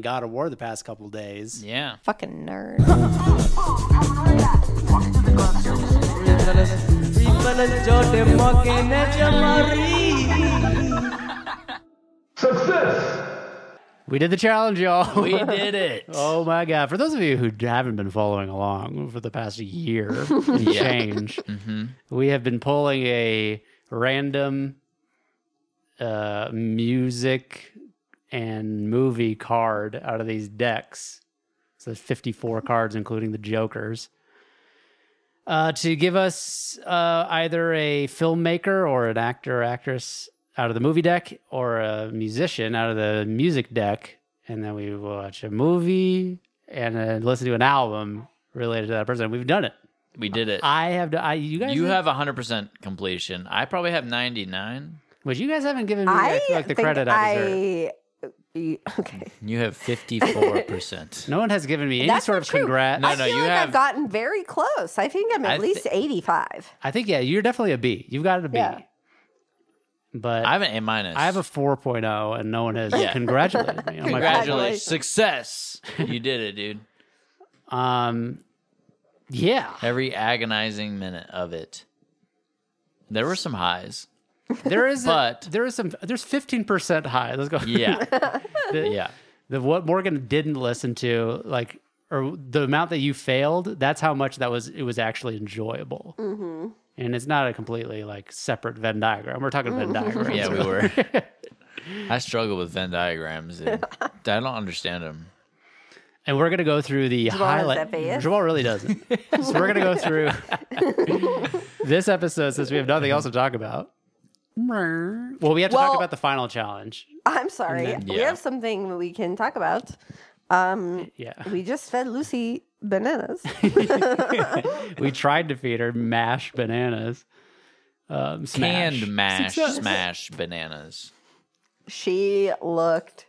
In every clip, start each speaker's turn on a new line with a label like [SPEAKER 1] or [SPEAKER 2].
[SPEAKER 1] God of War the past couple days.
[SPEAKER 2] Yeah.
[SPEAKER 3] Fucking nerd.
[SPEAKER 1] We did the challenge, y'all.
[SPEAKER 2] We did it.
[SPEAKER 1] Oh my God. For those of you who haven't been following along for the past year and change,
[SPEAKER 2] Mm-hmm.
[SPEAKER 1] we have been pulling a random uh, music and movie card out of these decks. So there's 54 cards, including the Jokers. Uh, to give us uh, either a filmmaker or an actor or actress out of the movie deck or a musician out of the music deck. And then we watch a movie and then listen to an album related to that person. We've done it.
[SPEAKER 2] We did it.
[SPEAKER 1] I have, d- I, you guys,
[SPEAKER 2] you have 100% completion. I probably have 99.
[SPEAKER 1] which you guys haven't given me I
[SPEAKER 3] I
[SPEAKER 1] feel like the
[SPEAKER 3] think
[SPEAKER 1] credit I deserve.
[SPEAKER 3] I. you- Okay.
[SPEAKER 2] You have 54%.
[SPEAKER 1] No one has given me any
[SPEAKER 3] That's
[SPEAKER 1] sort
[SPEAKER 3] not
[SPEAKER 1] of
[SPEAKER 3] true.
[SPEAKER 1] congrats.
[SPEAKER 2] No,
[SPEAKER 3] I
[SPEAKER 2] no,
[SPEAKER 3] feel
[SPEAKER 2] you
[SPEAKER 3] like
[SPEAKER 2] have-
[SPEAKER 3] I've gotten very close. I think I'm at
[SPEAKER 2] I thi-
[SPEAKER 3] least 85.
[SPEAKER 1] I think yeah, you're definitely a B. You've got it a B.
[SPEAKER 3] Yeah.
[SPEAKER 1] But
[SPEAKER 2] I
[SPEAKER 1] i
[SPEAKER 2] have an A minus.
[SPEAKER 1] have a 4.0 and no one has
[SPEAKER 2] Yeah.
[SPEAKER 1] congratulated me. on my
[SPEAKER 3] Congratulations.
[SPEAKER 2] Congratulations. Success. You did it, dude.
[SPEAKER 1] Um yeah,
[SPEAKER 2] Every agonizing minute of it. There were some highs.
[SPEAKER 1] there is a-
[SPEAKER 2] But-
[SPEAKER 1] there is some there's 15% high. Let's go.
[SPEAKER 2] Yeah.
[SPEAKER 1] The-
[SPEAKER 2] Yeah.
[SPEAKER 1] the what Morgan didn't listen to, like, or the amount that you failed, that's how much that was. It was actually enjoyable, and it's not a completely like separate Venn diagram. We're talking Venn diagram.
[SPEAKER 2] Yeah, we were. I struggle with Venn diagrams. Dude. I don't understand them.
[SPEAKER 1] and we're gonna go through the
[SPEAKER 3] Jamal has
[SPEAKER 1] highlight.
[SPEAKER 3] FAS?
[SPEAKER 1] Jamal really doesn't. so we're gonna go through this episode since we have nothing else to talk about. Well, we have to talk
[SPEAKER 3] Well-
[SPEAKER 1] about the final challenge.
[SPEAKER 3] I'm sorry. We
[SPEAKER 2] Yeah.
[SPEAKER 3] have something we can talk about. Um,
[SPEAKER 1] Yeah,
[SPEAKER 3] we just fed Lucy bananas.
[SPEAKER 1] we tried to feed her mashed bananas. Um, smash.
[SPEAKER 2] Canned mash,
[SPEAKER 1] Success.
[SPEAKER 2] smash bananas.
[SPEAKER 3] she looked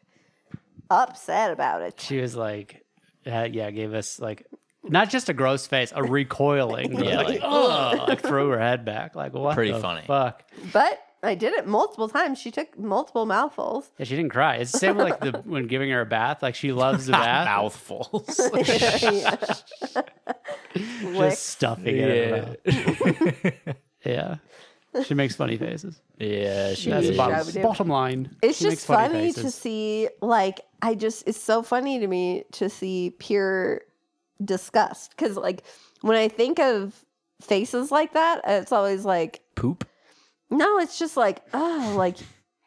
[SPEAKER 3] upset about it.
[SPEAKER 1] she was like, uh, yeah, gave us like not just a gross face, a recoiling,
[SPEAKER 2] Yeah,
[SPEAKER 1] yeah, like,
[SPEAKER 2] like,
[SPEAKER 1] oh, like threw her head back, like what?
[SPEAKER 2] Pretty
[SPEAKER 1] the
[SPEAKER 2] funny.
[SPEAKER 1] Fuck.
[SPEAKER 3] But I did it multiple times. She took multiple mouthfuls.
[SPEAKER 1] Yeah, she didn't cry. It's the same with, like the when giving her a bath, like she loves the bath,
[SPEAKER 2] Mouthfuls.
[SPEAKER 3] Yeah.
[SPEAKER 1] just stuffing it. In her mouth. yeah, she makes funny faces.
[SPEAKER 2] yeah, she
[SPEAKER 1] That's the
[SPEAKER 2] did.
[SPEAKER 3] Yeah, we
[SPEAKER 1] bottom,
[SPEAKER 3] do.
[SPEAKER 1] bottom line.
[SPEAKER 3] It's
[SPEAKER 1] She
[SPEAKER 3] just
[SPEAKER 1] makes funny
[SPEAKER 3] funny to
[SPEAKER 1] faces.
[SPEAKER 3] see, like, I just, it's so funny to me to see pure disgust. Cause, like, when I think of faces like that, it's always like,
[SPEAKER 2] poop.
[SPEAKER 3] no, it's just like, oh, like,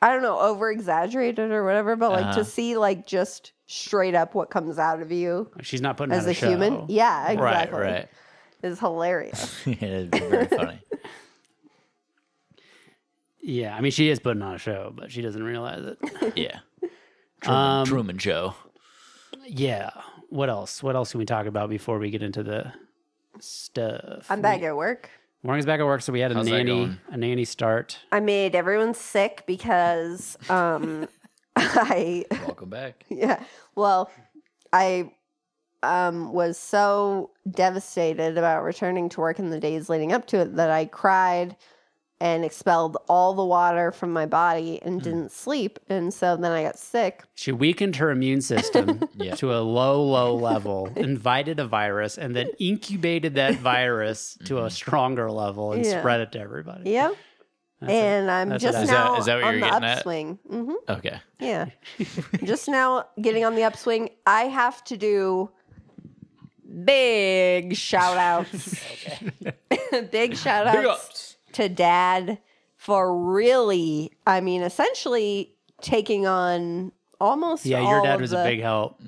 [SPEAKER 3] I don't know, over exaggerated or whatever, but like
[SPEAKER 2] Uh-huh.
[SPEAKER 3] to see, like, just straight up what comes out of you
[SPEAKER 1] She's not putting
[SPEAKER 3] as
[SPEAKER 1] on
[SPEAKER 3] a,
[SPEAKER 1] show.
[SPEAKER 3] human. Yeah, exactly.
[SPEAKER 2] Right, right.
[SPEAKER 3] Is hilarious.
[SPEAKER 2] yeah, it'd be very funny.
[SPEAKER 1] Yeah, I mean she is putting on a show, but she doesn't realize it.
[SPEAKER 2] Yeah. Truman,
[SPEAKER 1] Um,
[SPEAKER 2] Truman Joe.
[SPEAKER 1] Yeah. What else? What else can we talk about before we get into the stuff?
[SPEAKER 3] I'm back at work.
[SPEAKER 1] Morgan's back at work, so we had a
[SPEAKER 2] How's that
[SPEAKER 1] nanny
[SPEAKER 2] going?
[SPEAKER 1] a nanny start.
[SPEAKER 3] I made everyone sick because um, I
[SPEAKER 2] Welcome back.
[SPEAKER 3] yeah. Well, I um, was so devastated about returning to work in the days leading up to it that I cried and expelled all the water from my body
[SPEAKER 2] Hmm.
[SPEAKER 3] and didn't sleep. And so then I got sick.
[SPEAKER 1] She weakened her immune system
[SPEAKER 2] Yeah.
[SPEAKER 1] to a low, low level, invited a virus, and then incubated that virus to
[SPEAKER 2] Mm-hmm.
[SPEAKER 1] a stronger level and
[SPEAKER 3] Yeah.
[SPEAKER 1] spread it to everybody.
[SPEAKER 3] Yeah.
[SPEAKER 1] That's it.
[SPEAKER 3] and I'm
[SPEAKER 1] that's
[SPEAKER 3] just
[SPEAKER 1] what I-
[SPEAKER 3] now
[SPEAKER 1] Is
[SPEAKER 2] that- is that what
[SPEAKER 3] on
[SPEAKER 2] you're
[SPEAKER 3] the
[SPEAKER 2] getting at?
[SPEAKER 3] upswing. hmm
[SPEAKER 2] Okay.
[SPEAKER 3] Yeah. just now getting on the upswing. I have to do big shout outs. big shout outs, to dad for really, I mean, essentially taking on almost
[SPEAKER 1] Yeah, your
[SPEAKER 3] all
[SPEAKER 1] dad
[SPEAKER 3] of
[SPEAKER 1] was
[SPEAKER 3] the-
[SPEAKER 1] a big help.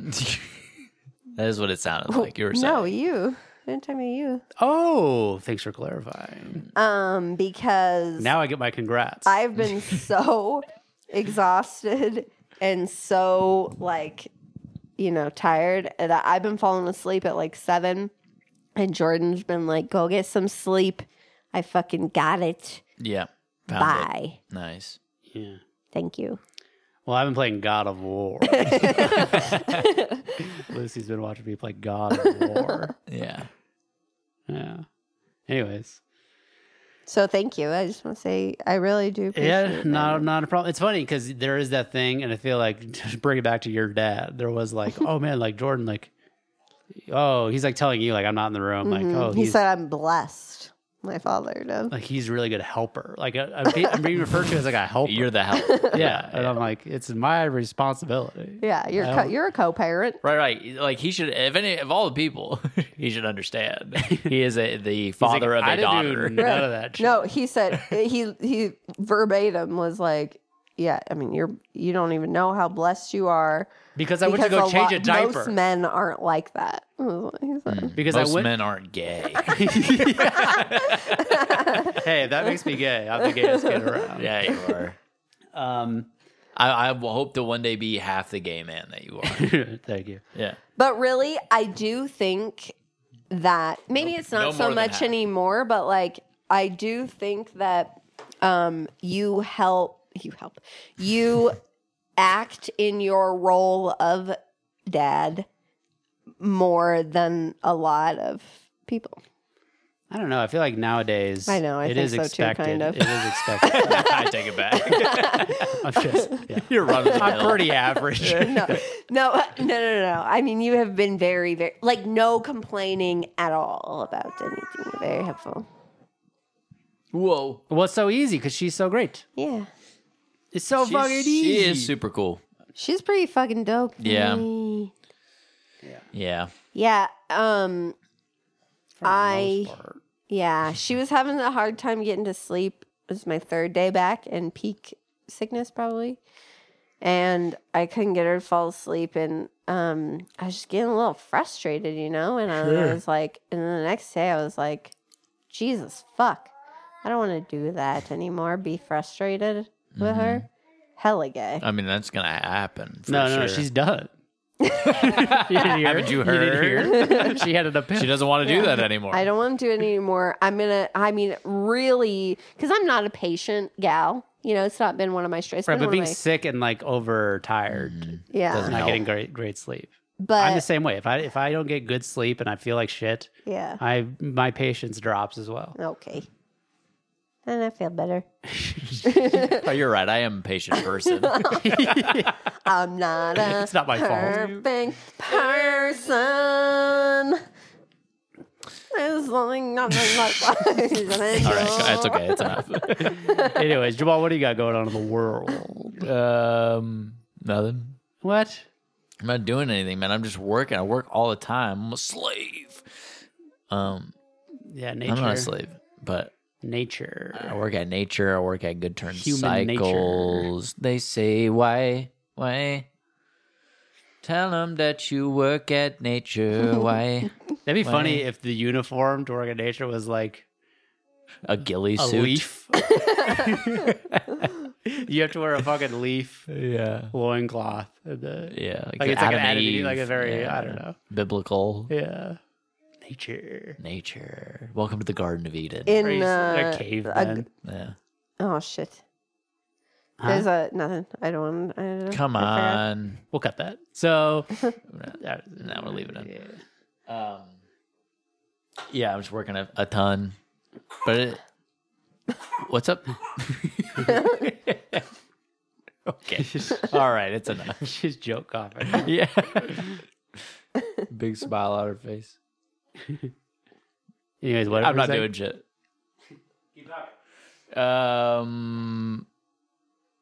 [SPEAKER 2] That is what it sounded like. You were saying.
[SPEAKER 3] Oh, No, you. Didn't tell me you.
[SPEAKER 1] Oh, thanks for clarifying.
[SPEAKER 3] Um, because
[SPEAKER 1] Now I get my congrats.
[SPEAKER 3] I've been so exhausted and so like, you know, tired. And I- I've been falling asleep at like seven. And Jordan's been like, go get some sleep. I fucking got it.
[SPEAKER 2] Yeah. Found
[SPEAKER 3] Bye.
[SPEAKER 2] it. Nice.
[SPEAKER 1] yeah.
[SPEAKER 3] Thank you.
[SPEAKER 1] Well, I've been playing God of War. Lucy's been watching me play God of War.
[SPEAKER 2] Yeah.
[SPEAKER 1] Yeah. Anyways.
[SPEAKER 3] So thank you. I just want to say I really do. Appreciate
[SPEAKER 1] Yeah,
[SPEAKER 3] that.
[SPEAKER 1] not not a problem. It's funny because there is that thing, and I feel like to bring it back to your dad. There was like, oh man, like Jordan, like, oh, he's like telling you like I'm not in the room,
[SPEAKER 3] Mhm.
[SPEAKER 1] like oh,
[SPEAKER 3] he
[SPEAKER 1] he's
[SPEAKER 3] said I'm blessed. My father did.
[SPEAKER 1] like he's a really good helper. Like I, I'm be- I'm being referred to as like a helper.
[SPEAKER 2] You're the help.
[SPEAKER 1] yeah, and I'm like, it's my responsibility.
[SPEAKER 3] Yeah, you're
[SPEAKER 1] I
[SPEAKER 3] co-
[SPEAKER 1] don't-
[SPEAKER 3] you're a co-parent.
[SPEAKER 2] Right, right. Like he should, if any of all the people, he should understand. He is a, the
[SPEAKER 1] He's like,
[SPEAKER 2] father
[SPEAKER 1] I
[SPEAKER 2] of a
[SPEAKER 1] didn't do
[SPEAKER 2] daughter.
[SPEAKER 1] None of that. shit.
[SPEAKER 3] No, he said eh, he he verbatim was like, yeah. I mean, you're you don't even know how blessed you are.
[SPEAKER 1] because I went to go
[SPEAKER 3] a
[SPEAKER 1] change a
[SPEAKER 3] lot-
[SPEAKER 1] diaper.
[SPEAKER 3] Most men aren't like that. He said.
[SPEAKER 1] because
[SPEAKER 2] Most
[SPEAKER 1] I went.
[SPEAKER 2] men aren't gay.
[SPEAKER 1] hey, that makes me gay. I'm the gayest kid around.
[SPEAKER 2] yeah, you are.
[SPEAKER 1] Um,
[SPEAKER 2] I, I will hope to one day be half the gay man that you are.
[SPEAKER 1] thank you.
[SPEAKER 2] Yeah.
[SPEAKER 3] But really, I do think that maybe it's
[SPEAKER 2] no
[SPEAKER 3] not
[SPEAKER 2] more
[SPEAKER 3] so
[SPEAKER 2] than
[SPEAKER 3] much
[SPEAKER 2] half.
[SPEAKER 3] anymore, but like I do think that um, you help, you help, you act in your role of dad more than a lot of people.
[SPEAKER 1] I don't know. I feel like nowadays
[SPEAKER 3] I know, I
[SPEAKER 1] it
[SPEAKER 3] think
[SPEAKER 1] is
[SPEAKER 3] so too,
[SPEAKER 1] expected.
[SPEAKER 3] kind of.
[SPEAKER 1] It is expected.
[SPEAKER 2] I take it back.
[SPEAKER 1] I'm just yeah.
[SPEAKER 2] You're running. the
[SPEAKER 1] I'm
[SPEAKER 2] mill.
[SPEAKER 1] pretty average.
[SPEAKER 3] No, no, no, no, no. I mean, you have been very, very, like, no complaining at all about anything. Very helpful.
[SPEAKER 2] Whoa.
[SPEAKER 1] well, it's so easy because she's so great.
[SPEAKER 3] Yeah.
[SPEAKER 1] It's so fucking
[SPEAKER 2] She's-
[SPEAKER 1] easy.
[SPEAKER 2] She is super cool.
[SPEAKER 3] She's pretty fucking dope.
[SPEAKER 2] Yeah.
[SPEAKER 3] Hey.
[SPEAKER 2] Yeah.
[SPEAKER 3] Yeah. Um.
[SPEAKER 1] For the
[SPEAKER 3] I-
[SPEAKER 1] most part.
[SPEAKER 3] Yeah. She was having a hard time getting to sleep. It was my third day back and peak sickness probably, and I couldn't get her to fall asleep. And um, I was just getting a little frustrated, you know. And I
[SPEAKER 1] Sure.
[SPEAKER 3] was like, and then the next day I was like, Jesus fuck, I don't want to do that anymore. Be frustrated with her.
[SPEAKER 1] Mm-hmm.
[SPEAKER 3] Hella gay.
[SPEAKER 2] I mean, that's going to happen. For
[SPEAKER 1] No,
[SPEAKER 2] sure.
[SPEAKER 1] no, she's done. you didn't hear?
[SPEAKER 2] Haven't you
[SPEAKER 1] didn't hear? she had an
[SPEAKER 2] She
[SPEAKER 1] epiphany.
[SPEAKER 2] doesn't want to do that anymore.
[SPEAKER 3] I don't want to do it anymore. I'm gonna. I mean, really, because I'm not a patient gal. You know, it's not been one of my strengths.
[SPEAKER 1] Right,
[SPEAKER 3] been
[SPEAKER 1] but
[SPEAKER 3] one
[SPEAKER 1] being
[SPEAKER 3] of my-
[SPEAKER 1] sick and like overtired,
[SPEAKER 3] yeah,
[SPEAKER 1] not
[SPEAKER 2] help.
[SPEAKER 1] getting great great sleep. I'm the
[SPEAKER 3] but
[SPEAKER 1] same way. If I if I don't get good sleep and I feel like shit,
[SPEAKER 3] yeah,
[SPEAKER 1] I my patience drops as well.
[SPEAKER 3] okay. And I feel better.
[SPEAKER 2] Oh, you're right. I am a patient person.
[SPEAKER 3] I'm not a
[SPEAKER 1] It's not my fault.
[SPEAKER 3] perfect person. There's something not
[SPEAKER 2] All right. That's okay. It's enough.
[SPEAKER 1] Anyways, Jamal, what do you got going on in the world?
[SPEAKER 2] Um, nothing.
[SPEAKER 1] What?
[SPEAKER 2] I'm not doing anything, man. I'm just working. I work all the time. I'm a slave. Um,
[SPEAKER 1] Yeah, nature.
[SPEAKER 2] I'm not a slave, but I
[SPEAKER 1] Nature.
[SPEAKER 2] work at nature. I work at Good Turn
[SPEAKER 1] Human nature.
[SPEAKER 2] Cycles. They say why, why? Tell them that you work at nature. Why?
[SPEAKER 1] That'd be
[SPEAKER 2] Wow.
[SPEAKER 1] funny if the uniform to work at nature was like
[SPEAKER 2] A ghillie
[SPEAKER 1] a
[SPEAKER 2] suit.
[SPEAKER 1] leaf. you have to wear a fucking leaf
[SPEAKER 2] Yeah.
[SPEAKER 1] loincloth. and the-
[SPEAKER 2] Yeah.
[SPEAKER 1] Like it's like
[SPEAKER 2] the
[SPEAKER 1] an
[SPEAKER 2] Adam and
[SPEAKER 1] Adam and Eve,
[SPEAKER 2] Eve,
[SPEAKER 1] like a very
[SPEAKER 2] yeah,
[SPEAKER 1] I don't know.
[SPEAKER 2] biblical
[SPEAKER 1] Yeah. Nature.
[SPEAKER 2] nature. Welcome to the Garden of Eden.
[SPEAKER 3] in
[SPEAKER 1] Raised
[SPEAKER 3] uh,
[SPEAKER 1] a caveman.
[SPEAKER 3] a-
[SPEAKER 2] yeah.
[SPEAKER 3] oh shit.
[SPEAKER 1] Huh?
[SPEAKER 3] There's a nothing. I don't. want- I don't
[SPEAKER 2] Come
[SPEAKER 3] I forgot.
[SPEAKER 2] on.
[SPEAKER 1] We'll cut that. So
[SPEAKER 2] No, no, we'll leave it in. Um, yeah, I'm just working a, a ton, but it, what's up? okay, all right, it's enough.
[SPEAKER 1] She's joke coughing.
[SPEAKER 2] Yeah, big smile on her face.
[SPEAKER 1] Anyways, what
[SPEAKER 2] I'm
[SPEAKER 1] was I-
[SPEAKER 2] not doing shit. Um,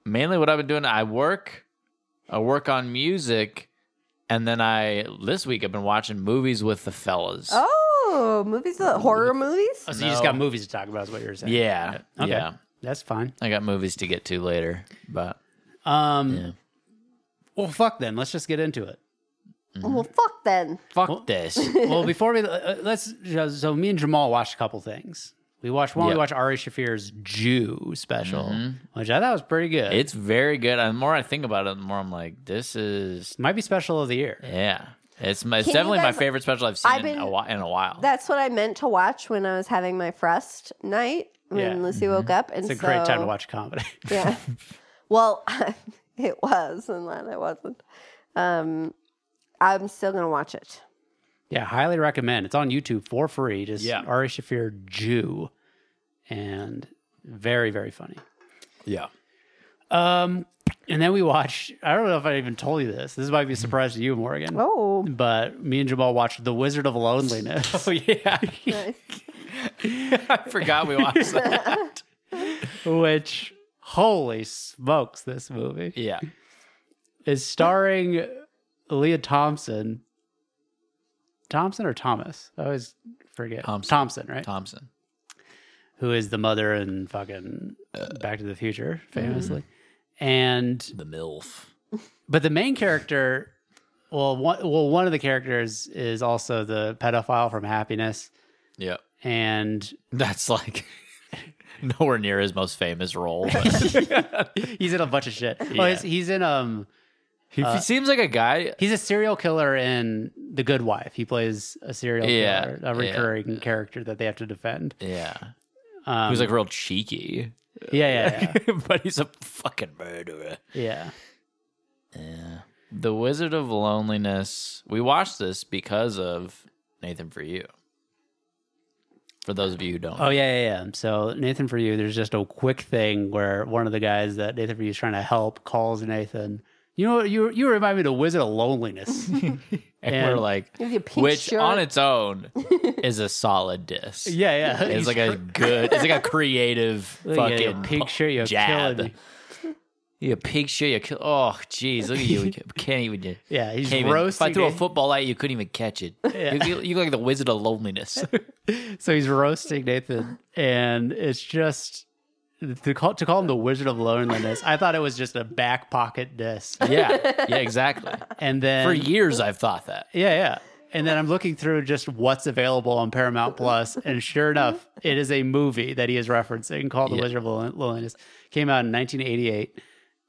[SPEAKER 2] mainly what I've been doing, I work, I work on music, and then I this week I've been watching movies with the fellas.
[SPEAKER 3] Oh, movies, horror movies.
[SPEAKER 1] Oh, so you just got
[SPEAKER 2] No.
[SPEAKER 1] movies to talk about is what you're saying.
[SPEAKER 2] Yeah,
[SPEAKER 1] Okay.
[SPEAKER 2] yeah.
[SPEAKER 1] That's fine.
[SPEAKER 2] I got movies to get to later, but
[SPEAKER 1] Um
[SPEAKER 2] Yeah.
[SPEAKER 1] Well, fuck then. Let's just get into it. Mm-hmm.
[SPEAKER 3] Well, fuck then.
[SPEAKER 2] fuck this.
[SPEAKER 1] well, before we uh, let's so me and Jamal watched a couple things. We watched one.
[SPEAKER 2] Yeah.
[SPEAKER 1] We watched Ari Shafir's Jew special, which I thought was pretty good. Mm-hmm. It
[SPEAKER 2] It's very good. And the more I think about it, the more I'm like, this is
[SPEAKER 1] might be special of the year.
[SPEAKER 2] yeah. It's my, it's
[SPEAKER 3] Can you
[SPEAKER 2] definitely
[SPEAKER 3] guys-
[SPEAKER 2] my favorite special I've seen
[SPEAKER 3] I've
[SPEAKER 2] in,
[SPEAKER 3] been-
[SPEAKER 2] a while, in a while.
[SPEAKER 3] That's what I meant to watch when I was having my frost night when
[SPEAKER 1] Yeah. Mm-hmm.
[SPEAKER 3] Lucy woke up. And
[SPEAKER 1] It's a great time
[SPEAKER 3] so-
[SPEAKER 1] to watch comedy.
[SPEAKER 3] Yeah. well, it was, and then it wasn't. Um, I'm still gonna watch it.
[SPEAKER 1] yeah, highly recommend. It's on YouTube for free. Just
[SPEAKER 2] Yeah.
[SPEAKER 1] Ari Shafir Jew, and very very funny.
[SPEAKER 4] Yeah.
[SPEAKER 1] Um, and then we watched. I don't know if I even told you this. This might be a surprise to you, Morgan.
[SPEAKER 3] Oh,
[SPEAKER 1] But me and Jamal watched The Wizard of Loneliness.
[SPEAKER 2] Oh yeah,
[SPEAKER 3] nice.
[SPEAKER 2] I forgot we watched that.
[SPEAKER 1] which holy smokes this movie
[SPEAKER 2] Yeah,
[SPEAKER 1] is starring leah thompson thompson or thomas i always forget
[SPEAKER 2] Thompson.
[SPEAKER 1] right
[SPEAKER 2] Thompson.
[SPEAKER 1] who is the mother in fucking
[SPEAKER 2] Uh,
[SPEAKER 1] back to the future
[SPEAKER 2] mm-hmm.
[SPEAKER 1] famously and
[SPEAKER 2] The MILF.
[SPEAKER 1] but the main character well one, well one of the characters is also the pedophile from happiness
[SPEAKER 2] Yeah.
[SPEAKER 1] and
[SPEAKER 2] That's like nowhere near his most famous role. But
[SPEAKER 1] he's in a bunch of shit Oh,
[SPEAKER 2] Yeah.
[SPEAKER 1] he's, he's in um
[SPEAKER 2] he seems like a guy.
[SPEAKER 1] He's a serial killer in The Good Wife. He plays a serial
[SPEAKER 2] Yeah,
[SPEAKER 1] killer,
[SPEAKER 2] yeah.
[SPEAKER 1] a recurring character that they have to defend.
[SPEAKER 2] Yeah,
[SPEAKER 1] Um,
[SPEAKER 2] he was like real cheeky,
[SPEAKER 1] yeah, yeah,
[SPEAKER 2] but he's a fucking murderer.
[SPEAKER 1] yeah. yeah.
[SPEAKER 2] Yeah. The Wizard of Loneliness. We watched this because of Nathan for You. For those of you who don't,
[SPEAKER 1] Oh yeah, yeah, yeah. So Nathan for you, there's just a quick thing where one of the guys that Nathan for you is trying to help calls Nathan. You know, you you remind me of the Wizard of Loneliness. yeah,
[SPEAKER 2] and,
[SPEAKER 1] and-
[SPEAKER 2] we're like,
[SPEAKER 3] Gives you a pink
[SPEAKER 2] which
[SPEAKER 3] shirt.
[SPEAKER 2] on its own is a solid diss.
[SPEAKER 1] yeah.
[SPEAKER 2] It's like a good. It's like a creative fucking
[SPEAKER 1] fucking pig shirt. You're
[SPEAKER 2] jab.
[SPEAKER 1] killing me.
[SPEAKER 2] You pig shit. You kill. Oh, jeez, look at you. You Can't even. Can't
[SPEAKER 1] Yeah, he's
[SPEAKER 2] even if
[SPEAKER 1] roasting.
[SPEAKER 2] I threw a
[SPEAKER 1] Na-
[SPEAKER 2] football at you, you couldn't even catch it.
[SPEAKER 1] Yeah.
[SPEAKER 2] You, you look like the wizard of loneliness.
[SPEAKER 1] So he's roasting Nathan, and it's just to call to call him the Wizard of Loneliness. I thought it was just a back pocket diss,
[SPEAKER 2] yeah, yeah, exactly.
[SPEAKER 1] and then
[SPEAKER 2] For years, I've thought that.
[SPEAKER 1] yeah, yeah. And then I'm looking through just what's available on Paramount Plus, and sure enough, it is a movie that he is referencing called The
[SPEAKER 2] Yeah.
[SPEAKER 1] Wizard of Lon- Loneliness. Came out in 1988,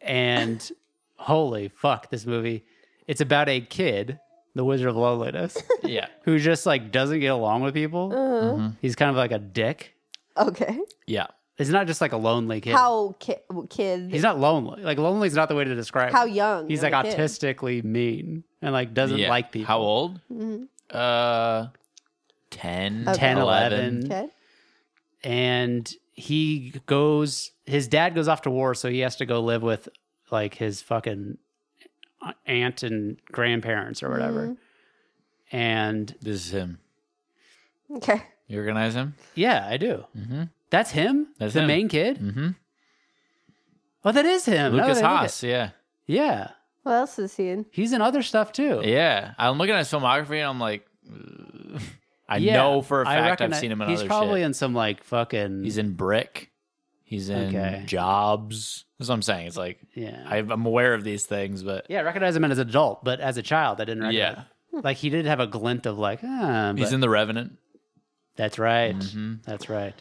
[SPEAKER 1] and holy fuck, this movie! It's about a kid, the Wizard of Loneliness,
[SPEAKER 2] Yeah,
[SPEAKER 1] who just like doesn't get along with people.
[SPEAKER 3] Uh-huh.
[SPEAKER 2] Mm-hmm.
[SPEAKER 1] He's kind of like a dick.
[SPEAKER 3] Okay.
[SPEAKER 2] yeah.
[SPEAKER 1] It's not just like a lonely kid.
[SPEAKER 3] How ki- kid?
[SPEAKER 1] he's not lonely. Like lonely is not the way to describe.
[SPEAKER 3] how
[SPEAKER 1] him.
[SPEAKER 3] young?
[SPEAKER 1] He's
[SPEAKER 3] of
[SPEAKER 1] like
[SPEAKER 3] a kid?
[SPEAKER 1] autistically mean and like doesn't
[SPEAKER 2] Yeah.
[SPEAKER 1] like people.
[SPEAKER 2] How old?
[SPEAKER 3] Mm-hmm.
[SPEAKER 2] Uh, 10,
[SPEAKER 3] Okay.
[SPEAKER 1] 10, 11.
[SPEAKER 3] Okay.
[SPEAKER 1] And he goes. His dad goes off to war, so he has to go live with like his fucking aunt and grandparents or whatever. And
[SPEAKER 2] This is him.
[SPEAKER 3] Okay.
[SPEAKER 2] You recognize him?
[SPEAKER 1] yeah, I do.
[SPEAKER 2] Mm-hmm.
[SPEAKER 1] That's him.
[SPEAKER 2] That's
[SPEAKER 1] the
[SPEAKER 2] him.
[SPEAKER 1] main kid.
[SPEAKER 2] Mm-hmm.
[SPEAKER 1] Oh, that is him. Now
[SPEAKER 2] Lucas
[SPEAKER 1] that I look at-
[SPEAKER 2] Haas. Yeah,
[SPEAKER 1] Yeah,
[SPEAKER 3] What else is he in?
[SPEAKER 1] he's in other stuff too.
[SPEAKER 2] yeah. I'm looking at his filmography and I'm like, uh, I
[SPEAKER 1] Yeah,
[SPEAKER 2] know for a
[SPEAKER 1] I
[SPEAKER 2] fact I've
[SPEAKER 1] recognize-
[SPEAKER 2] seen him in
[SPEAKER 1] He's
[SPEAKER 2] other shit.
[SPEAKER 1] probably in some like fucking.
[SPEAKER 2] He's in Brick. He's in
[SPEAKER 1] Okay.
[SPEAKER 2] Jobs. That's what I'm saying. It's like
[SPEAKER 1] yeah.
[SPEAKER 2] I- I'm aware of these things, but
[SPEAKER 1] Yeah, I recognize him as an adult, but as a child, I didn't recognize.
[SPEAKER 2] yeah,
[SPEAKER 1] Like he did have a glint of like, ah,
[SPEAKER 2] he's
[SPEAKER 1] but-
[SPEAKER 2] in The Revenant.
[SPEAKER 1] that's right,
[SPEAKER 2] Mhm.
[SPEAKER 1] that's right.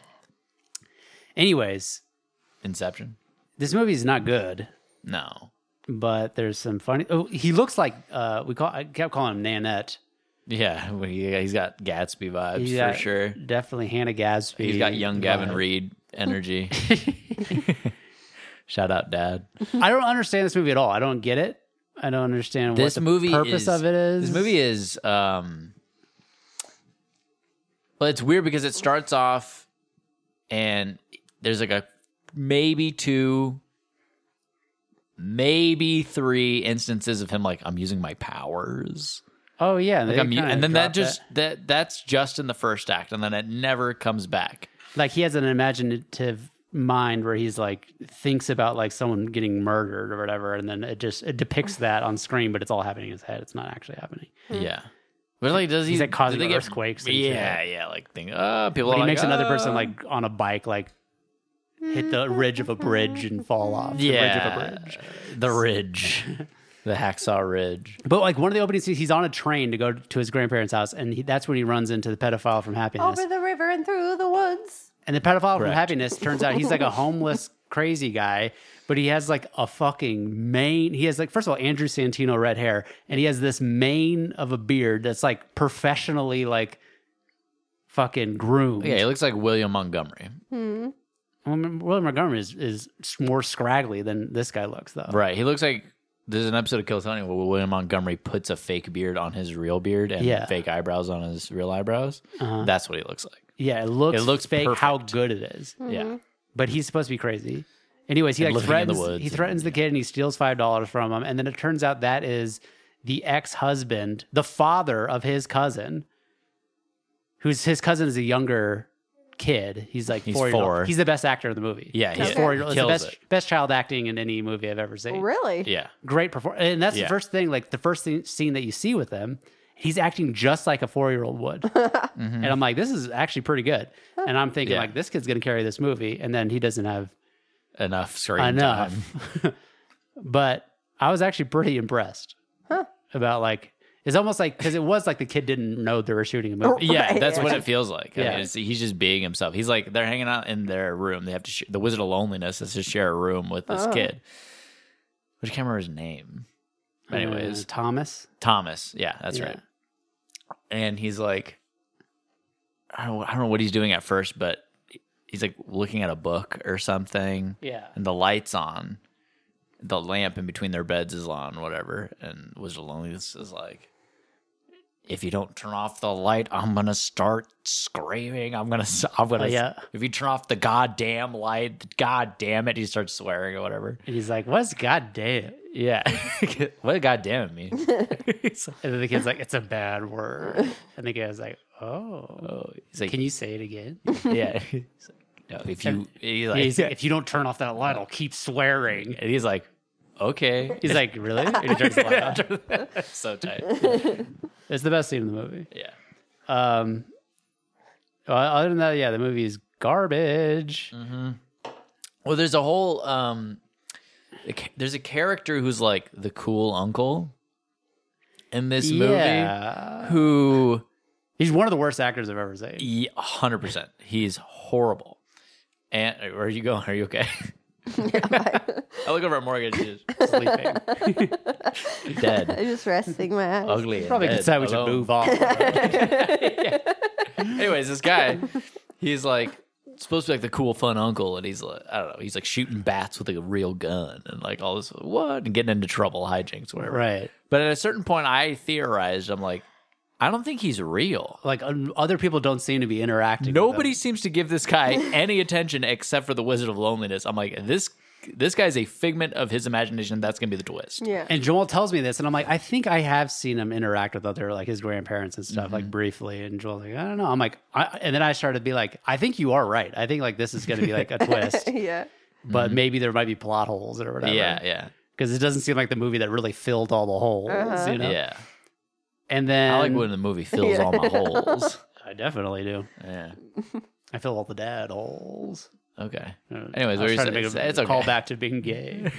[SPEAKER 1] Anyways,
[SPEAKER 2] Inception.
[SPEAKER 1] this movie's not good,
[SPEAKER 2] No.
[SPEAKER 1] but there's some funny. Oh, he looks like uh, we call. I kept calling him Nanette.
[SPEAKER 2] Yeah, well, he- he's got Gatsby vibes
[SPEAKER 1] He's
[SPEAKER 2] for
[SPEAKER 1] got
[SPEAKER 2] sure.
[SPEAKER 1] Definitely Hannah Gadsby.
[SPEAKER 2] He's got young Gavin
[SPEAKER 1] vibe.
[SPEAKER 2] Reed energy. Shout out, Dad.
[SPEAKER 1] I don't understand this movie at all. I don't get it. I don't understand
[SPEAKER 2] This
[SPEAKER 1] what the
[SPEAKER 2] movie
[SPEAKER 1] purpose
[SPEAKER 2] is-
[SPEAKER 1] of it is.
[SPEAKER 2] This movie is um well it's weird because it starts off and there's like a maybe two maybe three instances of him like I'm using my powers.
[SPEAKER 1] Oh yeah,
[SPEAKER 2] Like
[SPEAKER 1] they
[SPEAKER 2] I'm u-
[SPEAKER 1] kinda
[SPEAKER 2] and then that
[SPEAKER 1] drop
[SPEAKER 2] just that that's just in the first act and then it never comes back.
[SPEAKER 1] like he has an imaginative mind where he's like thinks about like someone getting murdered or whatever and then it just it depicts that on screen but it's all happening in his head it's not actually happening
[SPEAKER 2] Yeah. But like does he
[SPEAKER 1] Hmm. He's, like,
[SPEAKER 2] do
[SPEAKER 1] causing
[SPEAKER 2] they get-
[SPEAKER 1] earthquakes and shit.
[SPEAKER 2] yeah, yeah, like thing. Uh, people
[SPEAKER 1] but
[SPEAKER 2] are
[SPEAKER 1] he
[SPEAKER 2] like,
[SPEAKER 1] makes another person
[SPEAKER 2] "Ah."
[SPEAKER 1] like on a bike like hit the ridge of a bridge and fall off the ridge of a bridge
[SPEAKER 2] The ridge. the hacksaw ridge.
[SPEAKER 1] but like one of the opening scenes he's on a train to go to his grandparents house and he, that's when he runs into the pedophile from happiness
[SPEAKER 3] Over the river and through the woods.
[SPEAKER 1] And the pedophile from
[SPEAKER 2] Oh, Correct.
[SPEAKER 1] Happiness turns out he's like a homeless crazy guy, but he has like a fucking mane. He has like first of all Andrew Santino red hair, and he has this mane of a beard that's like professionally like fucking groomed.
[SPEAKER 2] Yeah, he looks like William Montgomery.
[SPEAKER 1] William William Montgomery is, is more scraggly than this guy looks though.
[SPEAKER 2] Right. He looks like there's an episode of Kill Tony where William Montgomery puts a fake beard on his real beard and
[SPEAKER 1] Yeah.
[SPEAKER 2] fake eyebrows on his real eyebrows.
[SPEAKER 1] Uh-huh.
[SPEAKER 2] That's what he looks like.
[SPEAKER 1] Yeah, it looks
[SPEAKER 2] It looks
[SPEAKER 1] fake how
[SPEAKER 2] perfect.
[SPEAKER 1] good it is.
[SPEAKER 2] Yeah.
[SPEAKER 3] Mm-hmm.
[SPEAKER 1] But he's supposed to be crazy. Anyways, he
[SPEAKER 2] And
[SPEAKER 1] like
[SPEAKER 2] living in the
[SPEAKER 1] threatens
[SPEAKER 2] woods
[SPEAKER 1] he
[SPEAKER 2] and-
[SPEAKER 1] threatens the kid and he steals five dollars from him. And then it turns out that is the ex-husband, the father of his cousin, who's his cousin is a younger kid. He's like
[SPEAKER 2] He's
[SPEAKER 1] four. years old.
[SPEAKER 2] four.
[SPEAKER 1] He's the best actor of the movie.
[SPEAKER 2] Yeah, he
[SPEAKER 1] he's
[SPEAKER 3] is.
[SPEAKER 1] four. year old. It's the
[SPEAKER 2] Kills
[SPEAKER 1] best
[SPEAKER 2] it.
[SPEAKER 1] best child acting in any movie I've ever seen.
[SPEAKER 3] Really?
[SPEAKER 2] Yeah.
[SPEAKER 1] Great performance, and that's
[SPEAKER 2] Yeah.
[SPEAKER 1] the first thing. Like the first thing, scene that you see with him, he's acting just like a four year old would.
[SPEAKER 2] Mhm.
[SPEAKER 1] And I'm like, this is actually pretty good. And I'm thinking
[SPEAKER 2] Yeah.
[SPEAKER 1] like, this kid's gonna carry this movie, and then he doesn't have
[SPEAKER 2] Enough screen
[SPEAKER 1] enough.
[SPEAKER 2] time.
[SPEAKER 1] but I was actually pretty impressed
[SPEAKER 3] Huh.
[SPEAKER 1] about like it's almost like because it was like the kid didn't know they were shooting a movie.
[SPEAKER 2] Yeah,
[SPEAKER 3] Right,
[SPEAKER 2] that's what
[SPEAKER 3] right.
[SPEAKER 2] it feels like. I
[SPEAKER 1] Yeah.
[SPEAKER 2] mean, it's, he's just being himself. He's like they're hanging out in their room. They have to sh- the Wizard of Loneliness has to share a room with this
[SPEAKER 3] Oh.
[SPEAKER 2] kid. Which I can't remember his name. Anyways,
[SPEAKER 1] Uh, Thomas.
[SPEAKER 2] Thomas. Yeah, that's
[SPEAKER 1] Yeah.
[SPEAKER 2] right. And he's like, I don't, I don't know what he's doing at first, but he's like looking at a book or something,
[SPEAKER 1] Yeah.
[SPEAKER 2] and the lights on, the lamp in between their beds is on, whatever. And Wizard of Loneliness is like, if you don't turn off the light, I'm gonna start screaming. I'm gonna, s- I'm gonna.
[SPEAKER 1] Oh, yeah.
[SPEAKER 2] If you turn off the goddamn light, god damn it, he starts swearing or whatever.
[SPEAKER 1] And he's like, "What's goddamn?"
[SPEAKER 2] Yeah, what a goddamn it mean? He's like,
[SPEAKER 1] And then the kid's like, "It's a bad word." And the guy's like, "Oh,
[SPEAKER 2] oh, he's like,
[SPEAKER 1] can you say it again?"
[SPEAKER 2] yeah. He's like, no, if you, he's like,
[SPEAKER 1] He's like, if you don't turn off that light, I'll keep swearing.
[SPEAKER 2] and he's like, okay.
[SPEAKER 1] He's like, "Really?" And he turns the light off.
[SPEAKER 2] so tight.
[SPEAKER 1] It's the best scene in the movie.
[SPEAKER 2] Yeah.
[SPEAKER 1] Um, well, other than that, yeah, the movie is garbage.
[SPEAKER 2] Well, there's a whole, um, a ca- there's a character who's like the cool uncle in this
[SPEAKER 1] Yeah.
[SPEAKER 2] movie who,
[SPEAKER 1] He's one of the worst actors I've ever seen.
[SPEAKER 2] yeah, 100%, he's horrible. And where are you going? Are you okay? I look over at Morgan. She's
[SPEAKER 1] Sleeping.
[SPEAKER 2] dead.
[SPEAKER 3] I'm just resting my eyes.
[SPEAKER 2] Ugly. and
[SPEAKER 1] Probably a
[SPEAKER 2] dead,
[SPEAKER 1] good sign we should
[SPEAKER 2] alone.
[SPEAKER 1] move on.
[SPEAKER 2] Anyways, this guy, he's like supposed to be like the cool, fun uncle, and he's like, I don't know, he's like shooting bats with like a real gun and like all this what and getting into trouble, hijinks, whatever.
[SPEAKER 1] right.
[SPEAKER 2] But at a certain point, I theorized, I'm like, I don't think he's real.
[SPEAKER 1] Like un- other people don't seem to be interacting. with
[SPEAKER 2] Nobody
[SPEAKER 1] him.
[SPEAKER 2] seems to give this guy any attention except for the Wizard of Loneliness. I'm like, this this guy's a figment of his imagination. That's gonna be the twist.
[SPEAKER 3] Yeah.
[SPEAKER 1] And Joel tells me this, and I'm like, I think I have seen him interact with other like his grandparents and stuff,
[SPEAKER 2] Mm-hmm.
[SPEAKER 1] like briefly. And Joel's like, I don't know. I'm like, I, and then I started to be like, I think you are right. I think like this is going to be like a twist,
[SPEAKER 3] yeah.
[SPEAKER 1] but maybe there might be plot holes or whatever.
[SPEAKER 2] Mm-hmm. Yeah, yeah,
[SPEAKER 1] because it doesn't seem like the movie that really filled all the holes,
[SPEAKER 3] Uh-huh.
[SPEAKER 1] you know.
[SPEAKER 2] yeah.
[SPEAKER 1] And then
[SPEAKER 2] I like when the movie fills
[SPEAKER 3] Yeah.
[SPEAKER 2] all my holes.
[SPEAKER 1] I definitely do.
[SPEAKER 2] Yeah.
[SPEAKER 1] I fill all the dad holes.
[SPEAKER 2] Okay.
[SPEAKER 1] I don't know.
[SPEAKER 2] Anyways,
[SPEAKER 1] Uh, I
[SPEAKER 2] what
[SPEAKER 1] was
[SPEAKER 2] were you
[SPEAKER 1] trying to
[SPEAKER 2] saying?
[SPEAKER 1] make
[SPEAKER 2] It's-
[SPEAKER 1] a,
[SPEAKER 2] it's
[SPEAKER 1] a
[SPEAKER 2] okay.
[SPEAKER 1] call back to being gay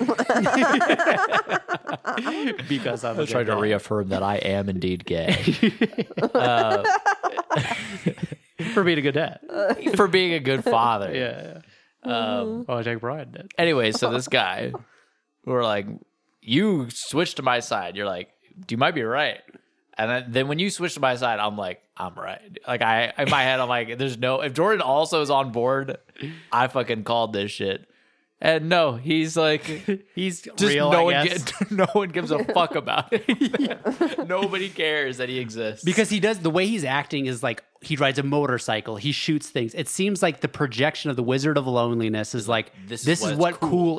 [SPEAKER 1] because I'm a
[SPEAKER 2] I was trying to
[SPEAKER 1] gay
[SPEAKER 2] reaffirm that I am indeed gay
[SPEAKER 1] guy. for being a good dad.
[SPEAKER 2] for being a good father.
[SPEAKER 1] yeah.
[SPEAKER 2] Um,
[SPEAKER 1] Oh, Jack Bryan did.
[SPEAKER 2] anyway, so this guy, we're like, you switched to my side. You're like, you might be right. And then- then when you switch to my side, I'm like, I'm right. Like I in my head, I'm like, there's no. If Jordan also is on board, I fucking called this shit. And no, he's like,
[SPEAKER 1] He's
[SPEAKER 2] just
[SPEAKER 1] real,
[SPEAKER 2] no
[SPEAKER 1] I
[SPEAKER 2] one,
[SPEAKER 1] guess.
[SPEAKER 2] gi- no one gives a fuck about it. Nobody cares that he exists
[SPEAKER 1] because he does the way he's acting is like he rides a motorcycle, he shoots things. It seems like the projection of the Wizard of Loneliness is like
[SPEAKER 2] This
[SPEAKER 1] this,
[SPEAKER 2] is
[SPEAKER 1] is what
[SPEAKER 2] what's cool.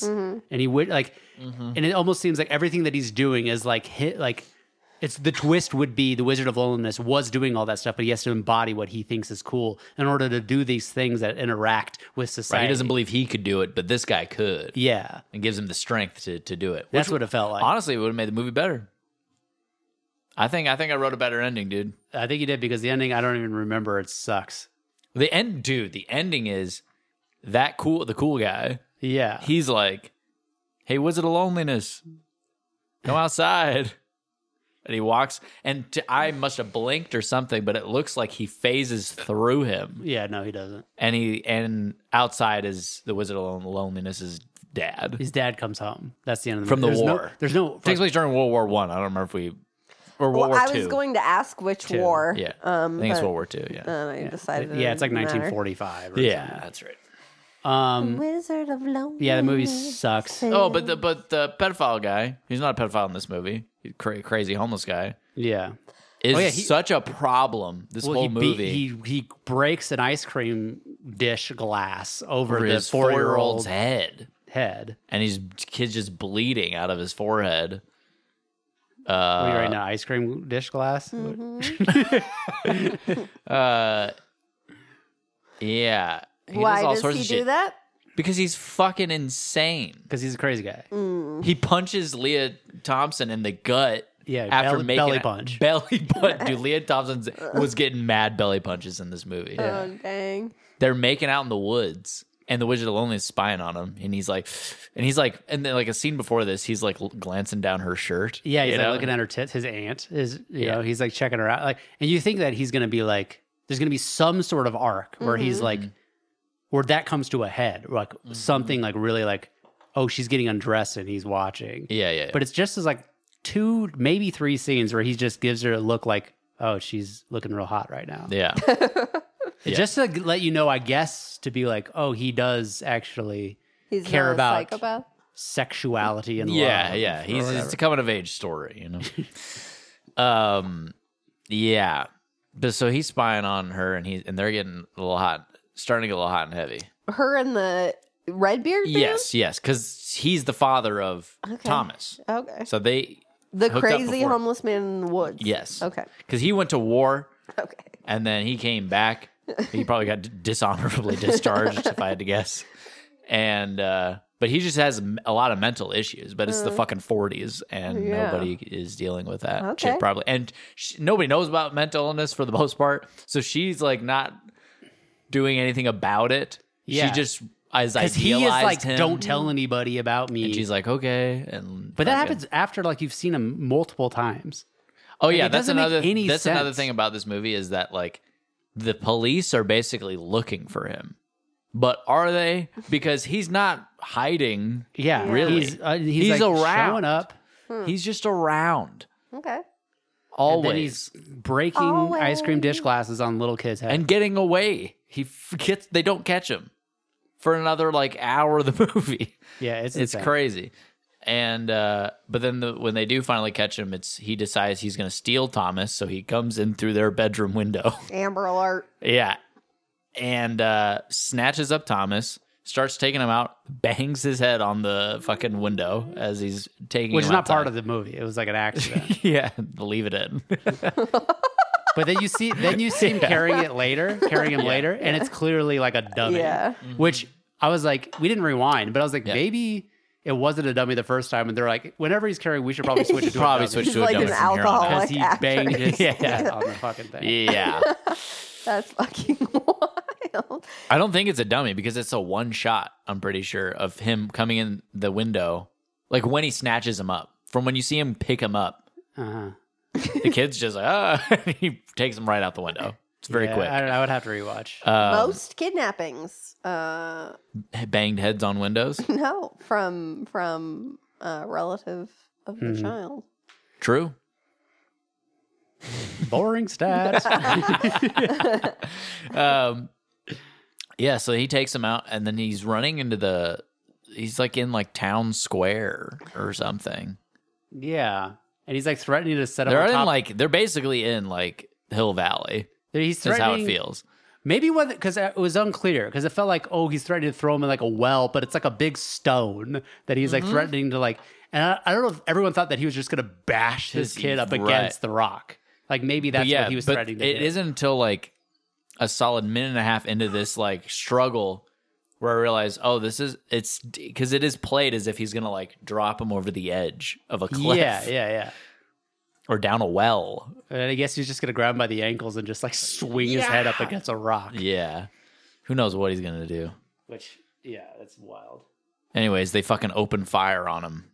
[SPEAKER 1] cool, is, and he would like, and it almost seems like everything that he's doing is like hit like. It's the twist would be the Wizard of Loneliness was doing all that stuff, but he has to embody what he thinks is cool in order to do these things that interact with
[SPEAKER 2] Right,
[SPEAKER 1] society.
[SPEAKER 2] he doesn't believe he could do it, but this guy could.
[SPEAKER 1] Yeah,
[SPEAKER 2] and gives him the strength to, to do it.
[SPEAKER 1] that's
[SPEAKER 2] Which,
[SPEAKER 1] what it felt like.
[SPEAKER 2] honestly it would have made the movie better. I think I think I wrote a better ending, dude.
[SPEAKER 1] I think he did because the ending I don't even remember. It sucks.
[SPEAKER 2] The end, dude. The ending is that cool. The cool guy.
[SPEAKER 1] Yeah,
[SPEAKER 2] He's like, "Hey, Wizard of Loneliness, come outside." And he walks, and t- I must have blinked or something, but it looks like he phases through him,
[SPEAKER 1] yeah. No, he doesn't.
[SPEAKER 2] and he and outside is the Wizard of Lon- Loneliness' is dad.
[SPEAKER 1] His dad comes home. That's the end of the
[SPEAKER 2] From the
[SPEAKER 1] movie. there's
[SPEAKER 2] war.
[SPEAKER 1] No, there's no
[SPEAKER 2] takes place during World War One. I. I don't remember if we or World
[SPEAKER 3] Well,
[SPEAKER 2] War
[SPEAKER 3] I
[SPEAKER 2] Two.
[SPEAKER 3] was going to ask which war.
[SPEAKER 2] Yeah.
[SPEAKER 3] Um,
[SPEAKER 2] I think it's
[SPEAKER 3] but
[SPEAKER 2] World War Two. Yeah.
[SPEAKER 3] then I decided. it
[SPEAKER 1] yeah, it's like
[SPEAKER 3] didn't matter.
[SPEAKER 1] 1945. Or
[SPEAKER 2] yeah, that's right.
[SPEAKER 1] something. Um.
[SPEAKER 3] Wizard of Loneliness.
[SPEAKER 1] Yeah, the movie sucks.
[SPEAKER 2] Oh, but the but the pedophile guy, he's not a pedophile in this movie. He's cra- crazy homeless guy.
[SPEAKER 1] Yeah.
[SPEAKER 2] is
[SPEAKER 1] Oh, yeah, he-
[SPEAKER 2] such a problem. This
[SPEAKER 1] Well,
[SPEAKER 2] whole
[SPEAKER 1] he,
[SPEAKER 2] movie.
[SPEAKER 1] beat, he he breaks an ice cream dish glass over,
[SPEAKER 2] over
[SPEAKER 1] the
[SPEAKER 2] his
[SPEAKER 1] four year
[SPEAKER 2] four-year-old's
[SPEAKER 1] old's
[SPEAKER 2] head,
[SPEAKER 1] head.
[SPEAKER 2] and his kid's just bleeding out of his forehead.
[SPEAKER 1] what are you
[SPEAKER 2] Uh,
[SPEAKER 1] right now? Ice cream dish glass.
[SPEAKER 2] uh, yeah. He
[SPEAKER 3] Why
[SPEAKER 2] all
[SPEAKER 3] does,
[SPEAKER 2] sorts
[SPEAKER 3] he
[SPEAKER 2] of
[SPEAKER 3] do
[SPEAKER 2] shit.
[SPEAKER 3] that?
[SPEAKER 2] Because he's fucking insane.
[SPEAKER 1] Because he's a crazy guy.
[SPEAKER 2] He punches Leah Thompson in the gut.
[SPEAKER 1] Yeah,
[SPEAKER 2] after
[SPEAKER 1] belly-
[SPEAKER 2] making
[SPEAKER 1] belly
[SPEAKER 2] a-
[SPEAKER 1] punch.
[SPEAKER 2] belly punch. Dude, Leah Thompson was getting mad belly punches in this movie.
[SPEAKER 3] Oh dang!
[SPEAKER 2] They're making out in the woods, and the Wizard of Lonely is spying on him, and he's like, and he's like, and then like a scene before this, he's like l- glancing down her shirt.
[SPEAKER 1] Yeah, he's
[SPEAKER 2] you
[SPEAKER 1] like
[SPEAKER 2] know?
[SPEAKER 1] looking at her tits. His aunt is, you
[SPEAKER 2] Yeah.
[SPEAKER 1] know, he's like checking her out. Like, and you think that he's gonna be like, there's gonna be some sort of arc where he's like, where that comes to a head, like
[SPEAKER 2] Mm-hmm.
[SPEAKER 1] something like really like, oh, she's getting undressed and he's watching.
[SPEAKER 2] Yeah, yeah. yeah.
[SPEAKER 1] But it's just as like two, maybe three scenes where he just gives her a look like, oh, she's looking real hot right now.
[SPEAKER 2] yeah, yeah.
[SPEAKER 1] Just to let you know, I guess, to be like, oh, he does actually
[SPEAKER 3] He's
[SPEAKER 1] Care
[SPEAKER 3] not a
[SPEAKER 1] about-
[SPEAKER 3] psychopath.
[SPEAKER 1] sexuality and
[SPEAKER 2] yeah,
[SPEAKER 1] love
[SPEAKER 2] yeah.
[SPEAKER 1] or
[SPEAKER 2] He's
[SPEAKER 1] whatever.
[SPEAKER 2] it's a coming of age story, you know. um, yeah. But so he's spying on her, and he's and they're getting a little hot, starting to get a little hot and heavy.
[SPEAKER 3] Her and the Redbeard. dude?
[SPEAKER 2] Yes, yes, because he's the father of
[SPEAKER 3] Okay.
[SPEAKER 2] Thomas.
[SPEAKER 3] Okay.
[SPEAKER 2] So they
[SPEAKER 3] The
[SPEAKER 2] hooked up
[SPEAKER 3] crazy
[SPEAKER 2] before.
[SPEAKER 3] homeless man in the woods.
[SPEAKER 2] yes,
[SPEAKER 3] Okay.
[SPEAKER 2] because he went to war
[SPEAKER 3] Okay.
[SPEAKER 2] and then he came back. He probably got d- dishonorably discharged, if I had to guess. And uh, but he just has m- a lot of mental issues. But it's
[SPEAKER 1] Uh-huh.
[SPEAKER 2] the fucking forties, and
[SPEAKER 3] Yeah.
[SPEAKER 2] nobody is dealing with that
[SPEAKER 3] Okay.
[SPEAKER 2] shit probably. And sh nobody knows about mental illness for the most part. So she's like not doing anything about it.
[SPEAKER 1] Yeah.
[SPEAKER 2] She just as
[SPEAKER 1] Because
[SPEAKER 2] idealized
[SPEAKER 1] he is like,
[SPEAKER 2] him.
[SPEAKER 1] don't tell anybody about me.
[SPEAKER 2] And she's like, okay, and
[SPEAKER 1] But that
[SPEAKER 2] okay.
[SPEAKER 1] happens after like you've seen him multiple times.
[SPEAKER 2] Oh yeah,
[SPEAKER 1] it
[SPEAKER 2] that's
[SPEAKER 1] doesn't make
[SPEAKER 2] another.
[SPEAKER 1] any
[SPEAKER 2] that's another
[SPEAKER 1] sense.
[SPEAKER 2] thing about this movie is that like the police are basically looking for him, but are they? Because he's not hiding.
[SPEAKER 1] Yeah,
[SPEAKER 2] Really?
[SPEAKER 1] He's, uh, he's, like
[SPEAKER 2] He's around.
[SPEAKER 1] showing up,
[SPEAKER 2] He's just around
[SPEAKER 3] Okay.
[SPEAKER 1] and then
[SPEAKER 2] always
[SPEAKER 1] he's breaking ice cream dish glasses on little kids' head.
[SPEAKER 2] and, getting away. He f- gets. They don't catch him for another like hour of the movie.
[SPEAKER 1] yeah, it's
[SPEAKER 2] It's
[SPEAKER 1] insane.
[SPEAKER 2] crazy. And uh but then the, when they do finally catch him, it's he decides he's going to steal Thomas, so he comes in through their bedroom window.
[SPEAKER 3] Amber Alert.
[SPEAKER 2] Yeah. And uh, snatches up Thomas, starts taking him out, bangs his head on the fucking window as he's taking
[SPEAKER 1] Which
[SPEAKER 2] him
[SPEAKER 1] is not part of the movie. It was like an accident.
[SPEAKER 2] Yeah, leave it in.
[SPEAKER 1] but then you see, then you see him carrying it later, carrying him later, and it's clearly like a dummy.
[SPEAKER 3] Yeah.
[SPEAKER 1] Which I was like, we didn't rewind, but I was like, maybe it wasn't a dummy the first time. And they're like, whenever he's carrying, we should probably switch it to
[SPEAKER 2] Probably
[SPEAKER 1] a
[SPEAKER 2] switch
[SPEAKER 1] dummy.
[SPEAKER 3] He's
[SPEAKER 2] to a
[SPEAKER 3] like
[SPEAKER 2] dummy
[SPEAKER 3] an
[SPEAKER 2] from here on
[SPEAKER 1] because
[SPEAKER 2] out.
[SPEAKER 3] alcoholic
[SPEAKER 1] he
[SPEAKER 3] actor.
[SPEAKER 1] banged his
[SPEAKER 2] Yeah.
[SPEAKER 1] head on the fucking thing.
[SPEAKER 2] yeah.
[SPEAKER 3] That's fucking wild.
[SPEAKER 2] I don't think it's a dummy because it's a one shot, I'm pretty sure, of him coming in the window. Like when he snatches him up. From when you see him pick him up,
[SPEAKER 1] Uh-huh.
[SPEAKER 2] the kid's just like, ah, he takes him right out the window. It's very
[SPEAKER 1] Yeah,
[SPEAKER 2] quick.
[SPEAKER 1] I, don't know, I would have to rewatch.
[SPEAKER 2] Uh,
[SPEAKER 3] Most kidnappings. Uh,
[SPEAKER 2] banged heads on windows.
[SPEAKER 3] no, from from uh, relative of
[SPEAKER 2] Mm-hmm.
[SPEAKER 3] the child.
[SPEAKER 2] True.
[SPEAKER 1] Boring stats.
[SPEAKER 2] um, yeah, so he takes him out, and then he's running into the. He's like in like town square or something.
[SPEAKER 1] yeah. And he's like threatening to set up
[SPEAKER 2] They're
[SPEAKER 1] on
[SPEAKER 2] in
[SPEAKER 1] top.
[SPEAKER 2] like they're basically in like Hill Valley.
[SPEAKER 1] he's
[SPEAKER 2] That's how it
[SPEAKER 1] threatening-
[SPEAKER 2] feels.
[SPEAKER 1] Maybe whether because it was unclear because it felt like oh he's threatening to throw him in like a well, but it's like a big stone that he's
[SPEAKER 2] Mm-hmm.
[SPEAKER 1] like threatening to like. And I, I don't know if everyone thought that he was just gonna bash his
[SPEAKER 2] His-
[SPEAKER 1] kid up
[SPEAKER 2] right.
[SPEAKER 1] against the rock. Like maybe that's
[SPEAKER 2] But yeah,
[SPEAKER 1] what he was
[SPEAKER 2] but
[SPEAKER 1] threatening to
[SPEAKER 2] it
[SPEAKER 1] do.
[SPEAKER 2] isn't until like a solid minute and a half into this like struggle where I realize, oh, this is it's because it is played as if he's gonna like drop him over the edge of a cliff
[SPEAKER 1] Yeah, yeah, yeah.
[SPEAKER 2] or down a well
[SPEAKER 1] And I guess he's just gonna grab him by the ankles and just like swing his head up against a rock.
[SPEAKER 2] Yeah. Who knows what he's going to do?
[SPEAKER 1] Which yeah, that's wild.
[SPEAKER 2] Anyways, they fucking open fire on him.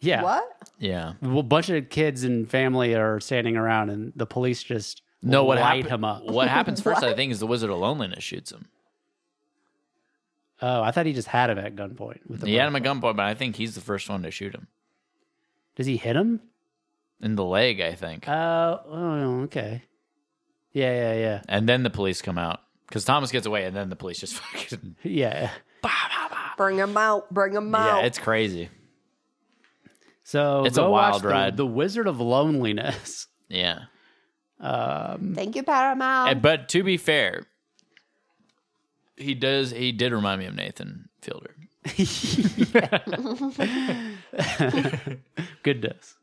[SPEAKER 1] Yeah,
[SPEAKER 3] What?
[SPEAKER 2] Yeah.
[SPEAKER 1] Well, a bunch of kids and family are standing around, and the police just
[SPEAKER 2] No, what
[SPEAKER 1] light
[SPEAKER 2] happen-
[SPEAKER 1] him up.
[SPEAKER 2] What happens first, I think, is the Wizard of Loneliness shoots him.
[SPEAKER 1] Oh, I thought he just had him at gunpoint. With the
[SPEAKER 2] He had him
[SPEAKER 1] rifle.
[SPEAKER 2] at gunpoint, but I think he's the first one to shoot him.
[SPEAKER 1] Does he hit him?
[SPEAKER 2] In the leg, I think.
[SPEAKER 1] Uh, oh, okay. Yeah, yeah, yeah,
[SPEAKER 2] and then the police come out. Because Thomas gets away, and then the police just fucking.
[SPEAKER 1] yeah.
[SPEAKER 3] Bring him out. Bring him out.
[SPEAKER 2] Yeah, it's crazy.
[SPEAKER 1] So
[SPEAKER 2] It's a
[SPEAKER 1] go watch
[SPEAKER 2] wild
[SPEAKER 1] the-
[SPEAKER 2] ride.
[SPEAKER 1] The Wizard of Loneliness.
[SPEAKER 2] Yeah.
[SPEAKER 1] Um,
[SPEAKER 3] Thank you, Paramount.
[SPEAKER 2] And- but to be fair, he does. He did remind me of Nathan Fielder.
[SPEAKER 1] good diss.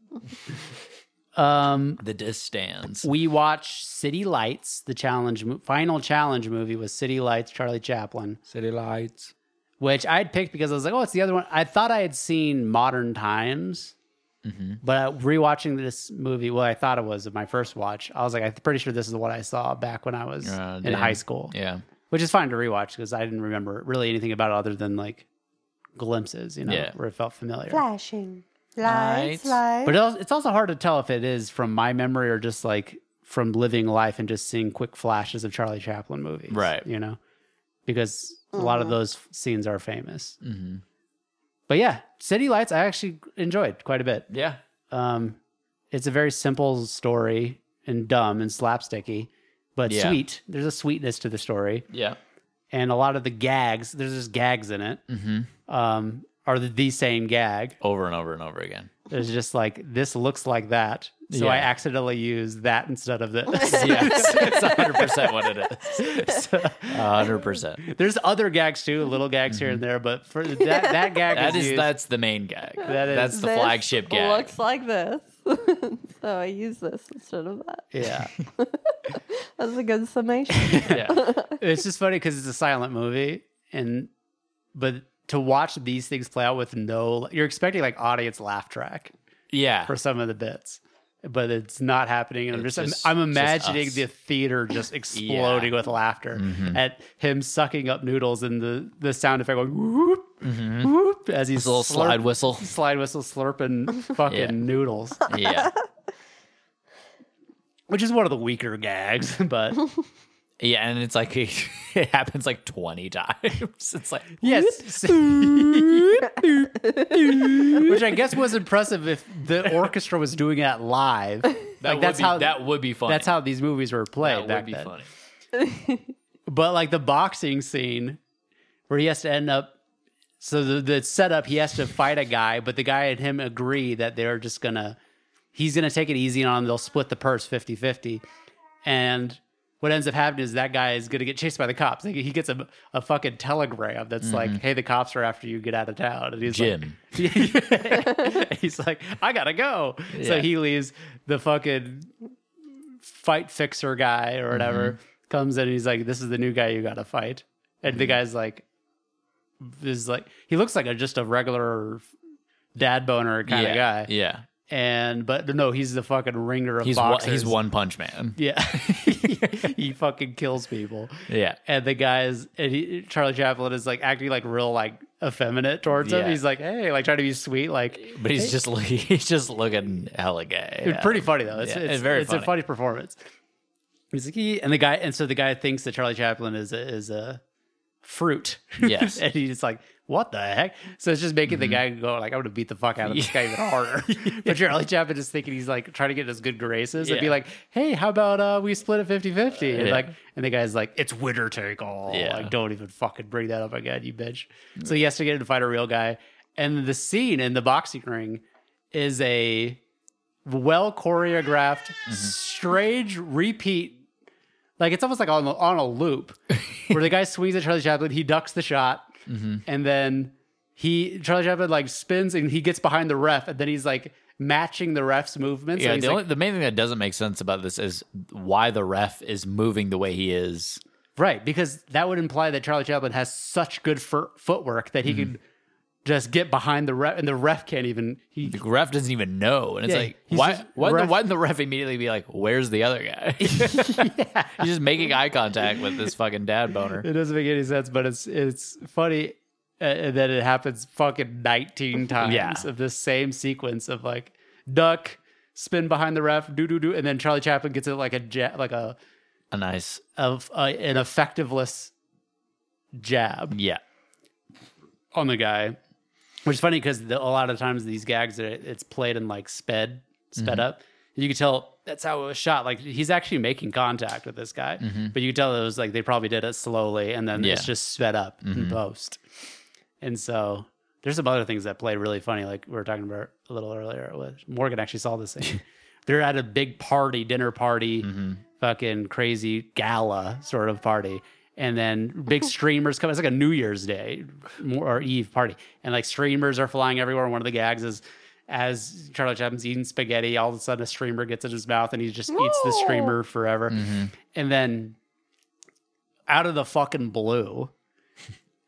[SPEAKER 1] um,
[SPEAKER 2] The disc stands.
[SPEAKER 1] we watched City Lights, the challenge mo- final challenge movie was City Lights, Charlie Chaplin,
[SPEAKER 4] City lights.
[SPEAKER 1] which I had picked because I was like, oh, it's the other one. I thought I had seen Modern Times, but rewatching this movie, well, I thought it was my first watch. I was like, I'm pretty sure this is what I saw back when I was
[SPEAKER 2] Uh,
[SPEAKER 1] in
[SPEAKER 2] damn.
[SPEAKER 1] high school,
[SPEAKER 2] Yeah,
[SPEAKER 1] which is fine to rewatch because I didn't remember really anything about it other than like glimpses, you know,
[SPEAKER 2] Yeah.
[SPEAKER 1] where it felt familiar.
[SPEAKER 3] Flashing
[SPEAKER 2] Lights.
[SPEAKER 3] lights, lights.
[SPEAKER 1] But it al- it's also hard to tell if it is from my memory or just like from living life and just seeing quick flashes of Charlie Chaplin movies.
[SPEAKER 2] Right.
[SPEAKER 1] You know, because a lot of those f- scenes are famous.
[SPEAKER 2] hmm
[SPEAKER 1] But yeah, City Lights, I actually enjoyed quite a bit.
[SPEAKER 2] yeah.
[SPEAKER 1] Um, it's a very simple story and dumb and slapsticky, but
[SPEAKER 2] Yeah.
[SPEAKER 1] sweet. There's a sweetness to the story.
[SPEAKER 2] Yeah.
[SPEAKER 1] And a lot of the gags, there's just gags in it,
[SPEAKER 2] hmm
[SPEAKER 1] um, are the, the same gag.
[SPEAKER 2] Over and over and over again.
[SPEAKER 1] It's just like this looks like that, so I
[SPEAKER 2] Yeah.
[SPEAKER 1] accidentally use that instead of this.
[SPEAKER 2] Yes, it's hundred percent what it is. hundred percent.
[SPEAKER 1] There's other gags too, little gags here and there, but for that that gag
[SPEAKER 2] Mm-hmm. That is
[SPEAKER 1] used-
[SPEAKER 2] that's the main gag.
[SPEAKER 1] That is-
[SPEAKER 2] that's the
[SPEAKER 3] This
[SPEAKER 2] flagship gag.
[SPEAKER 3] Looks like this. so I use this instead of that.
[SPEAKER 1] yeah.
[SPEAKER 3] That's a good summation.
[SPEAKER 2] yeah.
[SPEAKER 1] it's just funny because it's a silent movie, and but to watch these things play out with no, you're expecting like audience laugh track
[SPEAKER 2] Yeah.
[SPEAKER 1] for some of the bits, but it's not happening. And I'm
[SPEAKER 2] It's
[SPEAKER 1] just, I'm-
[SPEAKER 2] just-
[SPEAKER 1] I'm,
[SPEAKER 2] just
[SPEAKER 1] imagining
[SPEAKER 2] us. Mm-hmm.
[SPEAKER 1] the theater just exploding with laughter at him sucking up noodles and the the sound effect going whoop whoop as he's
[SPEAKER 2] This Mm-hmm. little slide
[SPEAKER 1] slurp-
[SPEAKER 2] whistle.
[SPEAKER 1] slide whistle slurping fucking
[SPEAKER 2] Yeah.
[SPEAKER 1] noodles,
[SPEAKER 2] Yeah.
[SPEAKER 1] which is one of the weaker gags, but
[SPEAKER 2] Yeah, and it's like it happens like twenty times. It's like
[SPEAKER 1] yes. Which I guess was impressive if the orchestra was doing that live.
[SPEAKER 2] that would
[SPEAKER 1] that's
[SPEAKER 2] be,
[SPEAKER 1] how-
[SPEAKER 2] that would be funny.
[SPEAKER 1] That's how these movies were played back
[SPEAKER 2] that would be
[SPEAKER 1] then.
[SPEAKER 2] funny.
[SPEAKER 1] But like the boxing scene where he has to end up so the, the setup he has to fight a guy, but the guy and him agree that they're just gonna he's gonna take it easy on him, they'll split the purse 50-50. And what ends up happening is that guy is gonna get chased by the cops. Like, he gets a, a fucking telegram that's like, Hey, the cops are after you, get out of town. And he's like,
[SPEAKER 2] Jim.
[SPEAKER 1] he's like, I gotta go. So
[SPEAKER 2] Yeah.
[SPEAKER 1] he leaves the fucking fight fixer guy or whatever
[SPEAKER 2] Mm-hmm.
[SPEAKER 1] comes in and he's like, This is the new guy you gotta fight. And
[SPEAKER 2] Mm-hmm.
[SPEAKER 1] the guy's like is like he looks like a just a regular dad boner kind
[SPEAKER 2] yeah.
[SPEAKER 1] of guy.
[SPEAKER 2] Yeah.
[SPEAKER 1] And but no, he's the fucking ringer of
[SPEAKER 2] He's one,
[SPEAKER 1] boxers.
[SPEAKER 2] he's one punch man.
[SPEAKER 1] Yeah. he fucking kills people
[SPEAKER 2] Yeah.
[SPEAKER 1] and the guys and he, Charlie Chaplin is like acting like real like effeminate towards
[SPEAKER 2] Yeah.
[SPEAKER 1] him. He's like, hey, like trying to be sweet, like
[SPEAKER 2] But he's just look- he's just looking hella gay.
[SPEAKER 1] it's pretty funny though. It's,
[SPEAKER 2] Yeah,
[SPEAKER 1] it's,
[SPEAKER 2] it's very
[SPEAKER 1] it's a
[SPEAKER 2] funny.
[SPEAKER 1] funny performance. He's like, "Ee," and the guy, and so the guy thinks that Charlie Chaplin is a, is a fruit.
[SPEAKER 2] Yes. Mm-hmm.
[SPEAKER 1] and he's like, what the heck? So it's just making the guy go like, I'm gonna beat the fuck out of this guy even harder. but Charlie Chaplin is thinking he's like trying to get his good graces and be
[SPEAKER 2] Yeah.
[SPEAKER 1] like, hey, how about uh we split it 50-50? And
[SPEAKER 2] Yeah.
[SPEAKER 1] like, and the guy's like, it's winner take all.
[SPEAKER 2] Yeah.
[SPEAKER 1] Like, don't even fucking bring that up again, you bitch. So he has to get in to fight a real guy. And the scene in the boxing ring is a well choreographed,
[SPEAKER 2] Mm-hmm.
[SPEAKER 1] strange repeat. Like it's almost like on on a loop, where the guy swings at Charlie Chaplin, he ducks the shot,
[SPEAKER 2] Mm-hmm.
[SPEAKER 1] and then he Charlie Chaplin like spins and he gets behind the ref, and then he's like matching the ref's movements.
[SPEAKER 2] Yeah,
[SPEAKER 1] and he's
[SPEAKER 2] the,
[SPEAKER 1] like,
[SPEAKER 2] only, the main thing that doesn't make sense about this is why the ref is moving the way he is.
[SPEAKER 1] right, because that would imply that Charlie Chaplin has such good fur footwork that he can just get behind the ref, and the ref can't even. He
[SPEAKER 2] The ref doesn't even know, and it's
[SPEAKER 1] Yeah,
[SPEAKER 2] like
[SPEAKER 1] he's
[SPEAKER 2] why
[SPEAKER 1] just-
[SPEAKER 2] why didn't
[SPEAKER 1] ref-
[SPEAKER 2] the, why didn't the ref immediately be like, "Where's the other guy?" He's just making eye contact with this fucking dad boner.
[SPEAKER 1] it doesn't make any sense, but it's it's funny uh, that it happens fucking 19 times
[SPEAKER 2] Yeah.
[SPEAKER 1] of this same sequence of like duck spin behind the ref do do do and then Charlie Chaplin gets it like a ja- like a
[SPEAKER 2] A nice,
[SPEAKER 1] of uh, an effectiveless jab
[SPEAKER 2] yeah,
[SPEAKER 1] on the guy which is funny because a lot of times these gags it- it's played in like sped sped up you can tell that's how it was shot like he's actually making contact with this guy but you can tell it was like they probably did it slowly and then it's
[SPEAKER 2] Yeah.
[SPEAKER 1] just sped up in post and so there's some other things that played really funny like we were talking about a little earlier with morgan actually saw this thing They're at a big party, dinner party,
[SPEAKER 2] Mhm.
[SPEAKER 1] fucking crazy gala sort of party. And then big streamers come. It's like a New Year's Day or Eve party. And like streamers are flying everywhere. And one of the gags is as Charlie Chaplin's eating spaghetti, all of a sudden a streamer gets in his mouth and he just eats the
[SPEAKER 3] No.
[SPEAKER 1] streamer forever.
[SPEAKER 2] Mhm.
[SPEAKER 1] And then out of the fucking blue,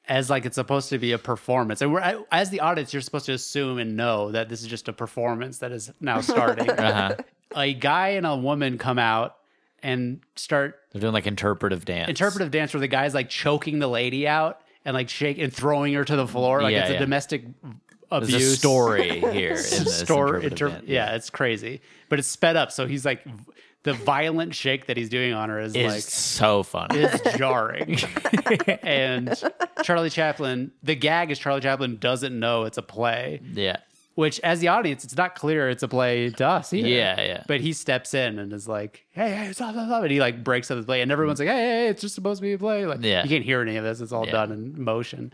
[SPEAKER 1] as like it's supposed to be a performance. And we're as the audience, you're supposed to assume and know that this is just a performance that is now starting.
[SPEAKER 2] Uh-huh.
[SPEAKER 1] a guy and a woman come out and start
[SPEAKER 2] They're doing like interpretive dance.
[SPEAKER 1] interpretive dance where the guy's like choking the lady out and like shake and throwing her to the floor. Like
[SPEAKER 2] Yeah,
[SPEAKER 1] it's
[SPEAKER 2] yeah.
[SPEAKER 1] a domestic
[SPEAKER 2] There's
[SPEAKER 1] abuse
[SPEAKER 2] a story here. in this
[SPEAKER 1] story.
[SPEAKER 2] interpretive
[SPEAKER 1] Inter-
[SPEAKER 2] dance.
[SPEAKER 1] yeah, it's crazy, but it's sped up. So he's like, v- the violent shake that he's doing on her is
[SPEAKER 2] It's
[SPEAKER 1] like
[SPEAKER 2] so funny.
[SPEAKER 1] is jarring. and Charlie Chaplin, the gag is Charlie Chaplin doesn't know it's a play,
[SPEAKER 2] yeah.
[SPEAKER 1] which as the audience, it's not clear it's a play to us either.
[SPEAKER 2] Yeah, yeah.
[SPEAKER 1] But he steps in and is like, hey, hey, stop, stop, stop. And he like breaks up the play. And everyone's like, hey, hey, hey, it's just supposed to be a play. Like,
[SPEAKER 2] Yeah.
[SPEAKER 1] you can't hear any of this. It's all
[SPEAKER 2] Yeah.
[SPEAKER 1] done in motion.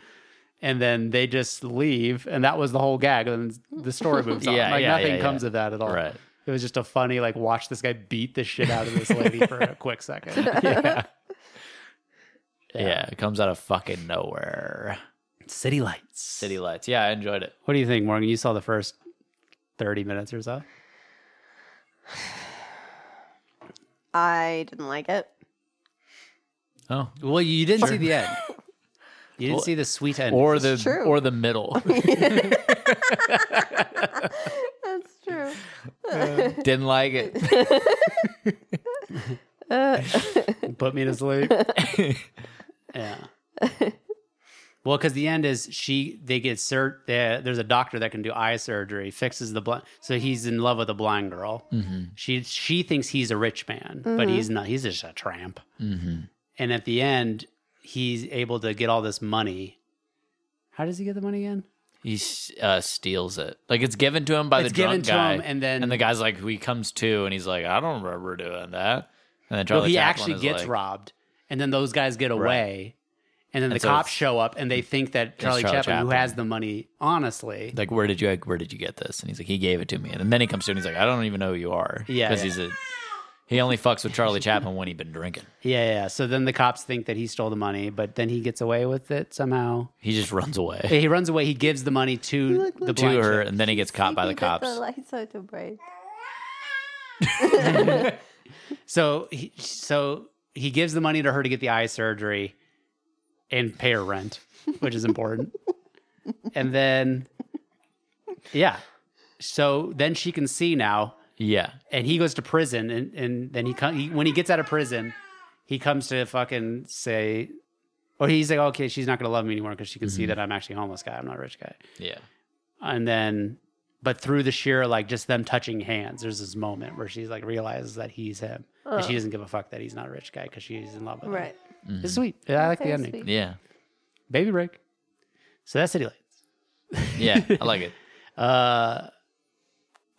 [SPEAKER 1] And then they just leave. And that was the whole gag. And the story moves on.
[SPEAKER 2] Yeah,
[SPEAKER 1] like
[SPEAKER 2] yeah,
[SPEAKER 1] nothing
[SPEAKER 2] yeah,
[SPEAKER 1] comes
[SPEAKER 2] yeah.
[SPEAKER 1] of that at all.
[SPEAKER 2] Right.
[SPEAKER 1] It was just a funny, like, watch this guy beat the shit out of this lady for a quick second. Yeah.
[SPEAKER 2] yeah. Yeah, it comes out of fucking nowhere.
[SPEAKER 1] City lights.
[SPEAKER 2] City lights. Yeah, I enjoyed it.
[SPEAKER 1] What do you think, Morgan? You saw the first 30 minutes or so.
[SPEAKER 3] I didn't like it.
[SPEAKER 2] Oh,
[SPEAKER 1] Well, you didn't see the end. You didn't
[SPEAKER 2] Well,
[SPEAKER 1] see the sweet end.
[SPEAKER 2] or the
[SPEAKER 3] It's true.
[SPEAKER 2] or the middle
[SPEAKER 3] That's true.
[SPEAKER 2] didn't like it.
[SPEAKER 1] put me to sleep. yeah. Well, because the end is she they get cert. They, there's a doctor that can do eye surgery, fixes the blind. So he's in love with a blind girl. She she thinks he's a rich man, but he's not. He's just a tramp. Mm-hmm. And at the end, he's able to get all this money. How does he get the money again?
[SPEAKER 2] He s- uh, steals it. Like it's given to him by
[SPEAKER 1] It's
[SPEAKER 2] the
[SPEAKER 1] given
[SPEAKER 2] drunk
[SPEAKER 1] to
[SPEAKER 2] guy,
[SPEAKER 1] him and then-
[SPEAKER 2] and the guy's like, he comes to, and he's like, I don't remember doing that. And then Charlie
[SPEAKER 1] No, he
[SPEAKER 2] Chaplin
[SPEAKER 1] actually
[SPEAKER 2] is
[SPEAKER 1] gets
[SPEAKER 2] like,
[SPEAKER 1] robbed, and then those guys get away, and then
[SPEAKER 2] And
[SPEAKER 1] the
[SPEAKER 2] so
[SPEAKER 1] cops
[SPEAKER 2] it's-
[SPEAKER 1] show up, and they think that Charlie,
[SPEAKER 2] Charlie
[SPEAKER 1] Chaplin, who
[SPEAKER 2] Chaplin.
[SPEAKER 1] has the money, honestly,
[SPEAKER 2] Like, where did you like, where did you get this? And he's like, he gave it to me. And then he comes to, and he's like, I don't even know who you are.
[SPEAKER 1] Yeah,
[SPEAKER 2] because
[SPEAKER 1] yeah.
[SPEAKER 2] he's a he only fucks with Charlie Chaplin when he'd been drinking.
[SPEAKER 1] yeah, yeah, yeah. So then the cops think that he stole the money, but then he gets away with it somehow.
[SPEAKER 2] He just runs away
[SPEAKER 1] He runs away. He gives the money to the
[SPEAKER 2] to
[SPEAKER 1] blind
[SPEAKER 2] her,
[SPEAKER 1] chick.
[SPEAKER 2] and then he gets caught by the
[SPEAKER 3] Keep
[SPEAKER 2] cops.
[SPEAKER 3] The lights out to bright.
[SPEAKER 1] So he, so he gives the money to her to get the eye surgery, and pay her rent, which is important. and then, yeah. So then she can see now
[SPEAKER 2] Yeah,
[SPEAKER 1] and he goes to prison and, and then he, come, he when he gets out of prison he comes to fucking say or he's like okay she's not gonna love me anymore because she can see that i'm actually a homeless guy i'm not a rich guy
[SPEAKER 2] yeah.
[SPEAKER 1] and then but through the sheer like just them touching hands there's this moment where she's like realizes that he's him and she doesn't give a fuck that he's not a rich guy because she's in love with
[SPEAKER 3] Right.
[SPEAKER 1] him it's sweet yeah, i like the
[SPEAKER 3] Very
[SPEAKER 1] ending
[SPEAKER 3] sweet.
[SPEAKER 2] Yeah.
[SPEAKER 1] baby break so that's city lights
[SPEAKER 2] Yeah. I like it.
[SPEAKER 1] uh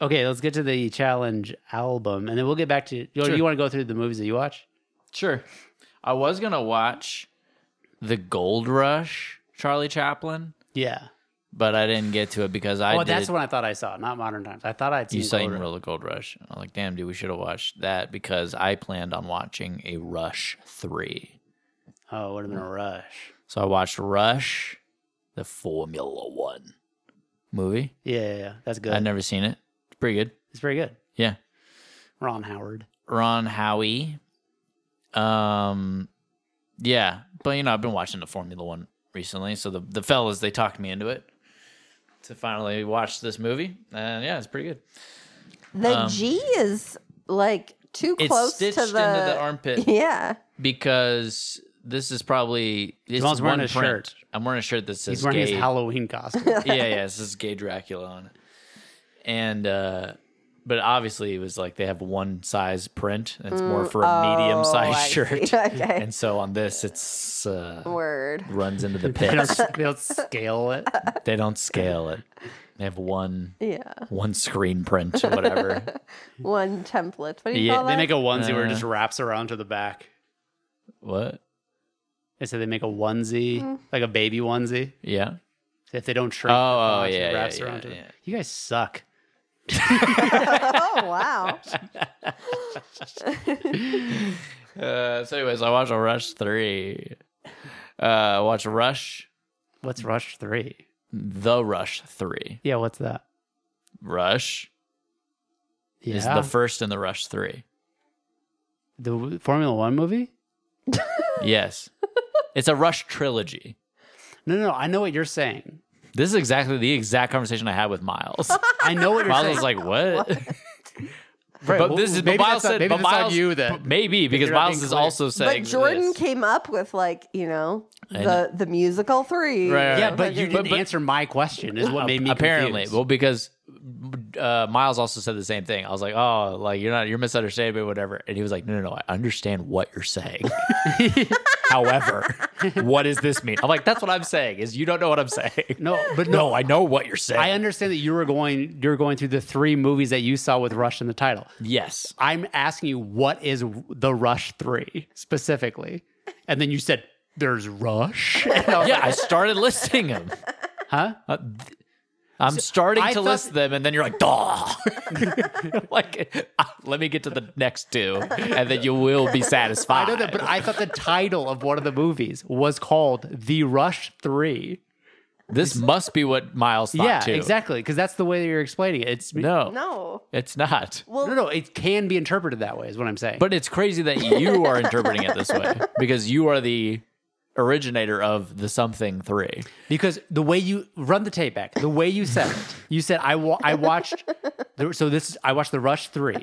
[SPEAKER 1] okay let's get to the challenge album and then we'll get back to you,
[SPEAKER 2] Sure.
[SPEAKER 1] you want to go through the movies that you watch
[SPEAKER 2] Sure. I was going to watch The Gold Rush, Charlie Chaplin,
[SPEAKER 1] yeah
[SPEAKER 2] but I didn't get to it because I
[SPEAKER 1] oh,
[SPEAKER 2] did.
[SPEAKER 1] that's what I thought I saw, not modern times. I thought I'd seen
[SPEAKER 2] you saw
[SPEAKER 1] Gold
[SPEAKER 2] in
[SPEAKER 1] Rush.
[SPEAKER 2] Real Gold Rush. I'm like, damn, dude, we should have watched that because I planned on watching a Rush 3.
[SPEAKER 1] Oh, it would have
[SPEAKER 2] Mm.
[SPEAKER 1] been a rush.
[SPEAKER 2] So I watched Rush, the Formula One movie.
[SPEAKER 1] Yeah, yeah, yeah. that's good.
[SPEAKER 2] I'd never seen it. It's pretty good.
[SPEAKER 1] It's very good.
[SPEAKER 2] Yeah.
[SPEAKER 1] Ron Howard.
[SPEAKER 2] Ron Howie. Um, yeah, but you know, I've been watching the Formula One recently, so the the fellas they talked me into it to finally watch this movie, and yeah, it's pretty good.
[SPEAKER 3] The
[SPEAKER 2] Um,
[SPEAKER 3] G is like too
[SPEAKER 2] It's
[SPEAKER 3] close
[SPEAKER 2] stitched
[SPEAKER 3] to the,
[SPEAKER 2] into the armpit
[SPEAKER 3] Yeah.
[SPEAKER 2] because this is probably it's
[SPEAKER 1] Jamal's wearing
[SPEAKER 2] one
[SPEAKER 1] a
[SPEAKER 2] print.
[SPEAKER 1] shirt.
[SPEAKER 2] I'm wearing a shirt that says
[SPEAKER 1] He's wearing
[SPEAKER 2] gay-
[SPEAKER 1] his Halloween costume.
[SPEAKER 2] yeah, yeah, this is gay Dracula on it, and. uh but obviously, it was like they have one size print. and It's more for a medium
[SPEAKER 3] Mm, Oh, I
[SPEAKER 2] sized
[SPEAKER 3] see.
[SPEAKER 2] shirt,
[SPEAKER 3] Okay.
[SPEAKER 2] and so on this, it's uh,
[SPEAKER 3] Word.
[SPEAKER 2] runs into the
[SPEAKER 1] they,
[SPEAKER 2] pit.
[SPEAKER 1] don't, they don't scale it.
[SPEAKER 2] they don't scale it. They have one
[SPEAKER 3] Yeah.
[SPEAKER 2] one screen print or whatever.
[SPEAKER 3] One template. What do you
[SPEAKER 2] Yeah,
[SPEAKER 3] call that?
[SPEAKER 1] They make a onesie where it
[SPEAKER 2] Uh.
[SPEAKER 1] just wraps around to the back.
[SPEAKER 2] what?
[SPEAKER 1] They say they make a onesie, like a baby onesie.
[SPEAKER 2] Yeah.
[SPEAKER 1] If they don't shrink, the
[SPEAKER 2] Oh,
[SPEAKER 1] thong, it
[SPEAKER 2] yeah, yeah,
[SPEAKER 1] wraps
[SPEAKER 2] yeah,
[SPEAKER 1] around to
[SPEAKER 2] yeah.
[SPEAKER 1] You guys suck.
[SPEAKER 3] oh wow.
[SPEAKER 2] Uh, so, anyways, I watched Rush three. Uh, I watched Rush,
[SPEAKER 1] What's Rush 3?
[SPEAKER 2] The Rush three.
[SPEAKER 1] Yeah, what's that?
[SPEAKER 2] Rush
[SPEAKER 1] Yeah.
[SPEAKER 2] is the first in the Rush three.
[SPEAKER 1] the Formula One movie?
[SPEAKER 2] Yes, it's a Rush trilogy.
[SPEAKER 1] No, no, no, I know what you're saying.
[SPEAKER 2] This is exactly the exact conversation I had with Miles.
[SPEAKER 1] I know what you're
[SPEAKER 2] Miles
[SPEAKER 1] saying.
[SPEAKER 2] was like, "What?"
[SPEAKER 1] Right,
[SPEAKER 2] but
[SPEAKER 1] well,
[SPEAKER 2] this is
[SPEAKER 1] maybe
[SPEAKER 2] but Miles
[SPEAKER 1] that's on-
[SPEAKER 2] said,
[SPEAKER 1] maybe
[SPEAKER 2] but
[SPEAKER 1] that's on
[SPEAKER 2] Miles,
[SPEAKER 1] you then.
[SPEAKER 2] maybe because
[SPEAKER 1] you're not
[SPEAKER 2] Miles
[SPEAKER 1] being
[SPEAKER 2] is
[SPEAKER 1] clear.
[SPEAKER 2] also saying
[SPEAKER 3] But Jordan
[SPEAKER 2] this.
[SPEAKER 3] came up with like, you know,
[SPEAKER 2] I
[SPEAKER 3] the the musical three.
[SPEAKER 2] Right, right,
[SPEAKER 1] yeah,
[SPEAKER 2] right.
[SPEAKER 1] but you
[SPEAKER 2] But-
[SPEAKER 1] didn't
[SPEAKER 2] but-
[SPEAKER 1] answer my question. Is what made me
[SPEAKER 2] apparently
[SPEAKER 1] confused.
[SPEAKER 2] well because uh, Miles also said the same thing. I was like, "Oh, like you're not you're misunderstanding, but whatever." And he was like, "No, no, no, I understand what you're saying. However, what does this mean?" I'm like, "That's what I'm saying. Is you don't know what I'm saying."
[SPEAKER 1] no, but no,
[SPEAKER 2] no, I know what you're saying.
[SPEAKER 1] I understand that you were going. You're going through the three movies that you saw with Rush in the title.
[SPEAKER 2] yes,
[SPEAKER 1] I'm asking you, what is the Rush three specifically? And then you said, "There's Rush." And I was
[SPEAKER 2] yeah,
[SPEAKER 1] like,
[SPEAKER 2] I started listing them.
[SPEAKER 1] huh?
[SPEAKER 2] Uh, I'm starting
[SPEAKER 1] I
[SPEAKER 2] to
[SPEAKER 1] thought-
[SPEAKER 2] list them, and then you're like, "Duh!" like, uh, let me get to the next two, and then you will be satisfied.
[SPEAKER 1] I know that, but I thought the title of one of the movies was called "The Rush 3.
[SPEAKER 2] this must be what Miles thought
[SPEAKER 1] Yeah,
[SPEAKER 2] too.
[SPEAKER 1] exactly, because that's the way that you're explaining it. It's no,
[SPEAKER 2] No,
[SPEAKER 3] No.
[SPEAKER 2] it's not.
[SPEAKER 3] Well,
[SPEAKER 1] no, no. It can be interpreted that way. Is what I'm saying.
[SPEAKER 2] But it's crazy that you are interpreting it this way because you are the originator of the something three.
[SPEAKER 1] Because the way you run the tape back, the way you said it, you said I wa- I watched. The, so this is I watched the Rush three,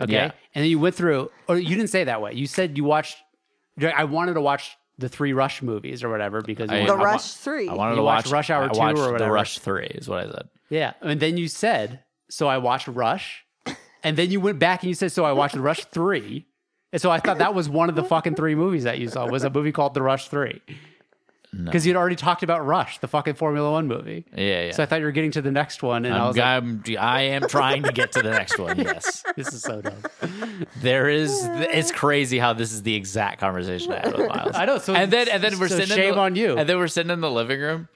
[SPEAKER 1] okay,
[SPEAKER 2] Yeah.
[SPEAKER 1] and then you went through, or you didn't say it that way. You said you watched. you're like, I wanted to watch the three Rush movies or whatever because you
[SPEAKER 2] I-
[SPEAKER 1] wanted-
[SPEAKER 3] the
[SPEAKER 2] wa-
[SPEAKER 3] Rush three.
[SPEAKER 2] I wanted
[SPEAKER 1] You
[SPEAKER 2] to
[SPEAKER 1] watched
[SPEAKER 2] watch
[SPEAKER 1] Rush Hour
[SPEAKER 2] I
[SPEAKER 1] 2 or
[SPEAKER 2] watched The
[SPEAKER 1] whatever.
[SPEAKER 2] Rush Three is what I said.
[SPEAKER 1] yeah, and then you said so I watched Rush, and then you went back and you said so I watched Rush three, and so I thought that was one of the fucking three movies that you saw was a movie called The Rush three, because you'd already talked about Rush, the fucking Formula One movie.
[SPEAKER 2] Yeah, yeah.
[SPEAKER 1] So I thought you were getting to the next one, and I
[SPEAKER 2] I'm,
[SPEAKER 1] was like,
[SPEAKER 2] I'm, I am trying to get to the next one. Yes,
[SPEAKER 1] "This is so dumb."
[SPEAKER 2] there is. It's crazy how this is the exact conversation I had with Miles.
[SPEAKER 1] I know, so-
[SPEAKER 2] and then and then we're
[SPEAKER 1] so
[SPEAKER 2] sitting. in
[SPEAKER 1] shame
[SPEAKER 2] the-
[SPEAKER 1] on you.
[SPEAKER 2] And then we're sitting in the living room.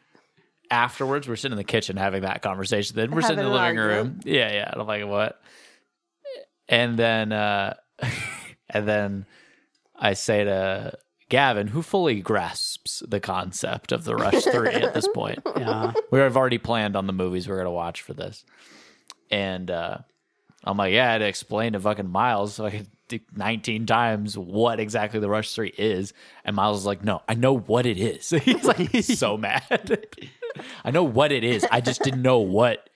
[SPEAKER 2] Afterwards, we're sitting in the kitchen having that conversation. Then we're sitting in
[SPEAKER 3] Having
[SPEAKER 2] the
[SPEAKER 3] an
[SPEAKER 2] living room.
[SPEAKER 3] argument.
[SPEAKER 2] Yeah, yeah. And I'm like, what? And then, uh and then I say to Gavin, who fully grasps the concept of the Rush Three at this point.
[SPEAKER 1] Yeah.
[SPEAKER 2] we have already planned on the movies we're gonna watch for this, and uh, I'm like, yeah, I had to explain to fucking Miles like 19 times what exactly the Rush Three is, and Miles is like, no, I know what it is. He's like so mad. I know what it is. I just didn't know what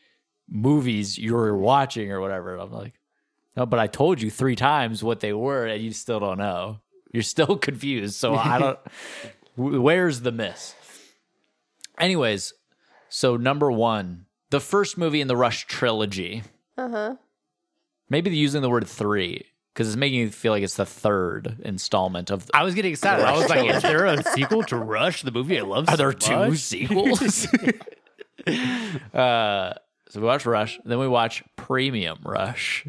[SPEAKER 2] movies you were watching or whatever. And I'm like, no, but I told you three times what they were, and you still don't know. You're still confused. So I don't. wh- Where's the miss? Anyways, so number one, the first movie in the Rush trilogy.
[SPEAKER 3] Uh huh.
[SPEAKER 2] Maybe using the word three because it's making you feel like it's the third installment of. The,
[SPEAKER 1] I was getting excited. I was like, "Is there a sequel to Rush, the movie I love?"
[SPEAKER 2] are there two sequels? uh, so we watch Rush, then we watch Premium Rush.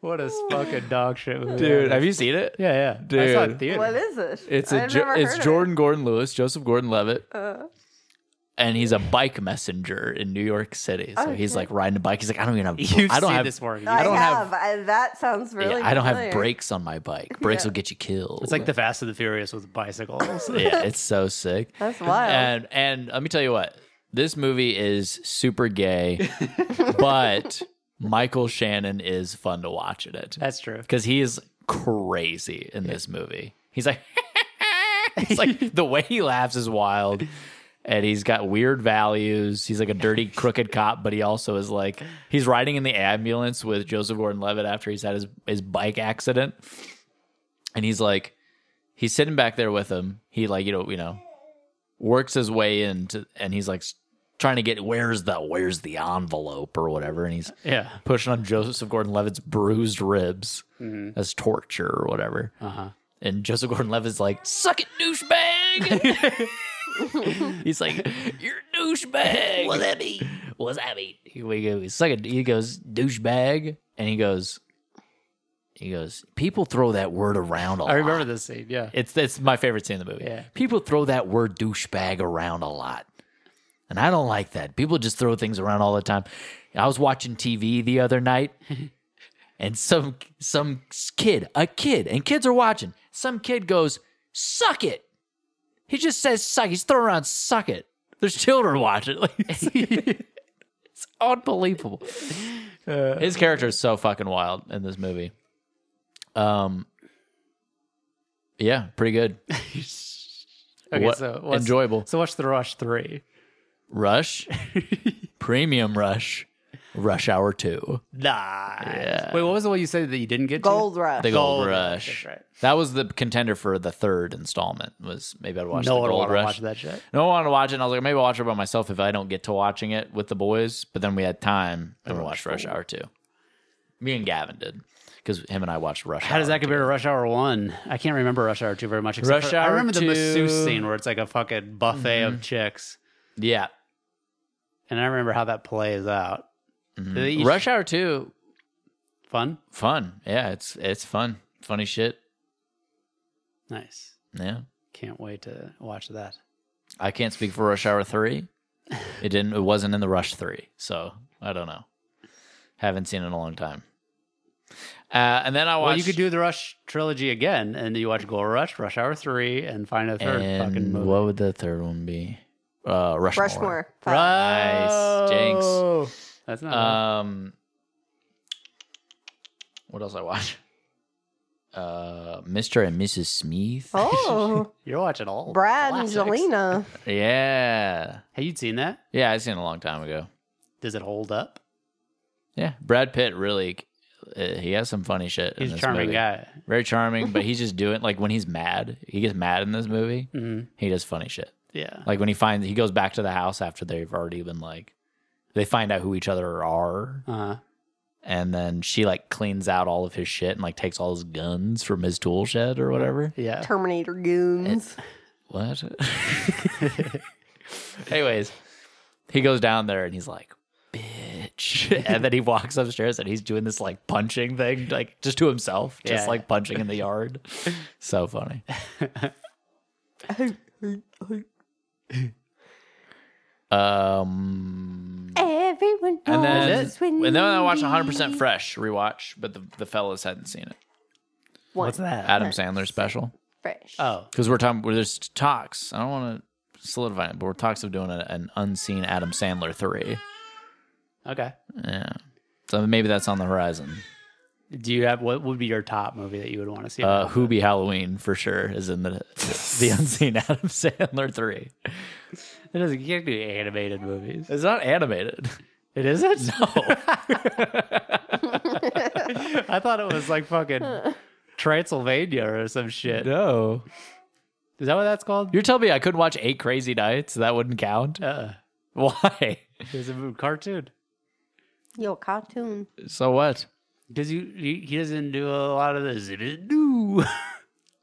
[SPEAKER 1] What a fucking dog shit, movie.
[SPEAKER 2] have you seen it?
[SPEAKER 1] Yeah, yeah, I saw it in theater.
[SPEAKER 3] What is it?
[SPEAKER 2] It's a
[SPEAKER 3] I've
[SPEAKER 2] Jo-
[SPEAKER 3] never
[SPEAKER 2] it's
[SPEAKER 3] heard of
[SPEAKER 2] Jordan Gordon Lewis, Joseph Gordon Levitt,
[SPEAKER 3] it. Uh,
[SPEAKER 2] and he's a bike messenger in New York City. So he's
[SPEAKER 3] Okay.
[SPEAKER 2] like riding a bike. He's like, I don't even have.
[SPEAKER 1] You've
[SPEAKER 2] I don't
[SPEAKER 1] seen
[SPEAKER 2] have.
[SPEAKER 1] this morning.
[SPEAKER 3] I,
[SPEAKER 2] don't have-
[SPEAKER 3] have. I, that sounds
[SPEAKER 2] yeah,
[SPEAKER 3] really.
[SPEAKER 2] I don't have
[SPEAKER 3] familiar.
[SPEAKER 2] brakes on my bike. Brakes
[SPEAKER 3] Yeah.
[SPEAKER 2] will get you killed.
[SPEAKER 1] It's like the Fast and the Furious with bicycles.
[SPEAKER 2] yeah, it's so sick.
[SPEAKER 3] That's wild.
[SPEAKER 2] And and let me tell you what, this movie is super gay, but Michael Shannon is fun to watch in it
[SPEAKER 1] That's true.
[SPEAKER 2] because he is crazy in this movie. He's like, it's like the way he laughs is wild. And he's got weird values. He's like a dirty, crooked cop, but he also is like he's riding in the ambulance with Joseph Gordon-Levitt after he's had his his bike accident, and he's like he's sitting back there with him. He like you know you know works his way into, and he's like trying to get where's the where's the envelope or whatever, and he's
[SPEAKER 1] Yeah.
[SPEAKER 2] pushing on Joseph Gordon Levitt's bruised ribs as torture or whatever.
[SPEAKER 1] Uh-huh.
[SPEAKER 2] And Joseph Gordon Levitt's like, suck it, douchebag. He's like, you're a douchebag. What's that mean? What's that mean? He, he goes, suck it. He goes, douchebag. And he goes, he goes, people throw that word around a lot.
[SPEAKER 1] I remember this scene. Yeah.
[SPEAKER 2] It's it's my favorite scene in the movie.
[SPEAKER 1] Yeah.
[SPEAKER 2] People throw that word douchebag around a lot. And I don't like that. People just throw things around all the time. I was watching TV the other night and some some kid, a kid, and kids are watching. Some kid goes, "Suck it." He just says "suck." He's throwing around "suck it." There's children watching. Like, it's, it's unbelievable. His character is so fucking wild in this movie. Um, yeah, pretty good.
[SPEAKER 1] Okay,
[SPEAKER 2] What-
[SPEAKER 1] so what's,
[SPEAKER 2] enjoyable.
[SPEAKER 1] So what's the Rush Three?
[SPEAKER 2] Rush, premium Rush, Rush Hour Two.
[SPEAKER 1] Nah.
[SPEAKER 2] Yeah.
[SPEAKER 1] Wait, what was the one you said that you didn't get?
[SPEAKER 3] Gold
[SPEAKER 1] To?
[SPEAKER 3] Rush.
[SPEAKER 2] The Gold,
[SPEAKER 1] Gold Rush, that's
[SPEAKER 2] Rush.
[SPEAKER 1] right.
[SPEAKER 2] That was the contender for the third installment. Was maybe I'd watch
[SPEAKER 1] No
[SPEAKER 2] the
[SPEAKER 1] one
[SPEAKER 2] Gold
[SPEAKER 1] wanted to
[SPEAKER 2] Rush.
[SPEAKER 1] watch that shit.
[SPEAKER 2] No one wanted to watch it. And I was like, maybe I'll watch it by myself if I don't get to watching it with the boys. But then we had time and we watched Rush Hour 2. Me and Gavin did because him and I watched Rush
[SPEAKER 1] How does
[SPEAKER 2] Hour
[SPEAKER 1] that compare to Rush Hour One? I can't remember Rush Hour Two very much. except
[SPEAKER 2] Rush
[SPEAKER 1] for- I
[SPEAKER 2] Hour Mm-hmm.
[SPEAKER 1] remember the
[SPEAKER 2] 2.
[SPEAKER 1] masseuse scene where it's like a fucking buffet of chicks,
[SPEAKER 2] Yeah.
[SPEAKER 1] and I remember how that plays out. Do they each-
[SPEAKER 2] Rush Hour 2,
[SPEAKER 1] fun,
[SPEAKER 2] fun. Yeah, it's it's fun. Funny shit.
[SPEAKER 1] nice.
[SPEAKER 2] Yeah.
[SPEAKER 1] Can't wait to watch that.
[SPEAKER 2] I can't speak for Rush Hour 3. It didn't it wasn't in the Rush 3. So, I don't know. Haven't seen it in a long time. Uh, and then I watched
[SPEAKER 1] Well, you could do the Rush trilogy again, and you watch Gold Rush, Rush Hour Three, and find a third
[SPEAKER 2] and
[SPEAKER 1] fucking movie.
[SPEAKER 2] What would the third one be? Uh, Rushmore.
[SPEAKER 3] Rushmore. Fuck.
[SPEAKER 2] Nice. Jinx.
[SPEAKER 1] Jinx. That's not. bad.
[SPEAKER 2] Um, what else I watch? Uh, Mr. and Mrs. Smith.
[SPEAKER 3] Oh,
[SPEAKER 1] You're watching all.
[SPEAKER 3] Brad
[SPEAKER 1] classics.
[SPEAKER 3] Angelina.
[SPEAKER 2] Yeah,
[SPEAKER 1] Have you seen that?
[SPEAKER 2] yeah, I seen it a long time ago.
[SPEAKER 1] Does it hold up?
[SPEAKER 2] Yeah, Brad Pitt really, uh, he has some funny shit. in
[SPEAKER 1] He's a
[SPEAKER 2] this
[SPEAKER 1] charming
[SPEAKER 2] movie.
[SPEAKER 1] guy.
[SPEAKER 2] very charming, but he's just doing like when he's mad, he gets mad in this movie.
[SPEAKER 1] Mhm.
[SPEAKER 2] He does funny shit.
[SPEAKER 1] Yeah.
[SPEAKER 2] Like when he finds he goes back to the house after they've already been like, they find out who each other are.
[SPEAKER 1] Uh,
[SPEAKER 2] and then she like cleans out all of his shit and like takes all his guns from his tool shed or whatever.
[SPEAKER 1] yeah.
[SPEAKER 3] Terminator goons.
[SPEAKER 2] What? Anyways, he goes down there and he's like, bitch. And then he walks upstairs and he's doing this like punching thing, like just to himself, just
[SPEAKER 1] Yeah.
[SPEAKER 2] like punching in the yard. so funny. Um,
[SPEAKER 3] Everyone knows
[SPEAKER 1] Oh,
[SPEAKER 2] and then,
[SPEAKER 3] it's
[SPEAKER 2] and
[SPEAKER 3] when
[SPEAKER 2] then I watched
[SPEAKER 3] we-
[SPEAKER 2] 100% Fresh rewatch, but the, the fellas hadn't seen it.
[SPEAKER 3] One.
[SPEAKER 1] What's that?
[SPEAKER 2] Adam Sandler special.
[SPEAKER 3] Fresh.
[SPEAKER 1] Oh,
[SPEAKER 2] because we're talking where there's talks. I don't want to solidify it, but we're talks of doing a, an unseen Adam Sandler three.
[SPEAKER 1] okay.
[SPEAKER 2] Yeah, so maybe that's on the horizon.
[SPEAKER 1] Do you have what would be your top movie that you would want to see?
[SPEAKER 2] Uh, Who be Halloween for sure is in the the unseen Adam Sandler three.
[SPEAKER 1] it doesn't you can't do animated movies.
[SPEAKER 2] It's not animated. Oh,
[SPEAKER 1] It isn't. No, I thought it was like fucking Transylvania or some shit.
[SPEAKER 2] No,
[SPEAKER 1] Is that what that's called?
[SPEAKER 2] you're telling me I couldn't watch Eight Crazy Nights. That wouldn't count.
[SPEAKER 1] Uh,
[SPEAKER 2] Why?
[SPEAKER 1] it's a cartoon.
[SPEAKER 3] Yo, cartoon.
[SPEAKER 2] So what?
[SPEAKER 1] Because you, you he doesn't do a lot of this. okay,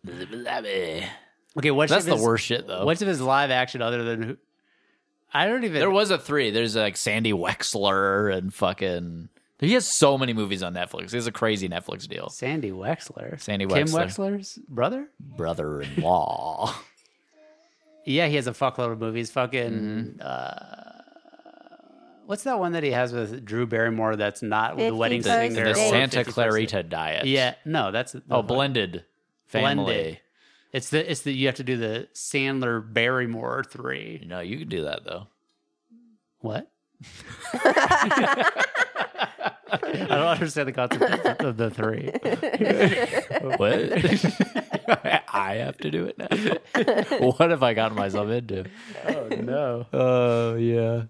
[SPEAKER 2] Eh. That's
[SPEAKER 1] what's of
[SPEAKER 2] the
[SPEAKER 1] his-
[SPEAKER 2] worst shit though.
[SPEAKER 1] What's of his live action other than who? I don't even.
[SPEAKER 2] There was a three. There's like Sandy Wexler and fucking. He has so many movies on Netflix. He has a crazy Netflix deal.
[SPEAKER 1] Sandy Wexler.
[SPEAKER 2] Sandy
[SPEAKER 1] Kim
[SPEAKER 2] Wexler.
[SPEAKER 1] Wexler's brother.
[SPEAKER 2] Brother-in-law.
[SPEAKER 1] Yeah, he has a fuckload of movies. Fucking. Uh, what's that one that he has with Drew Barrymore? That's not the
[SPEAKER 3] Fifty
[SPEAKER 1] wedding
[SPEAKER 3] First
[SPEAKER 1] singer.
[SPEAKER 2] the
[SPEAKER 1] or
[SPEAKER 3] Dates.
[SPEAKER 2] Santa
[SPEAKER 1] 51st
[SPEAKER 2] Clarita Diet.
[SPEAKER 1] Yeah, no, that's
[SPEAKER 2] Oh, blended family.
[SPEAKER 1] Blended. It's the it's the you have to do the Sandler Barrymore three.
[SPEAKER 2] No, you could do that though.
[SPEAKER 1] What? I don't understand the concept of the three.
[SPEAKER 2] What? I have to do it now. what have I gotten myself into?
[SPEAKER 1] Oh no.
[SPEAKER 2] Oh yeah.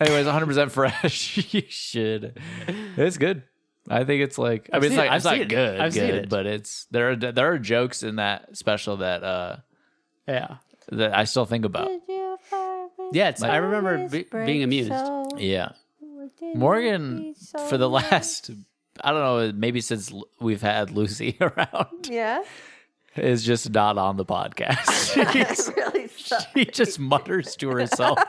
[SPEAKER 2] Anyways, 100 percent fresh. you should. It's good. I think it's like. I
[SPEAKER 1] I've
[SPEAKER 2] mean, it's
[SPEAKER 1] seen
[SPEAKER 2] not,
[SPEAKER 1] it. I've
[SPEAKER 2] it's not
[SPEAKER 1] seen it.
[SPEAKER 2] good,
[SPEAKER 1] I've seen
[SPEAKER 2] good,
[SPEAKER 1] it.
[SPEAKER 2] but it's there. Are, there are jokes in that special that uh
[SPEAKER 1] Yeah.
[SPEAKER 2] that I still think about.
[SPEAKER 1] Yeah, it's, I remember be, being amused.
[SPEAKER 2] Yeah, Morgan for the last. I don't know. Maybe since l- we've had Lucy around,
[SPEAKER 3] Yeah.
[SPEAKER 2] is just not on the podcast.
[SPEAKER 3] It really sucks.
[SPEAKER 2] she just mutters to herself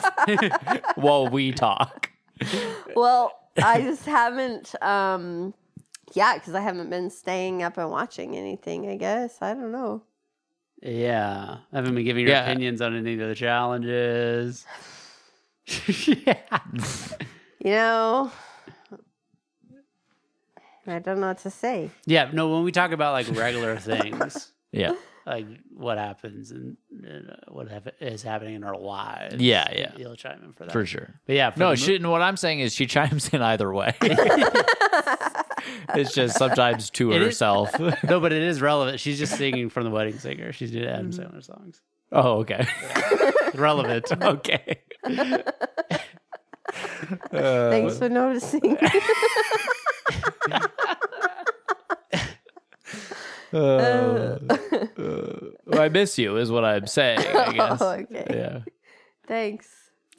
[SPEAKER 2] while we talk.
[SPEAKER 3] Well, I just haven't. um Yeah, because I haven't been staying up and watching anything. I guess I don't know.
[SPEAKER 1] Yeah. I haven't been giving your
[SPEAKER 2] Yeah.
[SPEAKER 1] opinions on any of the challenges. yeah.
[SPEAKER 3] You know, I don't know what to say.
[SPEAKER 1] Yeah. No, when we talk about like regular things,
[SPEAKER 2] Yeah.
[SPEAKER 1] like what happens and, and uh, what hap- is happening in our lives.
[SPEAKER 2] Yeah, yeah.
[SPEAKER 1] You'll chime in for that.
[SPEAKER 2] For sure.
[SPEAKER 1] But yeah. For
[SPEAKER 2] No,
[SPEAKER 1] the
[SPEAKER 2] she, and what I'm saying is she chimes in either way. it's just sometimes to
[SPEAKER 1] It is-
[SPEAKER 2] herself.
[SPEAKER 1] mo- no, but it is relevant. She's just singing from the Wedding Singer. She's doing Adam
[SPEAKER 2] Mm-hmm.
[SPEAKER 1] Sandler songs.
[SPEAKER 2] oh, okay.
[SPEAKER 1] Relevant.
[SPEAKER 2] okay.
[SPEAKER 1] Uh,
[SPEAKER 3] Thanks for noticing.
[SPEAKER 2] Uh, well, I miss you, is what I'm saying, I guess.
[SPEAKER 3] Oh, okay.
[SPEAKER 2] Yeah.
[SPEAKER 3] Thanks.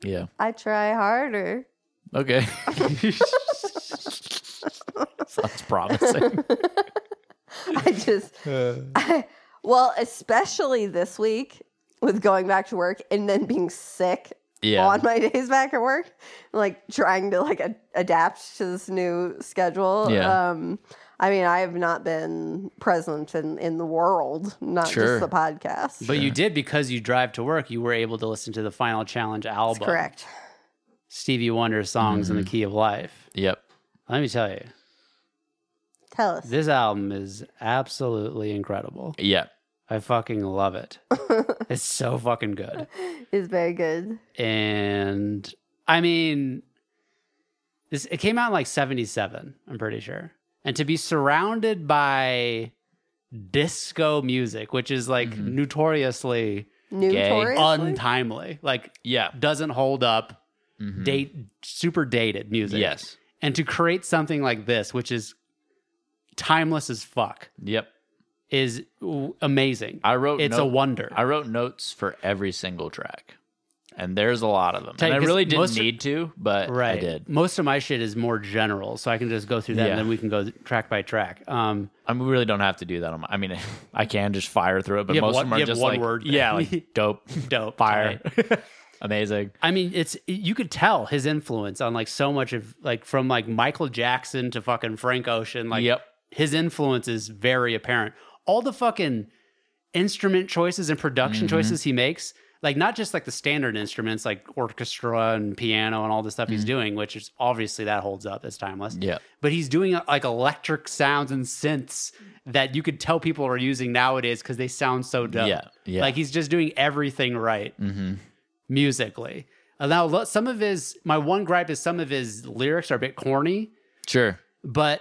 [SPEAKER 2] Yeah.
[SPEAKER 3] I try harder.
[SPEAKER 2] Okay. Sounds promising.
[SPEAKER 3] I just, well, especially this week with going back to work and then being sick
[SPEAKER 2] yeah.
[SPEAKER 3] on my days back at work, like trying to like a- adapt to this new schedule.
[SPEAKER 2] Yeah.
[SPEAKER 3] Um, I mean, I have not been present in, in the world, not
[SPEAKER 2] Sure.
[SPEAKER 3] just the podcast.
[SPEAKER 1] But you did because you drive to work. You were able to listen to the final challenge album,
[SPEAKER 3] That's correct.
[SPEAKER 1] Stevie Wonder songs
[SPEAKER 2] Mm-hmm.
[SPEAKER 1] in the key of life.
[SPEAKER 2] yep.
[SPEAKER 1] Let me tell you,
[SPEAKER 3] Tell us.
[SPEAKER 1] this album is absolutely incredible.
[SPEAKER 2] Yeah.
[SPEAKER 1] I fucking love it. it's so fucking good.
[SPEAKER 3] It's very good.
[SPEAKER 1] And I mean, this it came out in like '77. I'm pretty sure. And to be surrounded by disco music, which is like
[SPEAKER 2] Mm-hmm.
[SPEAKER 1] notoriously
[SPEAKER 3] New
[SPEAKER 2] Gay.
[SPEAKER 3] Taurus?
[SPEAKER 1] untimely, like
[SPEAKER 2] Yeah.
[SPEAKER 1] doesn't hold up
[SPEAKER 2] Mhm.
[SPEAKER 1] date super dated music
[SPEAKER 2] Yes.
[SPEAKER 1] and to create something like this which is timeless as fuck
[SPEAKER 2] Yep.
[SPEAKER 1] is w- amazing
[SPEAKER 2] I wrote
[SPEAKER 1] it's
[SPEAKER 2] no-
[SPEAKER 1] a wonder
[SPEAKER 2] I wrote notes for every single track. And there's a lot of them.
[SPEAKER 1] Tight,
[SPEAKER 2] and I
[SPEAKER 1] 'cause
[SPEAKER 2] really didn't
[SPEAKER 1] most of-
[SPEAKER 2] need to, but I did.
[SPEAKER 1] most of my shit is more general so i can just go through that
[SPEAKER 2] Yeah.
[SPEAKER 1] and then we can go track by track um
[SPEAKER 2] I mean, we really don't have to do that. On my, I mean, I can just fire through it, but
[SPEAKER 1] You have
[SPEAKER 2] most
[SPEAKER 1] one-
[SPEAKER 2] of them are
[SPEAKER 1] you have
[SPEAKER 2] just
[SPEAKER 1] one
[SPEAKER 2] like,
[SPEAKER 1] word.
[SPEAKER 2] yeah, like dope,
[SPEAKER 1] dope
[SPEAKER 2] fire,
[SPEAKER 1] tight.
[SPEAKER 2] amazing.
[SPEAKER 1] i mean it's you could tell his influence on like so much of like from like michael jackson to fucking frank ocean like
[SPEAKER 2] Yep.
[SPEAKER 1] his influence is very apparent. All the fucking instrument choices and production
[SPEAKER 2] Mm-hmm.
[SPEAKER 1] choices he makes, like not just like the standard instruments like orchestra and piano and all the stuff
[SPEAKER 2] Mm-hmm.
[SPEAKER 1] he's doing, which is obviously that holds up, it's timeless.
[SPEAKER 2] Yeah.
[SPEAKER 1] But he's doing uh, like electric sounds and synths that you could tell people are using nowadays because they sound so dope.
[SPEAKER 2] Yeah, yeah.
[SPEAKER 1] Like he's just doing everything right
[SPEAKER 2] Mm-hmm.
[SPEAKER 1] musically. And now lo- some of his, my one gripe is some of his lyrics are a bit corny
[SPEAKER 2] Sure.
[SPEAKER 1] but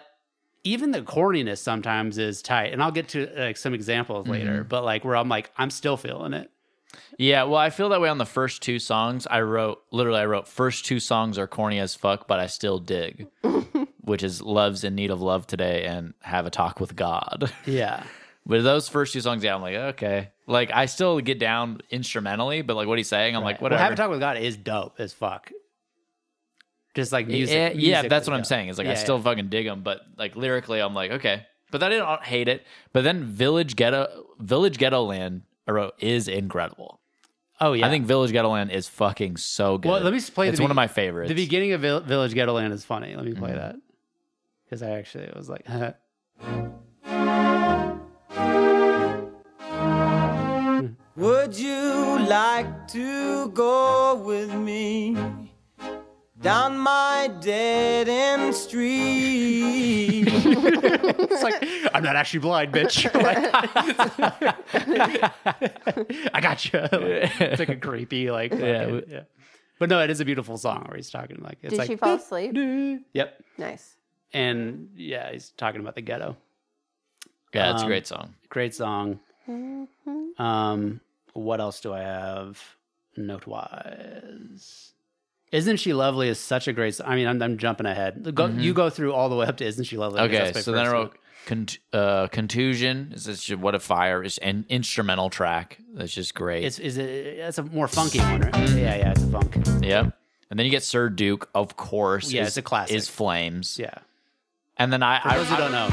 [SPEAKER 1] even the corniness sometimes is tight and i'll get to like some examples later but like where i'm like i'm still feeling it
[SPEAKER 2] Yeah, well, I feel that way on the first two songs. I wrote literally, I wrote first two songs are corny as fuck, but I still dig, which is "Love's in Need of Love Today" and "Have a Talk with God."
[SPEAKER 1] yeah
[SPEAKER 2] But those first two songs, yeah, I'm like, okay, like I still get down instrumentally, but like what he's saying, I'm like,
[SPEAKER 1] Well,
[SPEAKER 2] whatever.
[SPEAKER 1] have a talk with god is dope as fuck just like music
[SPEAKER 2] yeah, yeah,
[SPEAKER 1] musically
[SPEAKER 2] that's what I'm
[SPEAKER 1] dope.
[SPEAKER 2] saying. It's like I
[SPEAKER 1] Yeah,
[SPEAKER 2] still fucking dig them, but like lyrically, I'm like, okay, but I didn't hate it. But then Village Ghetto, Village Ghetto Land, I wrote is incredible.
[SPEAKER 1] yeah. oh yeah
[SPEAKER 2] I think Village Ghetto Land is fucking so good.
[SPEAKER 1] Well, let me just play the
[SPEAKER 2] It's one
[SPEAKER 1] be-
[SPEAKER 2] of my favorites.
[SPEAKER 1] the beginning of Vill- village ghetto land is funny let me play that because i actually was like
[SPEAKER 4] Would you like to go with me down my dead end street?
[SPEAKER 1] it's like i'm not actually blind bitch Like, i got you it's like a creepy like yeah, yeah but no it is a beautiful song where he's talking like it's
[SPEAKER 3] Did
[SPEAKER 1] like
[SPEAKER 3] she fall asleep?
[SPEAKER 1] Yep.
[SPEAKER 3] Nice.
[SPEAKER 1] And yeah, he's talking about the ghetto.
[SPEAKER 2] yeah, it's
[SPEAKER 1] um,
[SPEAKER 2] a great song.
[SPEAKER 1] Great song. Um, what else do I have note wise? Isn't she lovely is such a great. s- I mean, I'm, I'm jumping ahead. Go, You go through all the way up to isn't she lovely? I guess
[SPEAKER 2] Mm-hmm. Okay,
[SPEAKER 1] that's my
[SPEAKER 2] so then I
[SPEAKER 1] first
[SPEAKER 2] wrote
[SPEAKER 1] note.
[SPEAKER 2] cont- uh, contusion. Is this what a fire is an instrumental track? That's just great.
[SPEAKER 1] It's is it? That's a more funky one, right?
[SPEAKER 2] Mm-hmm.
[SPEAKER 1] Yeah, yeah, it's a funk.
[SPEAKER 2] yep. And then you get Sir Duke, of course.
[SPEAKER 1] Yeah,
[SPEAKER 2] is-
[SPEAKER 1] it's a classic.
[SPEAKER 2] Is flames.
[SPEAKER 1] Yeah.
[SPEAKER 2] And then I,
[SPEAKER 1] For
[SPEAKER 2] I,
[SPEAKER 1] those who
[SPEAKER 2] I
[SPEAKER 1] don't know,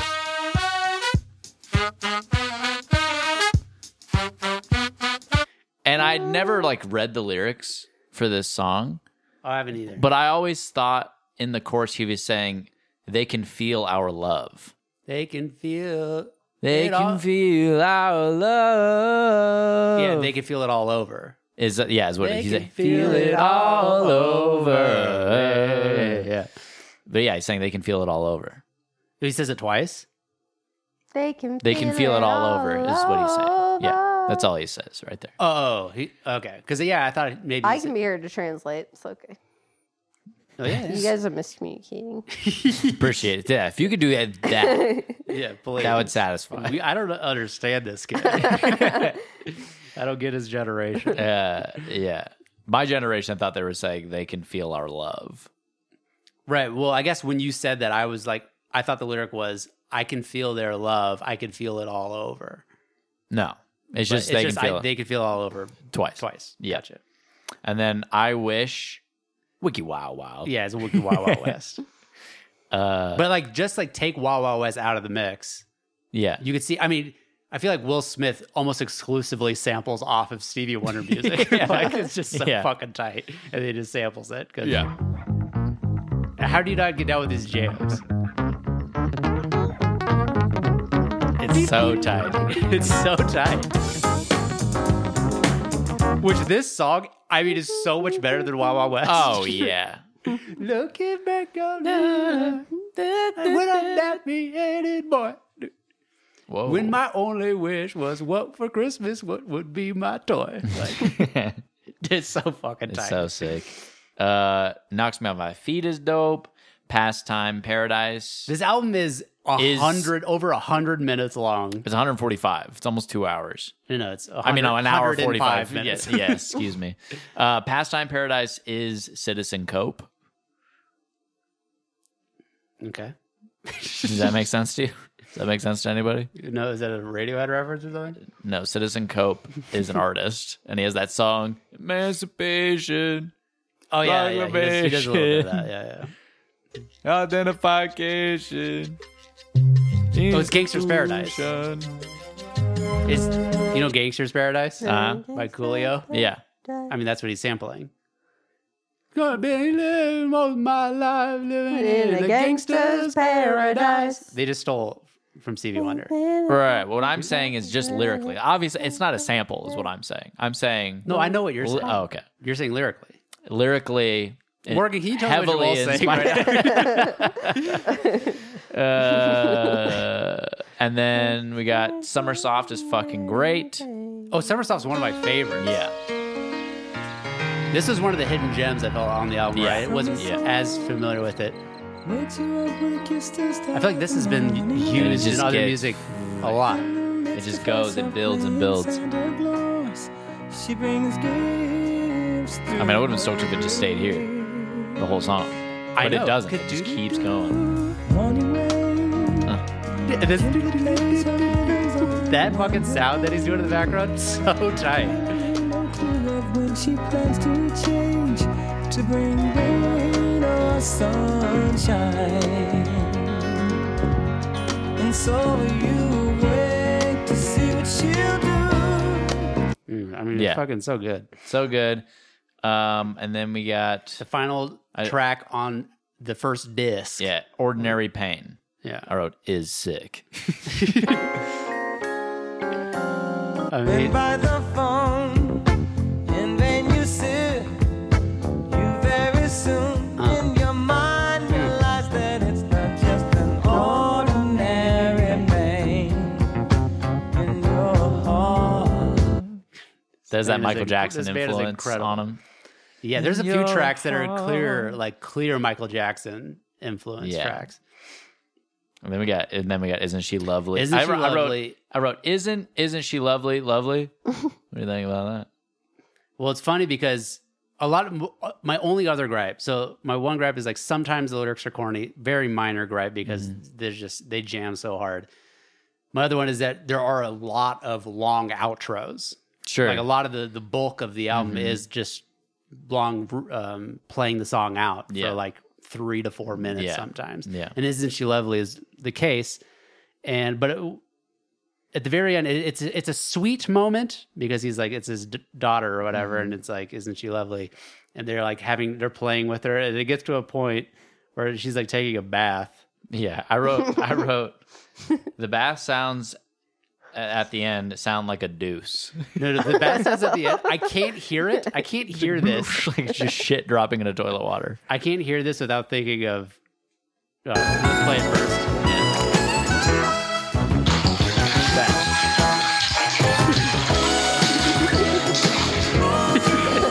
[SPEAKER 2] and I'd never like read the lyrics for this song,
[SPEAKER 1] I haven't either.
[SPEAKER 2] but I always thought in the chorus he was saying they can feel our love.
[SPEAKER 1] they can feel.
[SPEAKER 2] They
[SPEAKER 1] It
[SPEAKER 2] can
[SPEAKER 1] all-
[SPEAKER 2] feel our love. Oh.
[SPEAKER 1] Yeah, they can feel it all over.
[SPEAKER 2] Is that, yeah, is what
[SPEAKER 1] They
[SPEAKER 2] he's
[SPEAKER 1] can
[SPEAKER 2] like,
[SPEAKER 1] feel it all
[SPEAKER 2] over.
[SPEAKER 1] yeah.
[SPEAKER 2] But yeah, he's saying they can feel it all over.
[SPEAKER 1] He says it twice.
[SPEAKER 3] They can
[SPEAKER 2] They can feel it all over, is what he's saying. Yeah,
[SPEAKER 3] over.
[SPEAKER 2] that's all he says right there.
[SPEAKER 1] Oh, he, okay. Because yeah, I thought maybe.
[SPEAKER 3] I
[SPEAKER 1] he
[SPEAKER 3] can
[SPEAKER 1] said-
[SPEAKER 3] be here to translate. It's okay.
[SPEAKER 1] Oh, yeah,
[SPEAKER 3] You guys are miscommunicating.
[SPEAKER 2] Appreciate it. Yeah, if you could do that, that,
[SPEAKER 1] yeah, please.
[SPEAKER 2] that would satisfy.
[SPEAKER 1] We- I don't understand this guy. I don't get his generation.
[SPEAKER 2] Uh, yeah. My generation thought they were saying they can feel our love.
[SPEAKER 1] Right. Well, I guess when you said that, I was like, I thought the lyric was, "I can feel their love. I can feel it all over."
[SPEAKER 2] No, it's
[SPEAKER 1] But
[SPEAKER 2] just they can
[SPEAKER 1] I-
[SPEAKER 2] feel it
[SPEAKER 1] they can feel all over
[SPEAKER 2] twice.
[SPEAKER 1] twice.
[SPEAKER 2] Yeah. And then I wish Wiki Wow Wow.
[SPEAKER 1] Yeah, it's Wild Wild West.
[SPEAKER 2] Uh,
[SPEAKER 1] But like, just like take Wild Wild West out of the mix,
[SPEAKER 2] yeah.
[SPEAKER 1] you could see. I mean, I feel like Will Smith almost exclusively samples off of Stevie Wonder music.
[SPEAKER 2] Yeah.
[SPEAKER 1] like it's just so
[SPEAKER 2] Yeah.
[SPEAKER 1] fucking tight, and he just samples it. 'cause- How do you not get down with these jams?
[SPEAKER 2] It's so tight.
[SPEAKER 1] It's so tight. Which this song, I mean, is so much better than Wild Wild West.
[SPEAKER 2] Oh, yeah.
[SPEAKER 1] looking back on it, I would not not be anymore.
[SPEAKER 2] Whoa.
[SPEAKER 1] When my only wish was what for Christmas, what would be my toy? Like,
[SPEAKER 2] it's
[SPEAKER 1] it's so fucking tight.
[SPEAKER 2] so sick. Uh, Knocks Me on My Feet is dope. Pastime Paradise.
[SPEAKER 1] this album is a
[SPEAKER 2] Is-
[SPEAKER 1] hundred over a hundred minutes long.
[SPEAKER 2] it's 145. It's almost two hours.
[SPEAKER 1] You know, it's 100,
[SPEAKER 2] I mean, no, an hour 45
[SPEAKER 1] minutes.
[SPEAKER 2] Yes, yes, excuse me. Uh, Pastime Paradise is Citizen Cope.
[SPEAKER 1] Okay.
[SPEAKER 2] Does that make sense to you? Does that make sense to anybody?
[SPEAKER 1] You know, is that a Radiohead reference or something?
[SPEAKER 2] No, Citizen Cope is an artist, and he has that song "Emancipation,
[SPEAKER 1] Oh yeah, yeah,
[SPEAKER 2] Like
[SPEAKER 1] he
[SPEAKER 2] a
[SPEAKER 1] does, he does a little bit of
[SPEAKER 2] bitch.
[SPEAKER 1] that. Yeah, yeah.
[SPEAKER 2] Identification."
[SPEAKER 1] Oh, it's Gangster's Paradise. Is you know Gangster's Paradise
[SPEAKER 2] Uh-huh.
[SPEAKER 1] by Coolio?
[SPEAKER 2] Yeah,
[SPEAKER 1] I mean, that's what he's sampling. Gonna be living most of my life living
[SPEAKER 3] In a gangster's paradise.
[SPEAKER 1] They just stole from Stevie Wonder.
[SPEAKER 2] right. What I'm saying is just lyrically. Obviously, it's not a sample. Is what I'm saying. I'm saying.
[SPEAKER 1] No, I know what you're saying.
[SPEAKER 2] Oh, okay.
[SPEAKER 1] You're saying lyrically.
[SPEAKER 2] Lyrically, it
[SPEAKER 1] Morgan, can you tell me what you're all saying
[SPEAKER 2] inspired-
[SPEAKER 1] right now?
[SPEAKER 2] Uh, and then we got Summer Soft is fucking great.
[SPEAKER 1] Oh, Summersoft's one of my favorites.
[SPEAKER 2] Yeah.
[SPEAKER 1] This was one of the hidden gems I felt on the album,
[SPEAKER 2] Yeah.
[SPEAKER 1] right? It wasn't
[SPEAKER 2] Yeah.
[SPEAKER 1] as familiar with it. I
[SPEAKER 4] I
[SPEAKER 1] feel like this has been
[SPEAKER 2] it
[SPEAKER 1] used in
[SPEAKER 2] just
[SPEAKER 1] other
[SPEAKER 2] gets-
[SPEAKER 1] music a lot.
[SPEAKER 2] It just goes and builds and builds.
[SPEAKER 4] She brings gifts
[SPEAKER 2] I mean, I would have been stoked if it just stayed here the whole song. But
[SPEAKER 1] I know.
[SPEAKER 2] it doesn't.
[SPEAKER 1] Could
[SPEAKER 2] It just
[SPEAKER 1] do-
[SPEAKER 2] keeps going.
[SPEAKER 1] That fucking sound that he's doing in the background, so tight.
[SPEAKER 4] when she plans to change to bring rain or sunshine. And so you wait to see what she'll do.
[SPEAKER 1] Mm, I mean,
[SPEAKER 2] Yeah.
[SPEAKER 1] it's fucking so good.
[SPEAKER 2] So good. Um, and then we got
[SPEAKER 1] The final
[SPEAKER 2] I-
[SPEAKER 1] track on the first disc.
[SPEAKER 2] yeah, ordinary pain.
[SPEAKER 1] Yeah.
[SPEAKER 2] I wrote is sick.
[SPEAKER 1] I
[SPEAKER 4] When
[SPEAKER 1] mean,
[SPEAKER 4] by the phone, in vain you sit, you very soon
[SPEAKER 1] Uh.
[SPEAKER 4] in your mind realize that it's not just an ordinary pain in your heart.
[SPEAKER 2] There's
[SPEAKER 1] Man
[SPEAKER 2] that
[SPEAKER 1] is
[SPEAKER 2] Michael
[SPEAKER 1] inc-
[SPEAKER 2] Jackson
[SPEAKER 1] this band is
[SPEAKER 2] influence
[SPEAKER 1] incredible.
[SPEAKER 2] on him.
[SPEAKER 1] yeah, there's a few
[SPEAKER 4] Your
[SPEAKER 1] tracks that are clear,
[SPEAKER 4] heart.
[SPEAKER 1] like clear Michael Jackson influence
[SPEAKER 2] Yeah.
[SPEAKER 1] tracks.
[SPEAKER 2] And then we got and then we got isn't she lovely?
[SPEAKER 1] Isn't
[SPEAKER 2] I,
[SPEAKER 1] She
[SPEAKER 2] wrote- I wrote-
[SPEAKER 1] Lovely?
[SPEAKER 2] I wrote isn't isn't she lovely? Lovely. what do you think about that?
[SPEAKER 1] Well, it's funny because a lot of uh, my only other gripe. So my one gripe is like sometimes the lyrics are corny, very minor gripe because there's just they jam so hard. My other one is that there are a lot of long outros.
[SPEAKER 2] Sure.
[SPEAKER 1] Like a lot of the the bulk of the
[SPEAKER 2] Mm-hmm.
[SPEAKER 1] album is just long um, playing the song out
[SPEAKER 2] Yeah.
[SPEAKER 1] for like three to four minutes
[SPEAKER 2] Yeah.
[SPEAKER 1] sometimes.
[SPEAKER 2] Yeah.
[SPEAKER 1] And isn't she lovely is the case, and but. It, at the very end, it, it's it's a sweet moment because he's like, it's his d- daughter or whatever,
[SPEAKER 2] Mm-hmm.
[SPEAKER 1] and it's like, isn't she lovely? And they're like having, they're playing with her, and it gets to a point where she's like taking a bath.
[SPEAKER 2] Yeah, I wrote I wrote the bath sounds at the end sound like a deuce.
[SPEAKER 1] No, no, the bat sounds at the end. I can't hear it. I can't hear this.
[SPEAKER 2] like it's just shit dropping into toilet water.
[SPEAKER 1] I can't hear this without thinking of. Uh, let's play it first.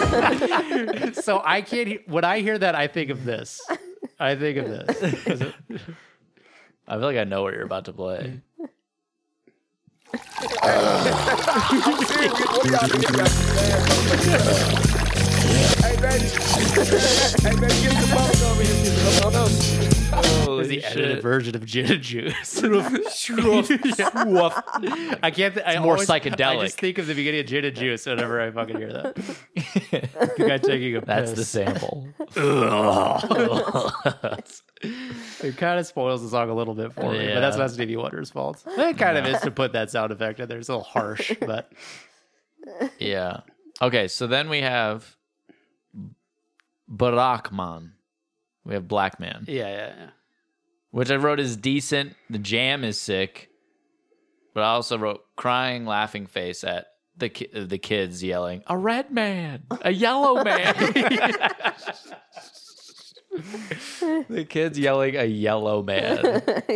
[SPEAKER 1] That. so I can't. He- when I hear that, I think of this. I think of this. 'Cause it-
[SPEAKER 2] I feel like I know what you're about to play.
[SPEAKER 5] Hey, baby. hey, baby, get the phone over here. Get the phone over here.
[SPEAKER 1] is the edited version of gin and juice. I can't. Th- I
[SPEAKER 2] more
[SPEAKER 1] always- I
[SPEAKER 2] psychedelic.
[SPEAKER 1] just think of the beginning of gin and juice whenever I fucking hear that. the guy taking a
[SPEAKER 2] That's the
[SPEAKER 1] piss.
[SPEAKER 2] sample.
[SPEAKER 1] It kind of spoils the song a little bit for me,
[SPEAKER 2] Yeah.
[SPEAKER 1] but that's not Stevie Wonder's fault. It kind of is to put that sound effect in there. It's a little harsh, but
[SPEAKER 2] yeah. Okay, so then we have Barakman. We have Black Man.
[SPEAKER 1] yeah, yeah, yeah.
[SPEAKER 2] which I wrote is decent. The jam is sick, but I also wrote crying, laughing face at the ki- uh, the kids yelling, "A red man, a yellow man." the kids yelling, "A yellow
[SPEAKER 1] uh,
[SPEAKER 2] man."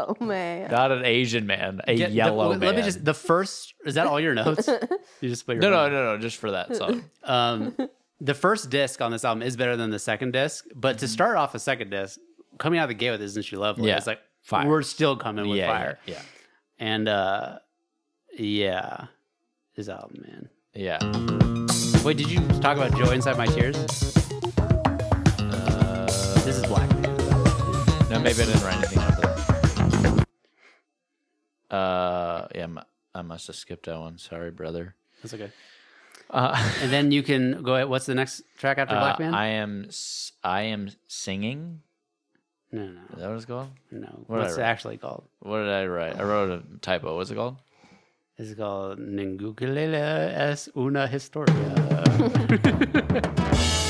[SPEAKER 3] Yellow oh, man.
[SPEAKER 2] Not an Asian man, a
[SPEAKER 1] Yeah, the-
[SPEAKER 2] yellow
[SPEAKER 1] wait,
[SPEAKER 2] man.
[SPEAKER 1] Let me just. The first is that all your notes? You just play your
[SPEAKER 2] no, no,
[SPEAKER 1] notes.
[SPEAKER 2] no, no, just for that song.
[SPEAKER 1] Um, the first disc on this album is better than the second disc, but to start off a second disc, coming out of the gate with "Isn't She Lovely?"
[SPEAKER 2] Mm-hmm. Yeah.
[SPEAKER 1] It's like
[SPEAKER 2] Fire.
[SPEAKER 1] we're still coming with
[SPEAKER 2] yeah,
[SPEAKER 1] fire,
[SPEAKER 2] yeah,
[SPEAKER 1] and uh, yeah, his album, man.
[SPEAKER 2] yeah. yeah.
[SPEAKER 1] Wait, did you talk about Joy Inside My Tears?
[SPEAKER 2] Uh,
[SPEAKER 1] this is Black Man.
[SPEAKER 2] No, maybe I didn't write anything out of that. Uh, yeah, mu- I must have skipped that one. Sorry, brother.
[SPEAKER 1] That's okay.
[SPEAKER 2] Uh,
[SPEAKER 1] And then you can go ahead. What's the next track after
[SPEAKER 2] Uh,
[SPEAKER 1] Black Man?
[SPEAKER 2] I am s- I am singing.
[SPEAKER 1] no, no,
[SPEAKER 2] Is that what it's called?
[SPEAKER 1] no.
[SPEAKER 2] What did I
[SPEAKER 1] What's it
[SPEAKER 2] write?
[SPEAKER 1] actually called?
[SPEAKER 2] What did I write? I wrote a typo. What's it called?
[SPEAKER 1] It's called Ningukelele es una historia.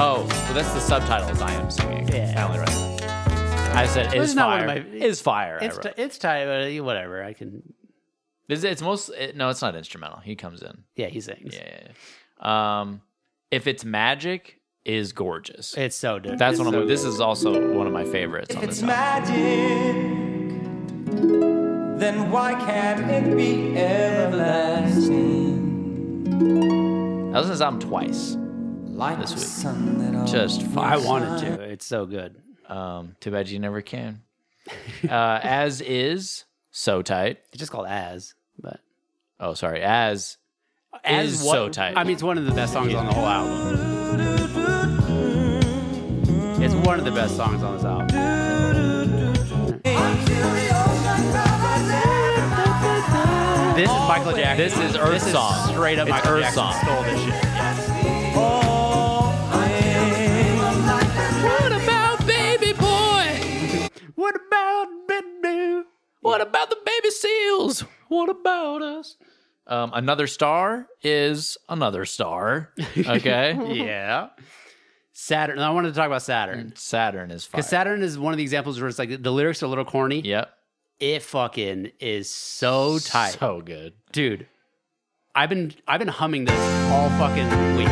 [SPEAKER 2] Oh, well, that's the subtitle. Is I am singing.
[SPEAKER 1] Yeah.
[SPEAKER 2] I only wrote that. I said
[SPEAKER 1] Well,
[SPEAKER 2] is
[SPEAKER 1] it's not one
[SPEAKER 2] fire.
[SPEAKER 1] of my-
[SPEAKER 2] is fire.
[SPEAKER 1] it's
[SPEAKER 2] I
[SPEAKER 1] t-
[SPEAKER 2] wrote.
[SPEAKER 1] it's time. Uh, whatever. I can.
[SPEAKER 2] It's, it's most. It, no, it's not instrumental. He comes in.
[SPEAKER 1] Yeah, he sings.
[SPEAKER 2] Yeah, yeah, yeah. Um, if it's magic, is gorgeous.
[SPEAKER 1] It's so different.
[SPEAKER 2] that's one of my, this is also one of my favorites.
[SPEAKER 4] If
[SPEAKER 2] on
[SPEAKER 4] it's
[SPEAKER 2] this album.
[SPEAKER 4] magic, then why can't it be everlasting?
[SPEAKER 2] I listened to this album twice.
[SPEAKER 4] Like
[SPEAKER 2] This
[SPEAKER 4] the
[SPEAKER 2] week.
[SPEAKER 4] sun that always
[SPEAKER 2] Just fire.
[SPEAKER 1] I wanted to. It's so good.
[SPEAKER 2] Um, too bad you never can. Uh, as is, so tight.
[SPEAKER 1] It's just called As, but
[SPEAKER 2] Oh, sorry. As as
[SPEAKER 1] what-
[SPEAKER 2] so tight.
[SPEAKER 1] I mean, it's one of the best songs on the whole album. It's one of the best songs on this album. This is Michael Jackson.
[SPEAKER 2] this is Earth
[SPEAKER 1] This is
[SPEAKER 2] song.
[SPEAKER 1] straight up
[SPEAKER 2] It's
[SPEAKER 1] Michael
[SPEAKER 2] Earth
[SPEAKER 1] Jackson
[SPEAKER 2] song.
[SPEAKER 1] stole this shit.
[SPEAKER 2] what about baby boy?
[SPEAKER 1] What about Bidu?
[SPEAKER 2] What about the baby seals? What about us? Um, another star is another star. Okay,
[SPEAKER 1] Yeah. Saturn. and I wanted to talk about Saturn.
[SPEAKER 2] Saturn is Mm, fire.
[SPEAKER 1] Because Saturn is one of the examples where it's like the lyrics are a little corny.
[SPEAKER 2] yep,
[SPEAKER 1] It fucking is so tight.
[SPEAKER 2] so good.
[SPEAKER 1] Dude, I've been I've been humming this all fucking week.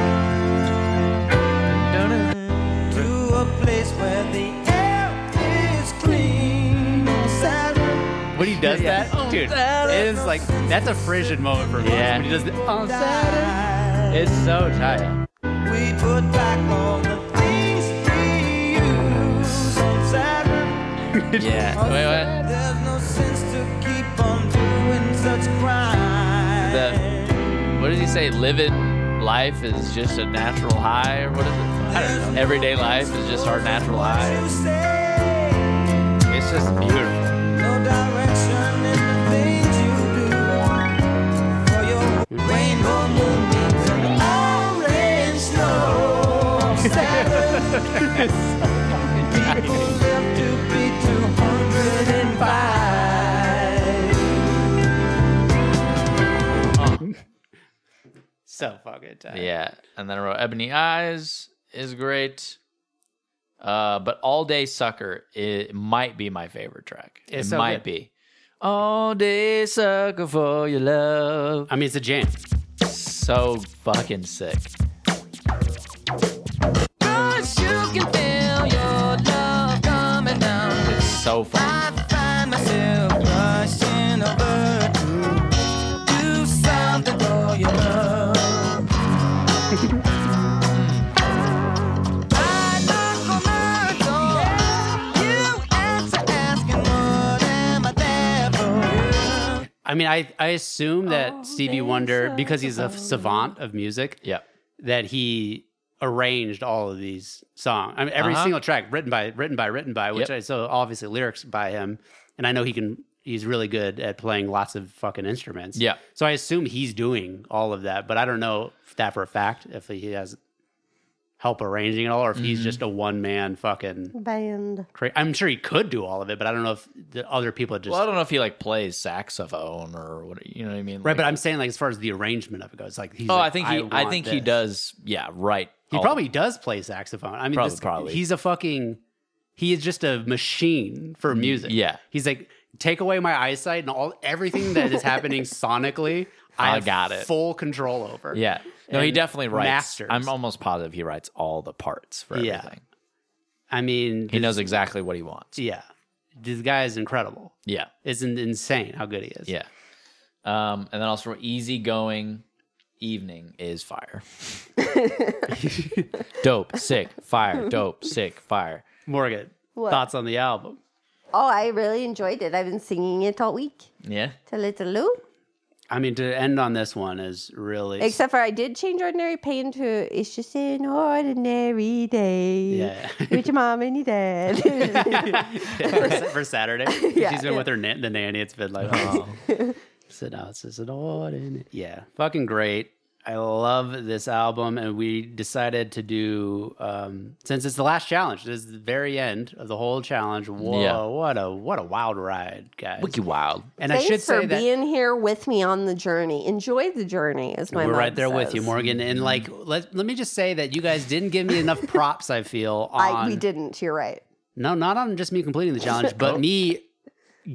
[SPEAKER 4] to a place where the air is clean. Saturn,
[SPEAKER 1] When he does
[SPEAKER 4] Yeah.
[SPEAKER 1] Oh, that, dude, it is like that's a frisian moment for me.
[SPEAKER 2] Yeah.
[SPEAKER 1] When he does oh, that, on Saturn,
[SPEAKER 4] Saturn,
[SPEAKER 1] it's so tight.
[SPEAKER 4] we put back all the things we use on Saturn.
[SPEAKER 2] Yeah.
[SPEAKER 4] On
[SPEAKER 2] Wait,
[SPEAKER 4] Saturn, There's no sense to keep on doing such crime.
[SPEAKER 2] what? What does he say? Living life is just a natural high, or what is it? I don't know. Everyday life is just our natural high.
[SPEAKER 4] You say
[SPEAKER 1] It's just beautiful.
[SPEAKER 4] no direction in the things you do. For your rainbow moonbeams and orange snow on Saturn. People live to be 205.
[SPEAKER 1] So fucking tight.
[SPEAKER 2] Yeah, and then I wrote Ebony Eyes is great. Uh, but All Day Sucker it might be my favorite track.
[SPEAKER 1] It's
[SPEAKER 2] it
[SPEAKER 1] so
[SPEAKER 2] might
[SPEAKER 1] good.
[SPEAKER 2] be. All day sucker for your love.
[SPEAKER 1] I mean, it's a jam.
[SPEAKER 2] So fucking sick. It's so fun.
[SPEAKER 1] I mean, I, I assume that Stevie Wonder, because he's a savant of music,
[SPEAKER 2] Yeah.
[SPEAKER 1] that he arranged all of these songs. I mean, every
[SPEAKER 2] Uh-huh.
[SPEAKER 1] single track written by written by written by, which
[SPEAKER 2] Yep.
[SPEAKER 1] I so obviously lyrics by him, and I know he can. He's really good at playing lots of fucking instruments.
[SPEAKER 2] Yeah.
[SPEAKER 1] So I assume he's doing all of that, but I don't know that for a fact if he has help arranging it all or if
[SPEAKER 2] Mm-hmm.
[SPEAKER 1] he's just a one man fucking.
[SPEAKER 3] Band.
[SPEAKER 1] Cra- I'm sure he could do all of it, but I don't know if the other people just.
[SPEAKER 2] Well, I don't know if he like plays saxophone or what. You know what I mean?
[SPEAKER 1] Right,
[SPEAKER 2] Like-
[SPEAKER 1] but I'm saying like as far as the arrangement of it goes, like he's
[SPEAKER 2] oh,
[SPEAKER 1] like,
[SPEAKER 2] I think he. I,
[SPEAKER 1] want
[SPEAKER 2] think he
[SPEAKER 1] this.
[SPEAKER 2] does. Yeah. Right.
[SPEAKER 1] He
[SPEAKER 2] all-
[SPEAKER 1] probably does play saxophone. I mean,
[SPEAKER 2] Oh. Probably-
[SPEAKER 1] this,
[SPEAKER 2] probably.
[SPEAKER 1] he's a fucking. He is just a machine for music.
[SPEAKER 2] Mm, yeah.
[SPEAKER 1] he's like take away my eyesight and all everything that is happening sonically. I
[SPEAKER 2] I
[SPEAKER 1] have
[SPEAKER 2] got it.
[SPEAKER 1] Full control over.
[SPEAKER 2] Yeah. No, he
[SPEAKER 1] and
[SPEAKER 2] definitely writes.
[SPEAKER 1] masters.
[SPEAKER 2] I'm almost positive he writes all the parts for
[SPEAKER 1] Yeah.
[SPEAKER 2] everything.
[SPEAKER 1] I mean,
[SPEAKER 2] He
[SPEAKER 1] this-
[SPEAKER 2] knows exactly what he wants.
[SPEAKER 1] Yeah, this guy is incredible.
[SPEAKER 2] Yeah.
[SPEAKER 1] It's in- insane how good he is.
[SPEAKER 2] Yeah. Um, and then also easygoing evening is fire. dope, sick, fire, dope, sick, fire.
[SPEAKER 1] Morgan,
[SPEAKER 3] What?
[SPEAKER 1] thoughts on the album?
[SPEAKER 3] Oh, I really enjoyed it. I've been singing it all week.
[SPEAKER 2] Yeah.
[SPEAKER 3] Talithaloo.
[SPEAKER 1] I mean, to end on this one is really
[SPEAKER 3] Except for I did change ordinary pain to it's just an ordinary day.
[SPEAKER 1] yeah.
[SPEAKER 3] With your mom and your dad.
[SPEAKER 1] for, Sa- for Saturday.
[SPEAKER 3] Yeah,
[SPEAKER 1] She's been
[SPEAKER 3] yeah.
[SPEAKER 1] with her nan- the nanny. It's been like, oh. so now it's just an ordinary. Yeah, fucking great. I love this album, and we decided to do um, since it's the last challenge. This is the very end of the whole challenge. Whoa,
[SPEAKER 2] Yeah.
[SPEAKER 1] what a what a wild ride, guys!
[SPEAKER 2] Wiki wild.
[SPEAKER 1] And
[SPEAKER 3] Thanks
[SPEAKER 1] I should
[SPEAKER 3] for
[SPEAKER 1] say that
[SPEAKER 3] being here with me on the journey. Enjoy the journey, as my
[SPEAKER 1] we're
[SPEAKER 3] mom
[SPEAKER 1] right there with
[SPEAKER 3] says.
[SPEAKER 1] you, Morgan. And like, let let me just say that you guys didn't give me enough props. I feel on
[SPEAKER 3] I, we didn't. You're right.
[SPEAKER 1] No, not on just me completing the challenge,
[SPEAKER 2] Oh.
[SPEAKER 1] but me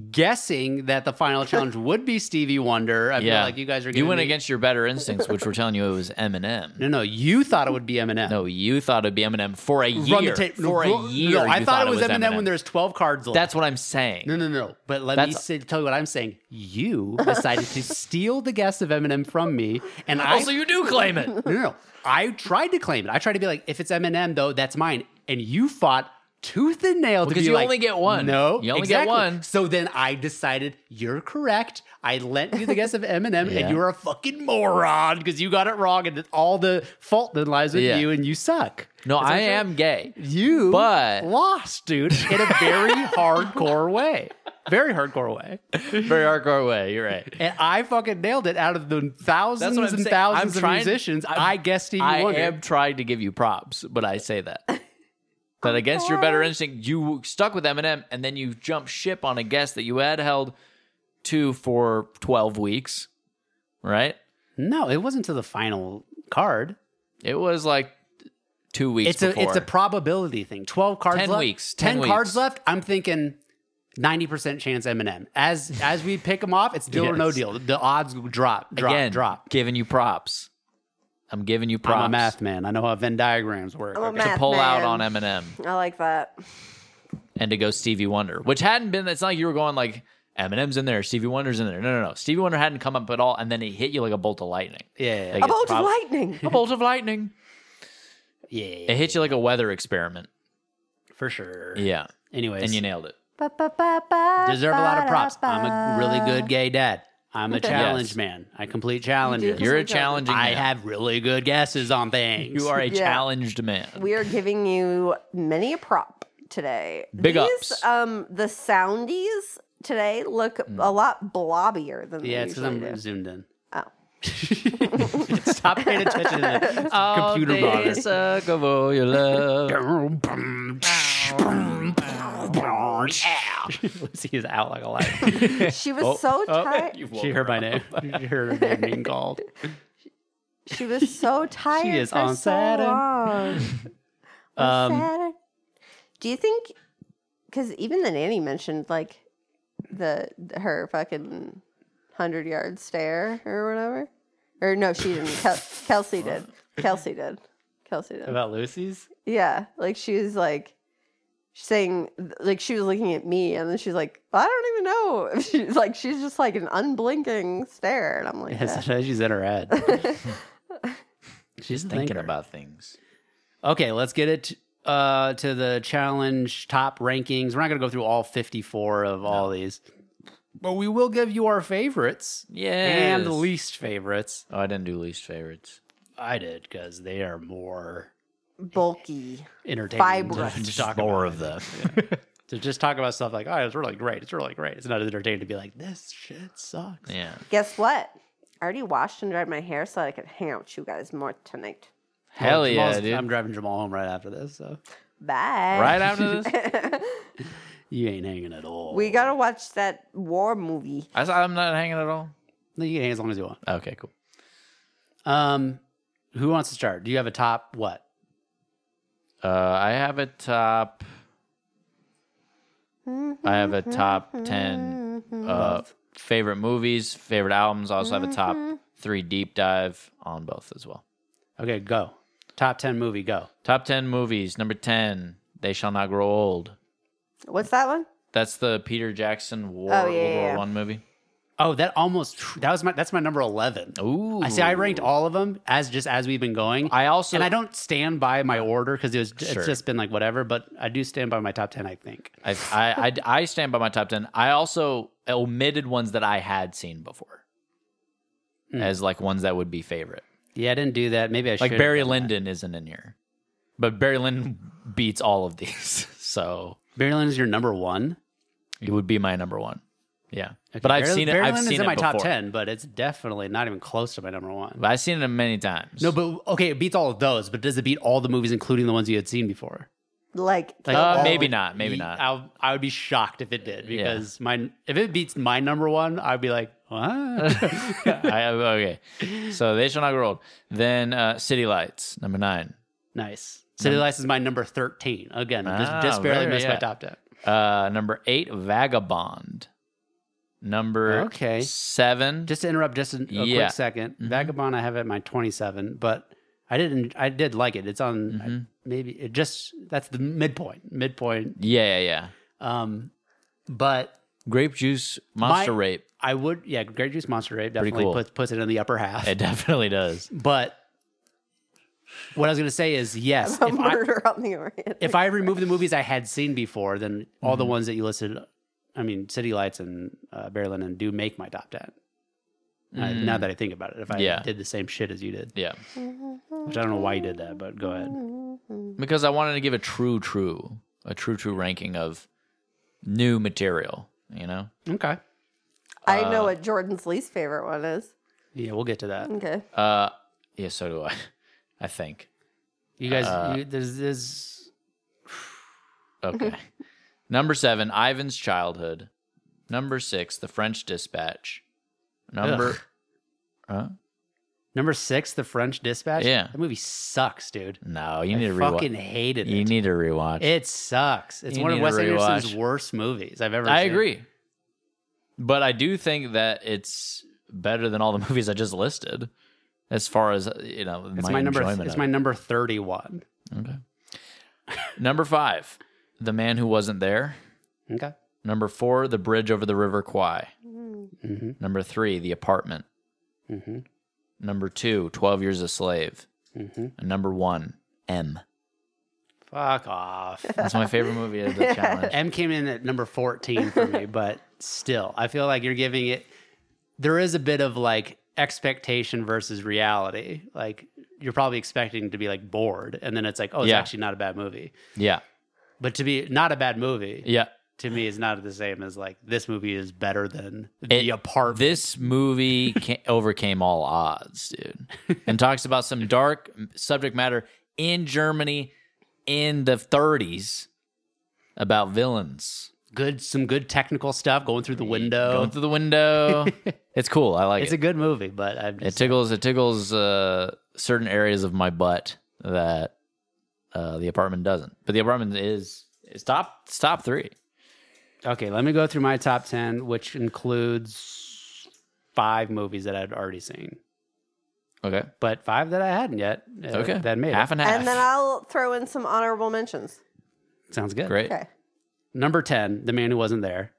[SPEAKER 1] guessing that the final challenge would be Stevie Wonder. I feel
[SPEAKER 2] Yeah.
[SPEAKER 1] like you guys are.
[SPEAKER 2] You
[SPEAKER 1] giving
[SPEAKER 2] went
[SPEAKER 1] me-
[SPEAKER 2] against your better instincts, which were telling you it was Eminem.
[SPEAKER 1] No, no, you thought it would be Eminem.
[SPEAKER 2] No, you thought it'd be Eminem for a year.
[SPEAKER 1] Run the tape. No,
[SPEAKER 2] For
[SPEAKER 1] ru-
[SPEAKER 2] a year.
[SPEAKER 1] No, I
[SPEAKER 2] you
[SPEAKER 1] thought, it was Eminem, when there's 12 cards left.
[SPEAKER 2] That's what I'm saying.
[SPEAKER 1] no, no, no. But let me
[SPEAKER 2] That's-
[SPEAKER 1] say, tell you what I'm saying. You decided to steal the guess of Eminem from me, and I
[SPEAKER 2] Also, you do claim it.
[SPEAKER 1] no, no, no. I tried to claim it. I tried to be like, if it's Eminem though, that's mine. And you fought tooth and nail to
[SPEAKER 2] Because
[SPEAKER 1] be
[SPEAKER 2] you
[SPEAKER 1] like,
[SPEAKER 2] only get one.
[SPEAKER 1] No,
[SPEAKER 2] You only get
[SPEAKER 1] exactly.
[SPEAKER 2] one.
[SPEAKER 1] So then I decided you're correct. I lent you the guess of Eminem,
[SPEAKER 2] Yeah.
[SPEAKER 1] and you're a fucking moron because you got it wrong, and all the fault then lies with
[SPEAKER 2] Yeah.
[SPEAKER 1] you, and you suck.
[SPEAKER 2] No,
[SPEAKER 1] Is that
[SPEAKER 2] I
[SPEAKER 1] true?
[SPEAKER 2] am gay.
[SPEAKER 1] You
[SPEAKER 2] But-
[SPEAKER 1] lost, dude, in a very hardcore way. Very hardcore way.
[SPEAKER 2] Very hardcore way. You're right.
[SPEAKER 1] And I fucking nailed it out of the thousands and
[SPEAKER 2] I'm saying.
[SPEAKER 1] thousands
[SPEAKER 2] I'm
[SPEAKER 1] of
[SPEAKER 2] trying-
[SPEAKER 1] musicians.
[SPEAKER 2] I'm-
[SPEAKER 1] i guessed Stevie
[SPEAKER 2] I
[SPEAKER 1] Wonder.
[SPEAKER 2] am trying to give you props, but I say that. That against your better instinct, you stuck with Eminem, and then you jump ship on a guess that you had held to for twelve weeks, right?
[SPEAKER 1] No, it wasn't to the final card.
[SPEAKER 2] It was like two weeks.
[SPEAKER 1] It's, a
[SPEAKER 2] before.
[SPEAKER 1] it's a probability thing. Twelve cards
[SPEAKER 2] 10
[SPEAKER 1] left.
[SPEAKER 2] weeks, 10
[SPEAKER 1] Ten, cards
[SPEAKER 2] weeks.
[SPEAKER 1] left. I'm thinking ninety percent chance Eminem. As as we pick them off, it's deal or no
[SPEAKER 2] Yes.
[SPEAKER 1] deal. The odds drop, drop,
[SPEAKER 2] again
[SPEAKER 1] drop.
[SPEAKER 2] giving you props. I'm giving you props
[SPEAKER 1] I'm a math man. I know how Venn diagrams work.
[SPEAKER 3] I'm a
[SPEAKER 1] okay?
[SPEAKER 3] math
[SPEAKER 2] to pull out
[SPEAKER 3] man.
[SPEAKER 2] on Eminem
[SPEAKER 3] I like that.
[SPEAKER 2] and to go Stevie Wonder, which hadn't been. It's not like you were going like Eminem's in there, Stevie Wonder's in there. No, no, no. Stevie Wonder hadn't come up at all, and then he hit you like a bolt of lightning.
[SPEAKER 1] Yeah, yeah, yeah.
[SPEAKER 2] Like
[SPEAKER 3] A
[SPEAKER 2] it's
[SPEAKER 3] bolt of
[SPEAKER 2] prob-
[SPEAKER 3] lightning.
[SPEAKER 2] a bolt of lightning.
[SPEAKER 1] yeah, yeah,
[SPEAKER 2] It hit you like a weather experiment.
[SPEAKER 1] for sure.
[SPEAKER 2] Yeah.
[SPEAKER 1] Anyways,
[SPEAKER 2] And you nailed it.
[SPEAKER 1] deserve
[SPEAKER 3] Deserve
[SPEAKER 1] a lot of props. I'm a really good gay dad. I'm a challenge man. I complete challenges.
[SPEAKER 2] You're a
[SPEAKER 3] Sometimes
[SPEAKER 2] challenging
[SPEAKER 1] I
[SPEAKER 2] man.
[SPEAKER 1] have really good guesses on things.
[SPEAKER 2] you are a
[SPEAKER 3] Yeah.
[SPEAKER 2] challenged man.
[SPEAKER 3] We are giving you many a prop today.
[SPEAKER 2] Big
[SPEAKER 3] These,
[SPEAKER 2] ups.
[SPEAKER 3] Um, the soundies today look a lot blobbier than
[SPEAKER 1] Hmm. Yeah,
[SPEAKER 3] they
[SPEAKER 1] it's because
[SPEAKER 3] usually
[SPEAKER 1] I'm
[SPEAKER 3] do.
[SPEAKER 1] zoomed in.
[SPEAKER 3] Oh.
[SPEAKER 1] Stop paying attention to the computer monitor. Lucy is out like a light.
[SPEAKER 3] She
[SPEAKER 1] Oh,
[SPEAKER 3] was so tired.
[SPEAKER 1] she heard my name. She heard her name being called.
[SPEAKER 3] She was so tired.
[SPEAKER 1] is
[SPEAKER 3] for
[SPEAKER 1] on
[SPEAKER 3] so
[SPEAKER 1] Saturn.
[SPEAKER 3] long. On
[SPEAKER 1] Um,
[SPEAKER 3] Saturn. Do you think? Because even the nanny mentioned like the her fucking hundred yard stare or whatever. Or no, she didn't. Kel- Kelsey did. Kelsey did. Kelsey did.
[SPEAKER 1] About Lucy's?
[SPEAKER 3] Yeah, like she was like saying, like she was looking at me, and then she's like, I don't even know. if She's like, she's just like an unblinking stare, and I'm like,
[SPEAKER 1] Yeah,
[SPEAKER 3] "Yeah."
[SPEAKER 1] sometimes she's in her head. she's
[SPEAKER 2] Thinking
[SPEAKER 1] thinker.
[SPEAKER 2] about things.
[SPEAKER 1] Okay, let's get it uh, to the challenge top rankings. We're not going to go through all 54 of all these, but we will give you our favorites
[SPEAKER 2] Yeah.
[SPEAKER 1] and least favorites.
[SPEAKER 2] Oh, I didn't do least favorites.
[SPEAKER 1] I did because they are more
[SPEAKER 3] bulky.
[SPEAKER 1] entertaining to,
[SPEAKER 3] Fibrous.
[SPEAKER 1] to talk
[SPEAKER 2] more
[SPEAKER 1] about.
[SPEAKER 2] of them.
[SPEAKER 1] To just talk about stuff like, oh, it's really great. It's really great. It's not as entertaining to be like, this shit sucks.
[SPEAKER 2] yeah.
[SPEAKER 3] Guess what? I already washed and dried my hair so that I could hang out with you guys more tonight.
[SPEAKER 1] Well,
[SPEAKER 2] Hell yeah,
[SPEAKER 1] Jamal's-
[SPEAKER 2] dude.
[SPEAKER 1] I'm driving Jamal home right after this, so
[SPEAKER 3] Bye.
[SPEAKER 2] right after this,
[SPEAKER 1] you ain't hanging at all.
[SPEAKER 3] we gotta watch that war movie.
[SPEAKER 2] I saw, I'm not hanging at all.
[SPEAKER 1] No, you can hang as long as you want.
[SPEAKER 2] Okay, cool.
[SPEAKER 1] Um, who wants to start? Do you have a top what?
[SPEAKER 2] Uh, I have a top. I have a top ten uh, favorite movies, favorite albums. I also have a top three deep dive on both as well.
[SPEAKER 1] Okay, go. Top ten movie, go.
[SPEAKER 2] Top ten movies. Number ten, They Shall Not Grow Old.
[SPEAKER 3] What's that one?
[SPEAKER 2] That's the Peter Jackson War
[SPEAKER 3] Oh, yeah,
[SPEAKER 2] World
[SPEAKER 3] yeah,
[SPEAKER 2] War
[SPEAKER 3] yeah.
[SPEAKER 2] One movie.
[SPEAKER 1] Oh, that almost that was my that's my number eleven.
[SPEAKER 2] Ooh,
[SPEAKER 1] I see. I ranked all of them as just as we've been going.
[SPEAKER 2] I also
[SPEAKER 1] and I don't stand by my order because it was
[SPEAKER 2] Sure.
[SPEAKER 1] it's just been like whatever. But I do stand by my top ten. I think.
[SPEAKER 2] I, I, I, I stand by my top 10. I also omitted ones that I had seen before
[SPEAKER 3] Hmm.
[SPEAKER 2] as like ones that would be favorite.
[SPEAKER 1] Yeah, I didn't do that. Maybe I
[SPEAKER 2] Like
[SPEAKER 1] should.
[SPEAKER 2] Barry Lyndon isn't in here, but Barry Lyndon beats all of these. So
[SPEAKER 1] Barry Lyndon is your number one.
[SPEAKER 2] it would be my number one. Yeah. But I've
[SPEAKER 1] Barry-
[SPEAKER 2] seen it.
[SPEAKER 1] Barry
[SPEAKER 2] I've
[SPEAKER 1] Lyndon's
[SPEAKER 2] seen
[SPEAKER 1] in
[SPEAKER 2] it
[SPEAKER 1] my top
[SPEAKER 2] before.
[SPEAKER 1] ten, but it's definitely not even close to my number one.
[SPEAKER 2] But I've seen it many times.
[SPEAKER 1] No, but okay, it beats all of those. But does it beat all the movies, including the ones you had seen before?
[SPEAKER 3] Like,
[SPEAKER 1] Like,
[SPEAKER 2] Uh,
[SPEAKER 1] all-
[SPEAKER 2] maybe not, maybe not.
[SPEAKER 1] I I would be shocked if it did because my if it beats my number one, I'd be like, what?
[SPEAKER 2] I, okay. So they shall not grow old. Then uh, City Lights, number nine.
[SPEAKER 1] nice. City Lights is my number thirteen. Again,
[SPEAKER 2] Ah,
[SPEAKER 1] just, just barely
[SPEAKER 2] there,
[SPEAKER 1] missed my
[SPEAKER 2] yeah.
[SPEAKER 1] top ten.
[SPEAKER 2] Uh, number eight, Vagabond. Number
[SPEAKER 1] Okay.
[SPEAKER 2] seven.
[SPEAKER 1] Just to interrupt, just a, a
[SPEAKER 2] Yeah. Mm-hmm.
[SPEAKER 1] quick 2nd Vagabond, I have at my twenty-seven, but I didn't. I did like it. It's on
[SPEAKER 2] Mm-hmm.
[SPEAKER 1] I- maybe it just that's the midpoint. Midpoint.
[SPEAKER 2] yeah, yeah, yeah.
[SPEAKER 1] Um, but
[SPEAKER 2] Grape juice, monster
[SPEAKER 1] My-
[SPEAKER 2] rape.
[SPEAKER 1] I would yeah, Great Juice Monster Rape definitely
[SPEAKER 2] cool.
[SPEAKER 1] puts puts it in the upper half.
[SPEAKER 2] It definitely does.
[SPEAKER 1] But what I was gonna say is yes,
[SPEAKER 3] a
[SPEAKER 1] if I,
[SPEAKER 3] murder on the Orient.
[SPEAKER 1] if I remove the movies I had seen before, then all
[SPEAKER 2] Mm-hmm.
[SPEAKER 1] the ones that you listed, I mean, City Lights and uh, Barry Lyndon do make my top 10. I- now that I think about it, if I
[SPEAKER 2] Mm. Yeah.
[SPEAKER 1] did the same shit as you did,
[SPEAKER 2] Yeah.
[SPEAKER 1] which I don't know why you did that, but go ahead.
[SPEAKER 2] Because I wanted to give a true, true, a true, true ranking of new material, you know?
[SPEAKER 1] Okay.
[SPEAKER 3] I
[SPEAKER 1] uh,
[SPEAKER 3] know what Jordan's least favorite one is.
[SPEAKER 1] Yeah, we'll get to that.
[SPEAKER 3] Okay.
[SPEAKER 2] Uh, yeah, so do I. I think.
[SPEAKER 1] You guys,
[SPEAKER 2] Uh,
[SPEAKER 1] you, there's, there's,
[SPEAKER 2] Okay. Number seven, Ivan's Childhood. Number six, The French Dispatch. Number. Huh?
[SPEAKER 1] number six, The French Dispatch.
[SPEAKER 2] Yeah.
[SPEAKER 1] That movie sucks, dude.
[SPEAKER 2] No, you
[SPEAKER 1] I
[SPEAKER 2] need to rewatch.
[SPEAKER 1] fucking hated
[SPEAKER 2] you
[SPEAKER 1] it.
[SPEAKER 2] need to rewatch.
[SPEAKER 1] it sucks. It's
[SPEAKER 2] You
[SPEAKER 1] one of
[SPEAKER 2] need to
[SPEAKER 1] Wes Anderson's
[SPEAKER 2] rewatch.
[SPEAKER 1] worst movies I've ever
[SPEAKER 2] I
[SPEAKER 1] seen.
[SPEAKER 2] agree. But I do think that it's better than all the movies I just listed as far as, you know,
[SPEAKER 1] It's
[SPEAKER 2] my,
[SPEAKER 1] my, number,
[SPEAKER 2] enjoyment
[SPEAKER 1] it's
[SPEAKER 2] of
[SPEAKER 1] my
[SPEAKER 2] it.
[SPEAKER 1] number 31.
[SPEAKER 2] Number 5, The Man Who Wasn't There.
[SPEAKER 1] Okay.
[SPEAKER 2] Number 4, The Bridge Over the River Kwai. Number 3, The Apartment.
[SPEAKER 1] Mhm.
[SPEAKER 2] Number 2, 12 Years a Slave.
[SPEAKER 1] Mhm.
[SPEAKER 2] And number 1, M.
[SPEAKER 1] Fuck off.
[SPEAKER 2] That's my favorite movie of the challenge.
[SPEAKER 1] M came in at number 14 for me, but still, I feel like you're giving it. There is a bit of like expectation versus reality. Like you're probably expecting to be like bored, and then it's like, oh, it's
[SPEAKER 2] Yeah.
[SPEAKER 1] actually not a bad movie.
[SPEAKER 2] Yeah.
[SPEAKER 1] But to be not a bad movie
[SPEAKER 2] Yeah.
[SPEAKER 1] to me is not the same as like this movie is better than the apartment.
[SPEAKER 2] This movie ca- overcame all odds, dude, and talks about some dark subject matter in Germany in the 30s about villains
[SPEAKER 1] good, some good technical stuff going through the window.
[SPEAKER 2] going through the window. it's cool. I like
[SPEAKER 1] it's a
[SPEAKER 2] it.
[SPEAKER 1] good movie, but I'm just
[SPEAKER 2] it tickles. It tickles uh, certain areas of my butt that uh, the apartment doesn't. But the apartment is it's top it's top three.
[SPEAKER 1] Okay, let me go through my top 10, which includes five movies that I'd already seen,
[SPEAKER 2] Okay.
[SPEAKER 1] but five that I hadn't yet. uh,
[SPEAKER 2] Okay.
[SPEAKER 1] That made
[SPEAKER 2] half
[SPEAKER 1] it.
[SPEAKER 2] and half.
[SPEAKER 3] And then I'll throw in some honorable mentions.
[SPEAKER 1] Sounds good.
[SPEAKER 2] Great.
[SPEAKER 3] Okay.
[SPEAKER 1] Number 10, The Man Who Wasn't There.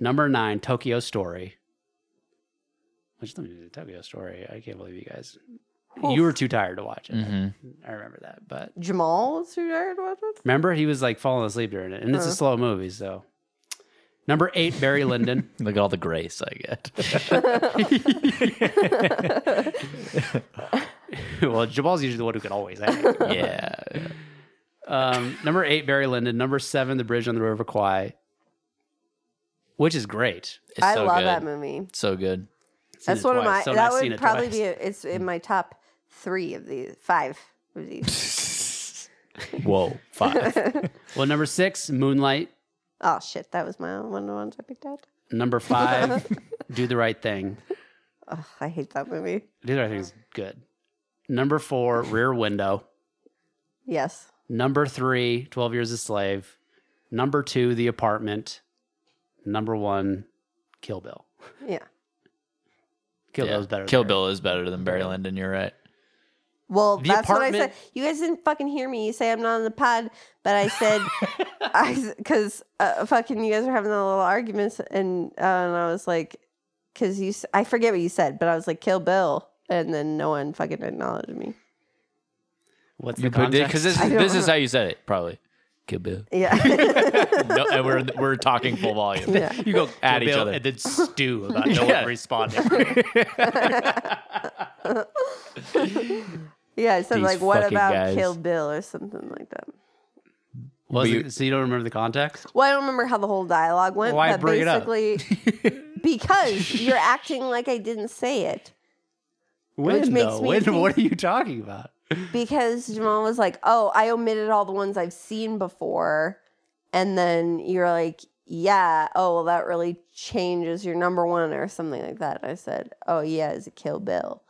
[SPEAKER 1] Number nine, Tokyo Story. Which let me do Tokyo Story. I can't believe you guys. You were too tired to watch it.
[SPEAKER 2] Mhm.
[SPEAKER 1] I remember that. But
[SPEAKER 3] Jamal was who I was with?
[SPEAKER 1] remember, he was like falling asleep during it. And it's a
[SPEAKER 3] Uh-huh.
[SPEAKER 1] slow movie, so. Number eight, Barry Lyndon.
[SPEAKER 2] Look at all the grace I get.
[SPEAKER 1] well, Jamal's usually the one who can always act.
[SPEAKER 2] yeah.
[SPEAKER 1] Um, number eight, Barry Lyndon. Number seven, The Bridge on the River Kwai, which is great.
[SPEAKER 2] It's
[SPEAKER 3] I
[SPEAKER 2] so
[SPEAKER 3] love
[SPEAKER 2] good.
[SPEAKER 3] that movie.
[SPEAKER 2] So good.
[SPEAKER 1] Seen
[SPEAKER 3] That's
[SPEAKER 1] it
[SPEAKER 3] one of
[SPEAKER 1] twice.
[SPEAKER 3] my.
[SPEAKER 1] Someone
[SPEAKER 3] that
[SPEAKER 1] has seen
[SPEAKER 3] would
[SPEAKER 1] it
[SPEAKER 3] probably
[SPEAKER 1] twice.
[SPEAKER 3] be. It's in my top three of these, five of these.
[SPEAKER 2] Whoa. Five.
[SPEAKER 1] Well, number six, Moonlight.
[SPEAKER 3] oh shit, that was my one of the ones I picked out.
[SPEAKER 1] Number five, Do the Right Thing.
[SPEAKER 3] Ugh, I hate that movie.
[SPEAKER 1] Do the Right Thing is good. Number four, Rear Window.
[SPEAKER 3] Yes.
[SPEAKER 1] Number three, 12 Years a Slave. Number two, The Apartment. Number one, Kill Bill.
[SPEAKER 3] Yeah.
[SPEAKER 1] Kill
[SPEAKER 2] Yeah.
[SPEAKER 1] Bill is better. than
[SPEAKER 2] Kill
[SPEAKER 1] Barry.
[SPEAKER 2] Bill is better than Barry Lyndon. You're right.
[SPEAKER 3] Well,
[SPEAKER 1] The
[SPEAKER 3] that's what I said.
[SPEAKER 1] apartment-
[SPEAKER 3] You guys didn't fucking hear me. You say I'm not on the pod, but I said, I because uh, fucking you guys were having a little arguments, and uh, and I was like, because you, s- I forget what you said, but I was like, kill Bill, and then no one fucking acknowledged me.
[SPEAKER 1] What's the
[SPEAKER 2] You put
[SPEAKER 1] context?
[SPEAKER 2] because this
[SPEAKER 3] I don't
[SPEAKER 2] this is
[SPEAKER 3] know.
[SPEAKER 2] how you said it probably. Kill Bill.
[SPEAKER 3] Yeah,
[SPEAKER 2] No, and we're we're talking full volume.
[SPEAKER 3] Yeah.
[SPEAKER 2] You go at
[SPEAKER 1] Kill
[SPEAKER 2] each
[SPEAKER 1] Bill
[SPEAKER 2] other.
[SPEAKER 1] And then stew about no
[SPEAKER 2] Yeah.
[SPEAKER 1] one responding.
[SPEAKER 3] yeah. I said
[SPEAKER 2] These
[SPEAKER 3] like, what
[SPEAKER 2] fucking
[SPEAKER 3] about
[SPEAKER 2] guys.
[SPEAKER 3] kill Bill or something like that.
[SPEAKER 1] Was
[SPEAKER 2] you-
[SPEAKER 1] it, so you don't remember the context?
[SPEAKER 3] Well, I don't remember how the whole dialogue went,
[SPEAKER 1] Why
[SPEAKER 3] but
[SPEAKER 1] bring it up?
[SPEAKER 3] basically, because you're acting like I didn't say it.
[SPEAKER 1] When,
[SPEAKER 3] Which makes
[SPEAKER 1] though?
[SPEAKER 3] me
[SPEAKER 1] when,
[SPEAKER 3] think-
[SPEAKER 1] What are you talking about?
[SPEAKER 3] because Jamal was like, "Oh, I omitted all the ones I've seen before," and then you're like, "Yeah, oh, well, that really changes your number one or something like that." I said, "Oh yeah, is it Kill Bill?"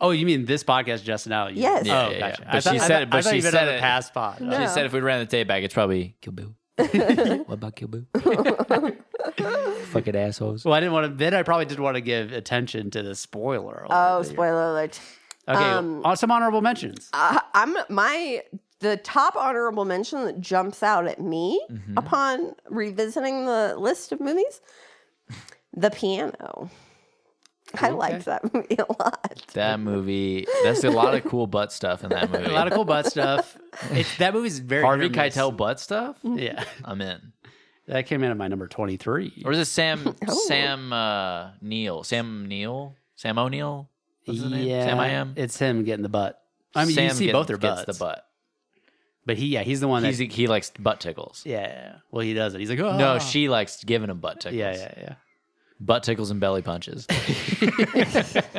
[SPEAKER 1] Oh, you mean this podcast just now? You,
[SPEAKER 3] Yes.
[SPEAKER 2] Yeah,
[SPEAKER 1] oh,
[SPEAKER 2] yeah,
[SPEAKER 1] gotcha.
[SPEAKER 2] yeah.
[SPEAKER 1] I
[SPEAKER 2] But
[SPEAKER 1] thought-
[SPEAKER 2] she
[SPEAKER 1] I
[SPEAKER 2] said
[SPEAKER 1] thought-
[SPEAKER 2] it- but
[SPEAKER 1] I thought
[SPEAKER 2] she
[SPEAKER 1] you meant
[SPEAKER 2] said
[SPEAKER 1] on the
[SPEAKER 2] it-
[SPEAKER 1] past pod.
[SPEAKER 2] She
[SPEAKER 3] No.
[SPEAKER 2] said if we ran the tape back, it's probably Kill Bill. what about Kill Bill? Fucking assholes.
[SPEAKER 1] Well, I didn't want to. Then I probably didn't want to give attention to the spoiler. alert.
[SPEAKER 3] Oh, spoiler alert!
[SPEAKER 1] okay.
[SPEAKER 3] um,
[SPEAKER 1] uh, some honorable mentions.
[SPEAKER 3] I, I'm my the top honorable mention that jumps out at me upon revisiting the list of movies: The Piano. I liked that movie a lot.
[SPEAKER 2] That movie. That's a lot of cool butt stuff in that movie.
[SPEAKER 1] A lot of cool butt stuff. It, that movie's very
[SPEAKER 2] Harvey
[SPEAKER 1] hit or miss.
[SPEAKER 2] Keitel butt stuff.
[SPEAKER 1] Yeah,
[SPEAKER 2] I'm in.
[SPEAKER 1] that came in at my number twenty-three.
[SPEAKER 2] Or is it Sam Sam uh, Neil? Sam Neil? Sam O'Neill? What's his name?
[SPEAKER 1] yeah,
[SPEAKER 2] Sam I am.
[SPEAKER 1] It's him getting the butt. I mean,
[SPEAKER 2] Sam
[SPEAKER 1] you see
[SPEAKER 2] get-
[SPEAKER 1] both their
[SPEAKER 2] gets
[SPEAKER 1] butts,
[SPEAKER 2] the butt.
[SPEAKER 1] but he, yeah, he's the one that.
[SPEAKER 2] He's, he likes butt tickles.
[SPEAKER 1] yeah, well, he does it. He's like, oh
[SPEAKER 2] No, she likes giving him butt tickles.
[SPEAKER 1] Yeah, yeah, yeah.
[SPEAKER 2] Butt tickles and belly punches.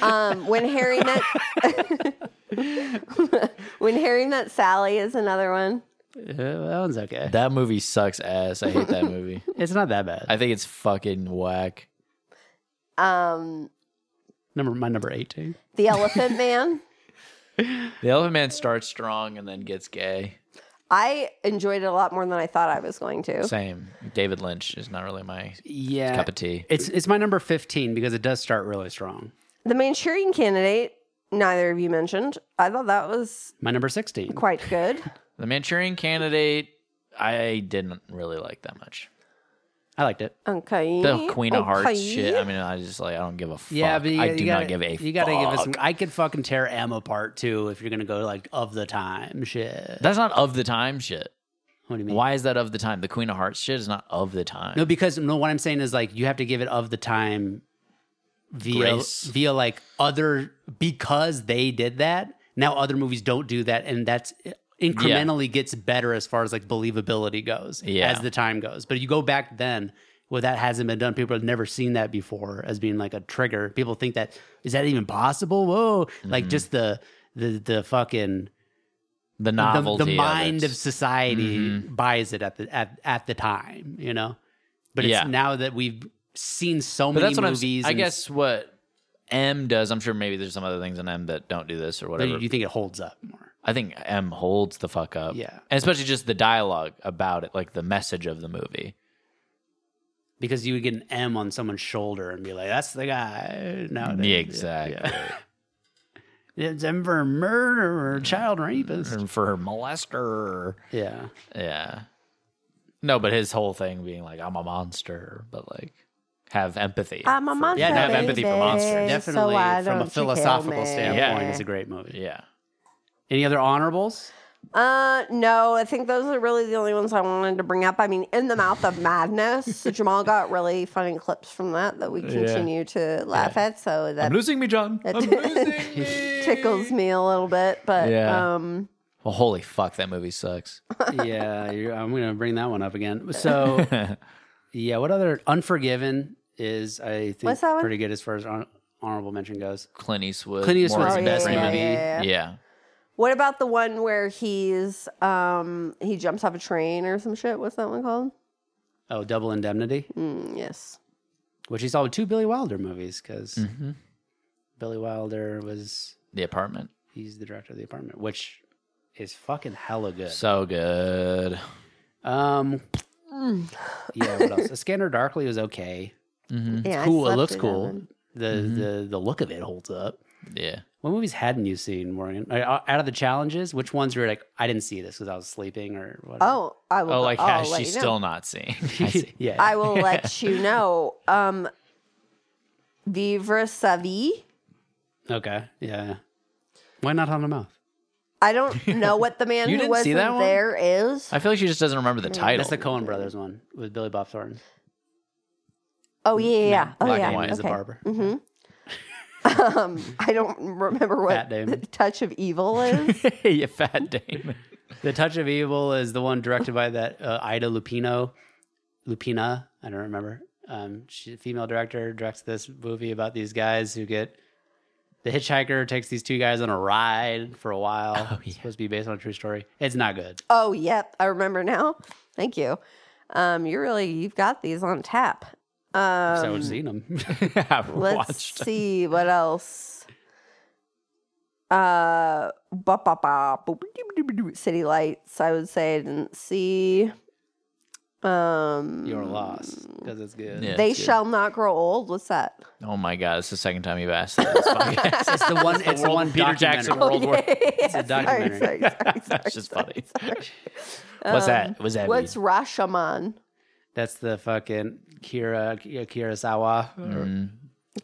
[SPEAKER 3] Um, when Harry met when Harry met Sally is another one.
[SPEAKER 1] Uh, that one's okay.
[SPEAKER 2] that movie sucks ass. I hate that movie.
[SPEAKER 1] it's not that bad.
[SPEAKER 2] I think it's fucking whack.
[SPEAKER 3] Um,
[SPEAKER 1] number my number eighteen.
[SPEAKER 3] the Elephant Man.
[SPEAKER 2] The Elephant Man starts strong and then gets gay.
[SPEAKER 3] I enjoyed it a lot more than I thought I was going to.
[SPEAKER 2] Same. David Lynch is not really my
[SPEAKER 1] Yeah,
[SPEAKER 2] cup of tea.
[SPEAKER 1] It's it's my number fifteen because it does start really strong.
[SPEAKER 3] The Manchurian Candidate. Neither of you mentioned. I thought that was
[SPEAKER 1] My number sixteen.
[SPEAKER 3] quite good.
[SPEAKER 2] The Manchurian Candidate, I didn't really like that much.
[SPEAKER 1] I liked it.
[SPEAKER 3] Okay.
[SPEAKER 2] The Queen of Hearts
[SPEAKER 3] Okay.
[SPEAKER 2] shit. I mean, I just like I don't give a fuck.
[SPEAKER 1] Yeah, but you,
[SPEAKER 2] I
[SPEAKER 1] you
[SPEAKER 2] do
[SPEAKER 1] gotta,
[SPEAKER 2] not give a.
[SPEAKER 1] You gotta give it
[SPEAKER 2] fuck.
[SPEAKER 1] some. I could fucking tear M apart too if you're gonna go like of the time shit.
[SPEAKER 2] That's not of the time shit.
[SPEAKER 1] What do you mean?
[SPEAKER 2] Why is that of the time? The Queen of Hearts shit is not of the time.
[SPEAKER 1] No, because no. What I'm saying is like you have to give it of the time via
[SPEAKER 2] Grace.
[SPEAKER 1] via like other because they did that. Now other movies don't do that, and that's eh, incrementally gets better as far as like believability goes
[SPEAKER 2] Yeah.
[SPEAKER 1] as the time goes. But you go back then where that hasn't been done. People have never seen that before as being like a trigger. People think that is that even possible? Whoa!
[SPEAKER 2] Mm-hmm.
[SPEAKER 1] Like just the the the fucking
[SPEAKER 2] The
[SPEAKER 1] the,
[SPEAKER 2] novelty,
[SPEAKER 1] the mind of,
[SPEAKER 2] of, it. Mm-hmm.
[SPEAKER 1] society buys it at the at, at the time, you know. But it's
[SPEAKER 2] Yeah.
[SPEAKER 1] now that we've seen so
[SPEAKER 2] But
[SPEAKER 1] many
[SPEAKER 2] that's what I'm.
[SPEAKER 1] movies,
[SPEAKER 2] I
[SPEAKER 1] and
[SPEAKER 2] guess what M does. I'm sure maybe there's some other things in M that don't do this or
[SPEAKER 1] But
[SPEAKER 2] whatever.
[SPEAKER 1] you think it holds up more?
[SPEAKER 2] I think M holds the fuck up.
[SPEAKER 1] Yeah.
[SPEAKER 2] And especially just the dialogue about it, like the message of the movie.
[SPEAKER 1] Because you would get an M on someone's shoulder and be like, "That's the guy." Nowadays.
[SPEAKER 2] Yeah, exactly.
[SPEAKER 1] it's M for murderer, child rapist.
[SPEAKER 2] And for molester.
[SPEAKER 1] Yeah,
[SPEAKER 2] Yeah. No, but his whole thing being like, I'm a monster, but like, have empathy.
[SPEAKER 3] I'm a monster.
[SPEAKER 1] Yeah,
[SPEAKER 2] have empathy for
[SPEAKER 3] baby,
[SPEAKER 2] monsters.
[SPEAKER 3] so
[SPEAKER 1] definitely
[SPEAKER 3] why
[SPEAKER 1] from
[SPEAKER 3] don't
[SPEAKER 1] a
[SPEAKER 3] you
[SPEAKER 1] philosophical
[SPEAKER 3] kill me?
[SPEAKER 1] standpoint,
[SPEAKER 2] Yeah.
[SPEAKER 1] it's a great movie.
[SPEAKER 2] yeah.
[SPEAKER 1] Any other honorables?
[SPEAKER 3] Uh, no, I think those are really the only ones I wanted to bring up. I mean, in the mouth of madness, Jamal got really funny clips from that that we continue to laugh at. So
[SPEAKER 2] I'm
[SPEAKER 3] that
[SPEAKER 2] losing me, John. I'm losing me.
[SPEAKER 3] tickles me a little bit, but
[SPEAKER 2] Yeah.
[SPEAKER 3] um,
[SPEAKER 2] Well, holy fuck, that movie sucks.
[SPEAKER 1] yeah, you're, I'm gonna bring that one up again. So, yeah, what other Unforgiven is I think
[SPEAKER 3] What's that one?
[SPEAKER 1] pretty good as far as hon- honorable mention goes.
[SPEAKER 2] Clint Eastwood.
[SPEAKER 1] Clint Eastwood's
[SPEAKER 2] Morgan
[SPEAKER 3] Oh,
[SPEAKER 1] best
[SPEAKER 3] yeah,
[SPEAKER 2] Freeman.
[SPEAKER 1] movie.
[SPEAKER 3] yeah, yeah.
[SPEAKER 2] Yeah.
[SPEAKER 3] what about the one where he's um he jumps off a train or some shit? What's that one called?
[SPEAKER 1] Oh, Double Indemnity,
[SPEAKER 3] Mm, yes.
[SPEAKER 1] which he saw with two Billy Wilder movies because
[SPEAKER 2] hmm
[SPEAKER 1] Billy Wilder was
[SPEAKER 2] The apartment.
[SPEAKER 1] he's the director of The Apartment, which is fucking hella good.
[SPEAKER 2] So good.
[SPEAKER 1] Um,
[SPEAKER 3] Mm.
[SPEAKER 1] yeah, what else? A Scanner Darkly was okay.
[SPEAKER 2] Mhm.
[SPEAKER 3] Yeah,
[SPEAKER 1] Mm,
[SPEAKER 3] I
[SPEAKER 1] cool, it
[SPEAKER 3] slept
[SPEAKER 1] looks
[SPEAKER 3] through that
[SPEAKER 1] cool. Mm-hmm.
[SPEAKER 3] one.
[SPEAKER 1] The the the look of it holds up.
[SPEAKER 2] Yeah. Oh,
[SPEAKER 1] What movies hadn't you seen, Morgan? Uh, uh, Out of the challenges, which ones were like, I didn't see this because I was sleeping or whatever?
[SPEAKER 3] Oh, I will.
[SPEAKER 2] Oh, like,
[SPEAKER 3] I'll
[SPEAKER 2] yeah,
[SPEAKER 3] let
[SPEAKER 2] she's
[SPEAKER 3] you know.
[SPEAKER 2] still not seeing. I see.
[SPEAKER 1] yeah.
[SPEAKER 3] I will let you know. Um, Vivre sa vie.
[SPEAKER 1] okay. Yeah. Why not on the mouth?
[SPEAKER 3] I don't know what the man
[SPEAKER 1] You
[SPEAKER 3] who
[SPEAKER 1] didn't see
[SPEAKER 3] wasn't
[SPEAKER 1] that one?
[SPEAKER 3] there is.
[SPEAKER 2] I feel like she just doesn't remember
[SPEAKER 3] Mm,
[SPEAKER 2] the title.
[SPEAKER 1] That's the Coen Brothers one with Billy Bob Thornton.
[SPEAKER 3] Oh yeah, yeah, yeah. Oh
[SPEAKER 2] Black
[SPEAKER 3] yeah.
[SPEAKER 2] and white
[SPEAKER 1] He's
[SPEAKER 3] okay.
[SPEAKER 1] a barber.
[SPEAKER 3] Um, I don't remember
[SPEAKER 1] Fat
[SPEAKER 3] what
[SPEAKER 1] Damon.
[SPEAKER 3] touch of evil is.
[SPEAKER 2] yeah, Fat Damon.
[SPEAKER 1] The Touch of Evil is the one directed by that uh, Ida Lupino. Lupina, I don't remember. Um, she, female director directs this movie about these guys who get the hitchhiker takes these two guys on a ride for a while.
[SPEAKER 2] Oh,
[SPEAKER 1] It's supposed to be based on a true story. It's not good.
[SPEAKER 3] oh yep, I remember now. Thank you. Um, you really you've got these on tap. Um,
[SPEAKER 1] so I've seen them.
[SPEAKER 2] I've
[SPEAKER 3] let's
[SPEAKER 2] watched.
[SPEAKER 3] see what else. Uh, ba ba ba, boop, doop, doop, doop, city lights. I would say I didn't see. Um,
[SPEAKER 1] Your loss because it's good.
[SPEAKER 2] Yeah,
[SPEAKER 3] They
[SPEAKER 2] it's good.
[SPEAKER 3] shall not grow old. What's that?
[SPEAKER 2] Oh my god, it's the second time you've asked that. This podcast.
[SPEAKER 1] It's the one. It's the one.
[SPEAKER 2] Peter
[SPEAKER 1] documentary.
[SPEAKER 2] Jackson World War.
[SPEAKER 3] it's
[SPEAKER 1] a documentary.
[SPEAKER 3] Sorry, sorry, sorry, sorry,
[SPEAKER 2] That's just
[SPEAKER 3] sorry. Um,
[SPEAKER 2] funny. What's that? What's that?
[SPEAKER 3] What's
[SPEAKER 2] mean?
[SPEAKER 3] Rashomon?
[SPEAKER 1] That's the fucking Kira Kurosawa.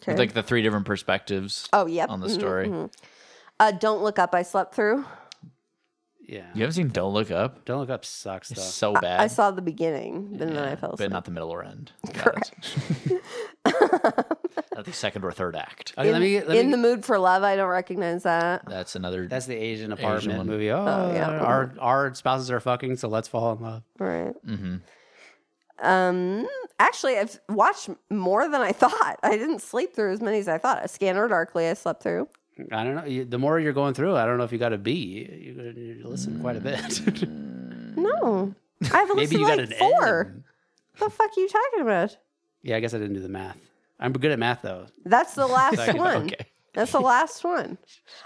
[SPEAKER 3] Okay.
[SPEAKER 2] Like the three different perspectives
[SPEAKER 3] oh, yep.
[SPEAKER 2] on the
[SPEAKER 3] mhm,
[SPEAKER 2] story.
[SPEAKER 3] mhm. Uh, don't look up. I slept through.
[SPEAKER 1] Yeah.
[SPEAKER 2] You haven't seen Don't Look Up?
[SPEAKER 1] Don't look up sucks
[SPEAKER 2] It's
[SPEAKER 1] though.
[SPEAKER 2] so bad.
[SPEAKER 3] I saw the beginning, but then I fell asleep.
[SPEAKER 2] But not the middle or end. Correct. not the second or third act.
[SPEAKER 1] Okay,
[SPEAKER 3] in,
[SPEAKER 1] let me. Let
[SPEAKER 3] in
[SPEAKER 1] me
[SPEAKER 3] the mood for love. I don't recognize that.
[SPEAKER 2] That's another.
[SPEAKER 1] that's the Asian apartment
[SPEAKER 2] one.
[SPEAKER 1] movie. Oh,
[SPEAKER 3] yeah.
[SPEAKER 1] our our spouses are fucking, so let's fall in love.
[SPEAKER 3] Right.
[SPEAKER 2] hmm
[SPEAKER 1] Mm-hmm.
[SPEAKER 3] Um. Actually, I've watched more than I thought. I didn't sleep through as many as I thought. A Scanner Darkly. I slept through.
[SPEAKER 1] I don't know. You, the more you're going through, I don't know if you got a B. You, you listen quite a bit.
[SPEAKER 3] No, I have a list
[SPEAKER 1] Mm-hmm. Maybe
[SPEAKER 3] of
[SPEAKER 1] you got
[SPEAKER 3] like
[SPEAKER 1] an
[SPEAKER 3] four.
[SPEAKER 1] M.
[SPEAKER 3] The fuck are you talking about?
[SPEAKER 1] Yeah, I guess I didn't do the math. I'm good at math though.
[SPEAKER 3] That's the last
[SPEAKER 1] Second,
[SPEAKER 3] one.
[SPEAKER 1] okay.
[SPEAKER 3] That's the last one.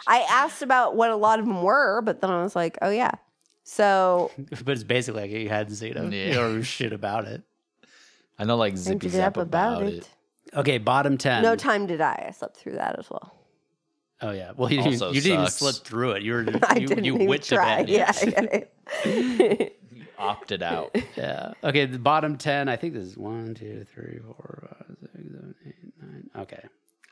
[SPEAKER 3] I asked about what a lot of them were, but then I was like, oh yeah. So
[SPEAKER 1] But it's basically like you hadn't seen it.
[SPEAKER 2] Yeah.
[SPEAKER 1] You don't know shit about it.
[SPEAKER 2] I know like zippy
[SPEAKER 3] ended
[SPEAKER 2] zap
[SPEAKER 3] up about, it.
[SPEAKER 1] Okay, bottom ten.
[SPEAKER 3] No time to die. I slept through that as well.
[SPEAKER 1] Oh yeah. Well, you, didn't-
[SPEAKER 2] Also
[SPEAKER 1] you didn't even
[SPEAKER 2] sucks.
[SPEAKER 1] slip through it. You were
[SPEAKER 3] I
[SPEAKER 1] you,
[SPEAKER 3] didn't
[SPEAKER 1] you
[SPEAKER 3] even
[SPEAKER 1] witched
[SPEAKER 3] try.
[SPEAKER 1] it.
[SPEAKER 3] Yeah. yeah.
[SPEAKER 2] Opted out.
[SPEAKER 1] Yeah. Okay, the bottom 10, I think this is one, two, three, four, five, six, seven, eight, nine. Okay.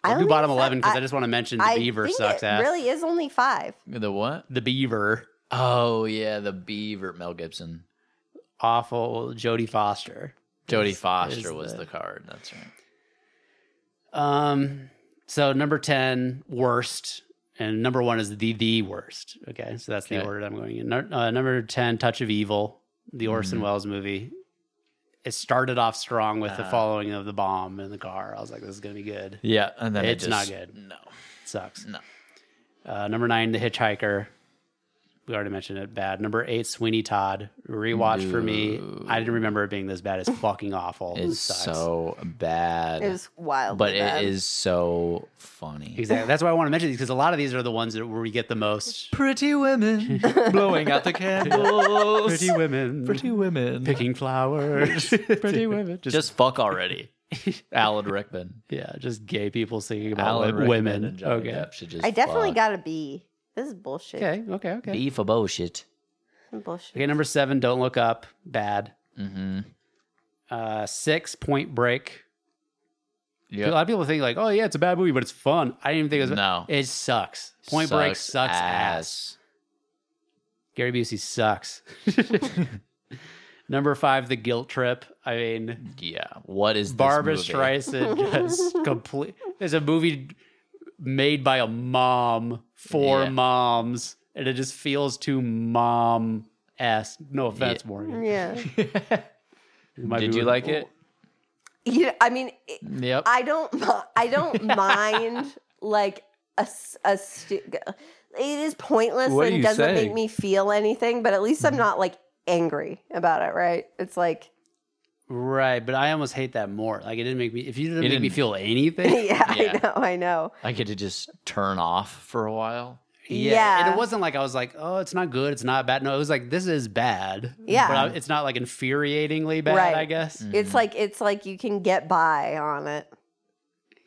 [SPEAKER 3] I
[SPEAKER 1] I'll
[SPEAKER 3] only
[SPEAKER 1] do bottom
[SPEAKER 3] said-
[SPEAKER 1] 11 because I,
[SPEAKER 3] I-
[SPEAKER 1] just want to mention the
[SPEAKER 3] I
[SPEAKER 1] beaver
[SPEAKER 3] think
[SPEAKER 1] sucks
[SPEAKER 3] it
[SPEAKER 1] ass.
[SPEAKER 3] really is only five.
[SPEAKER 2] The what?
[SPEAKER 1] The beaver,
[SPEAKER 2] Oh yeah, the Beaver Mel Gibson.
[SPEAKER 1] awful Jodie Foster.
[SPEAKER 2] Jodie
[SPEAKER 1] Is-
[SPEAKER 2] Foster
[SPEAKER 1] is
[SPEAKER 2] was
[SPEAKER 1] the-
[SPEAKER 2] the... card. That's right.
[SPEAKER 1] Um so number 10 worst and number 1 is the the worst. Okay? So that's the
[SPEAKER 2] Okay.
[SPEAKER 1] order I'm going in. Nu- Uh, number 10 Touch of Evil, the Orson Welles movie. It started off strong with the following of the bomb in the car. I was like this is going to be good.
[SPEAKER 2] Yeah, and then it
[SPEAKER 1] It's not
[SPEAKER 2] just-
[SPEAKER 1] good.
[SPEAKER 2] No,
[SPEAKER 1] Sucks.
[SPEAKER 2] No.
[SPEAKER 1] Uh, number nine, The Hitchhiker. we already mentioned it. Bad number eight, Sweeney Todd rewatch for me. I didn't remember it being this bad. It's fucking awful. It
[SPEAKER 2] It's
[SPEAKER 1] sucks.
[SPEAKER 2] so bad.
[SPEAKER 3] It was wild.
[SPEAKER 2] but it is so funny.
[SPEAKER 1] Exactly. That's why I want to mention these because a lot of these are the ones that where we get the most
[SPEAKER 2] Pretty women blowing out the candles.
[SPEAKER 1] pretty women,
[SPEAKER 2] Pretty women.
[SPEAKER 1] picking flowers, pretty women. Just,
[SPEAKER 2] Just fuck already. Alan Rickman.
[SPEAKER 1] yeah, just gay people singing about
[SPEAKER 2] Alan
[SPEAKER 1] wi-
[SPEAKER 2] Rickman
[SPEAKER 1] women.
[SPEAKER 2] and Johnny
[SPEAKER 1] okay.
[SPEAKER 2] Depp should just.
[SPEAKER 3] I definitely
[SPEAKER 2] fuck.
[SPEAKER 3] got a B. This is bullshit.
[SPEAKER 1] okay, okay, okay,
[SPEAKER 2] B for bullshit.
[SPEAKER 3] Bullshit.
[SPEAKER 1] okay. Number seven, Don't Look Up, bad.
[SPEAKER 2] Mm-hmm.
[SPEAKER 1] Uh, six, Point Break. A
[SPEAKER 2] Yeah.
[SPEAKER 1] lot of people think like, oh yeah, it's a bad movie, but it's fun. I didn't even think it was.
[SPEAKER 2] No.
[SPEAKER 1] it sucks. Point Break sucks ass. Gary Busey sucks. Number five, The Guilt Trip. I mean.
[SPEAKER 2] Yeah. What is
[SPEAKER 1] Barbara
[SPEAKER 2] this movie?
[SPEAKER 1] Streisand just complete. It's a movie made by a mom for
[SPEAKER 2] Yeah.
[SPEAKER 1] moms, and it just feels too mom esque. No offense, Morgan.
[SPEAKER 3] Yeah.
[SPEAKER 1] It might
[SPEAKER 2] Did
[SPEAKER 1] be
[SPEAKER 2] you
[SPEAKER 1] weird.
[SPEAKER 2] like it?
[SPEAKER 3] you know, I mean, it-
[SPEAKER 2] Yep.
[SPEAKER 3] I don't. mi- I don't mind like a. s- a stu- it is pointless
[SPEAKER 2] What are
[SPEAKER 3] and
[SPEAKER 2] you
[SPEAKER 3] doesn't make
[SPEAKER 2] saying?
[SPEAKER 3] me feel anything. But at least I'm not like angry about it. Right? It's like
[SPEAKER 1] Right, but I almost hate that more. Like it didn't make me. If you didn't
[SPEAKER 2] It
[SPEAKER 1] make me
[SPEAKER 2] didn't-
[SPEAKER 1] feel anything,
[SPEAKER 3] yeah,
[SPEAKER 2] Yeah.
[SPEAKER 3] I know. I know.
[SPEAKER 2] I get to just turn off for a while.
[SPEAKER 3] Yeah.
[SPEAKER 1] And it wasn't like I was like, oh, it's not good, it's not bad. No, it was like this is bad.
[SPEAKER 3] Yeah.
[SPEAKER 1] but I, it's not like infuriatingly bad.
[SPEAKER 3] Right.
[SPEAKER 1] I guess.
[SPEAKER 3] It's like it's like you can get by on it.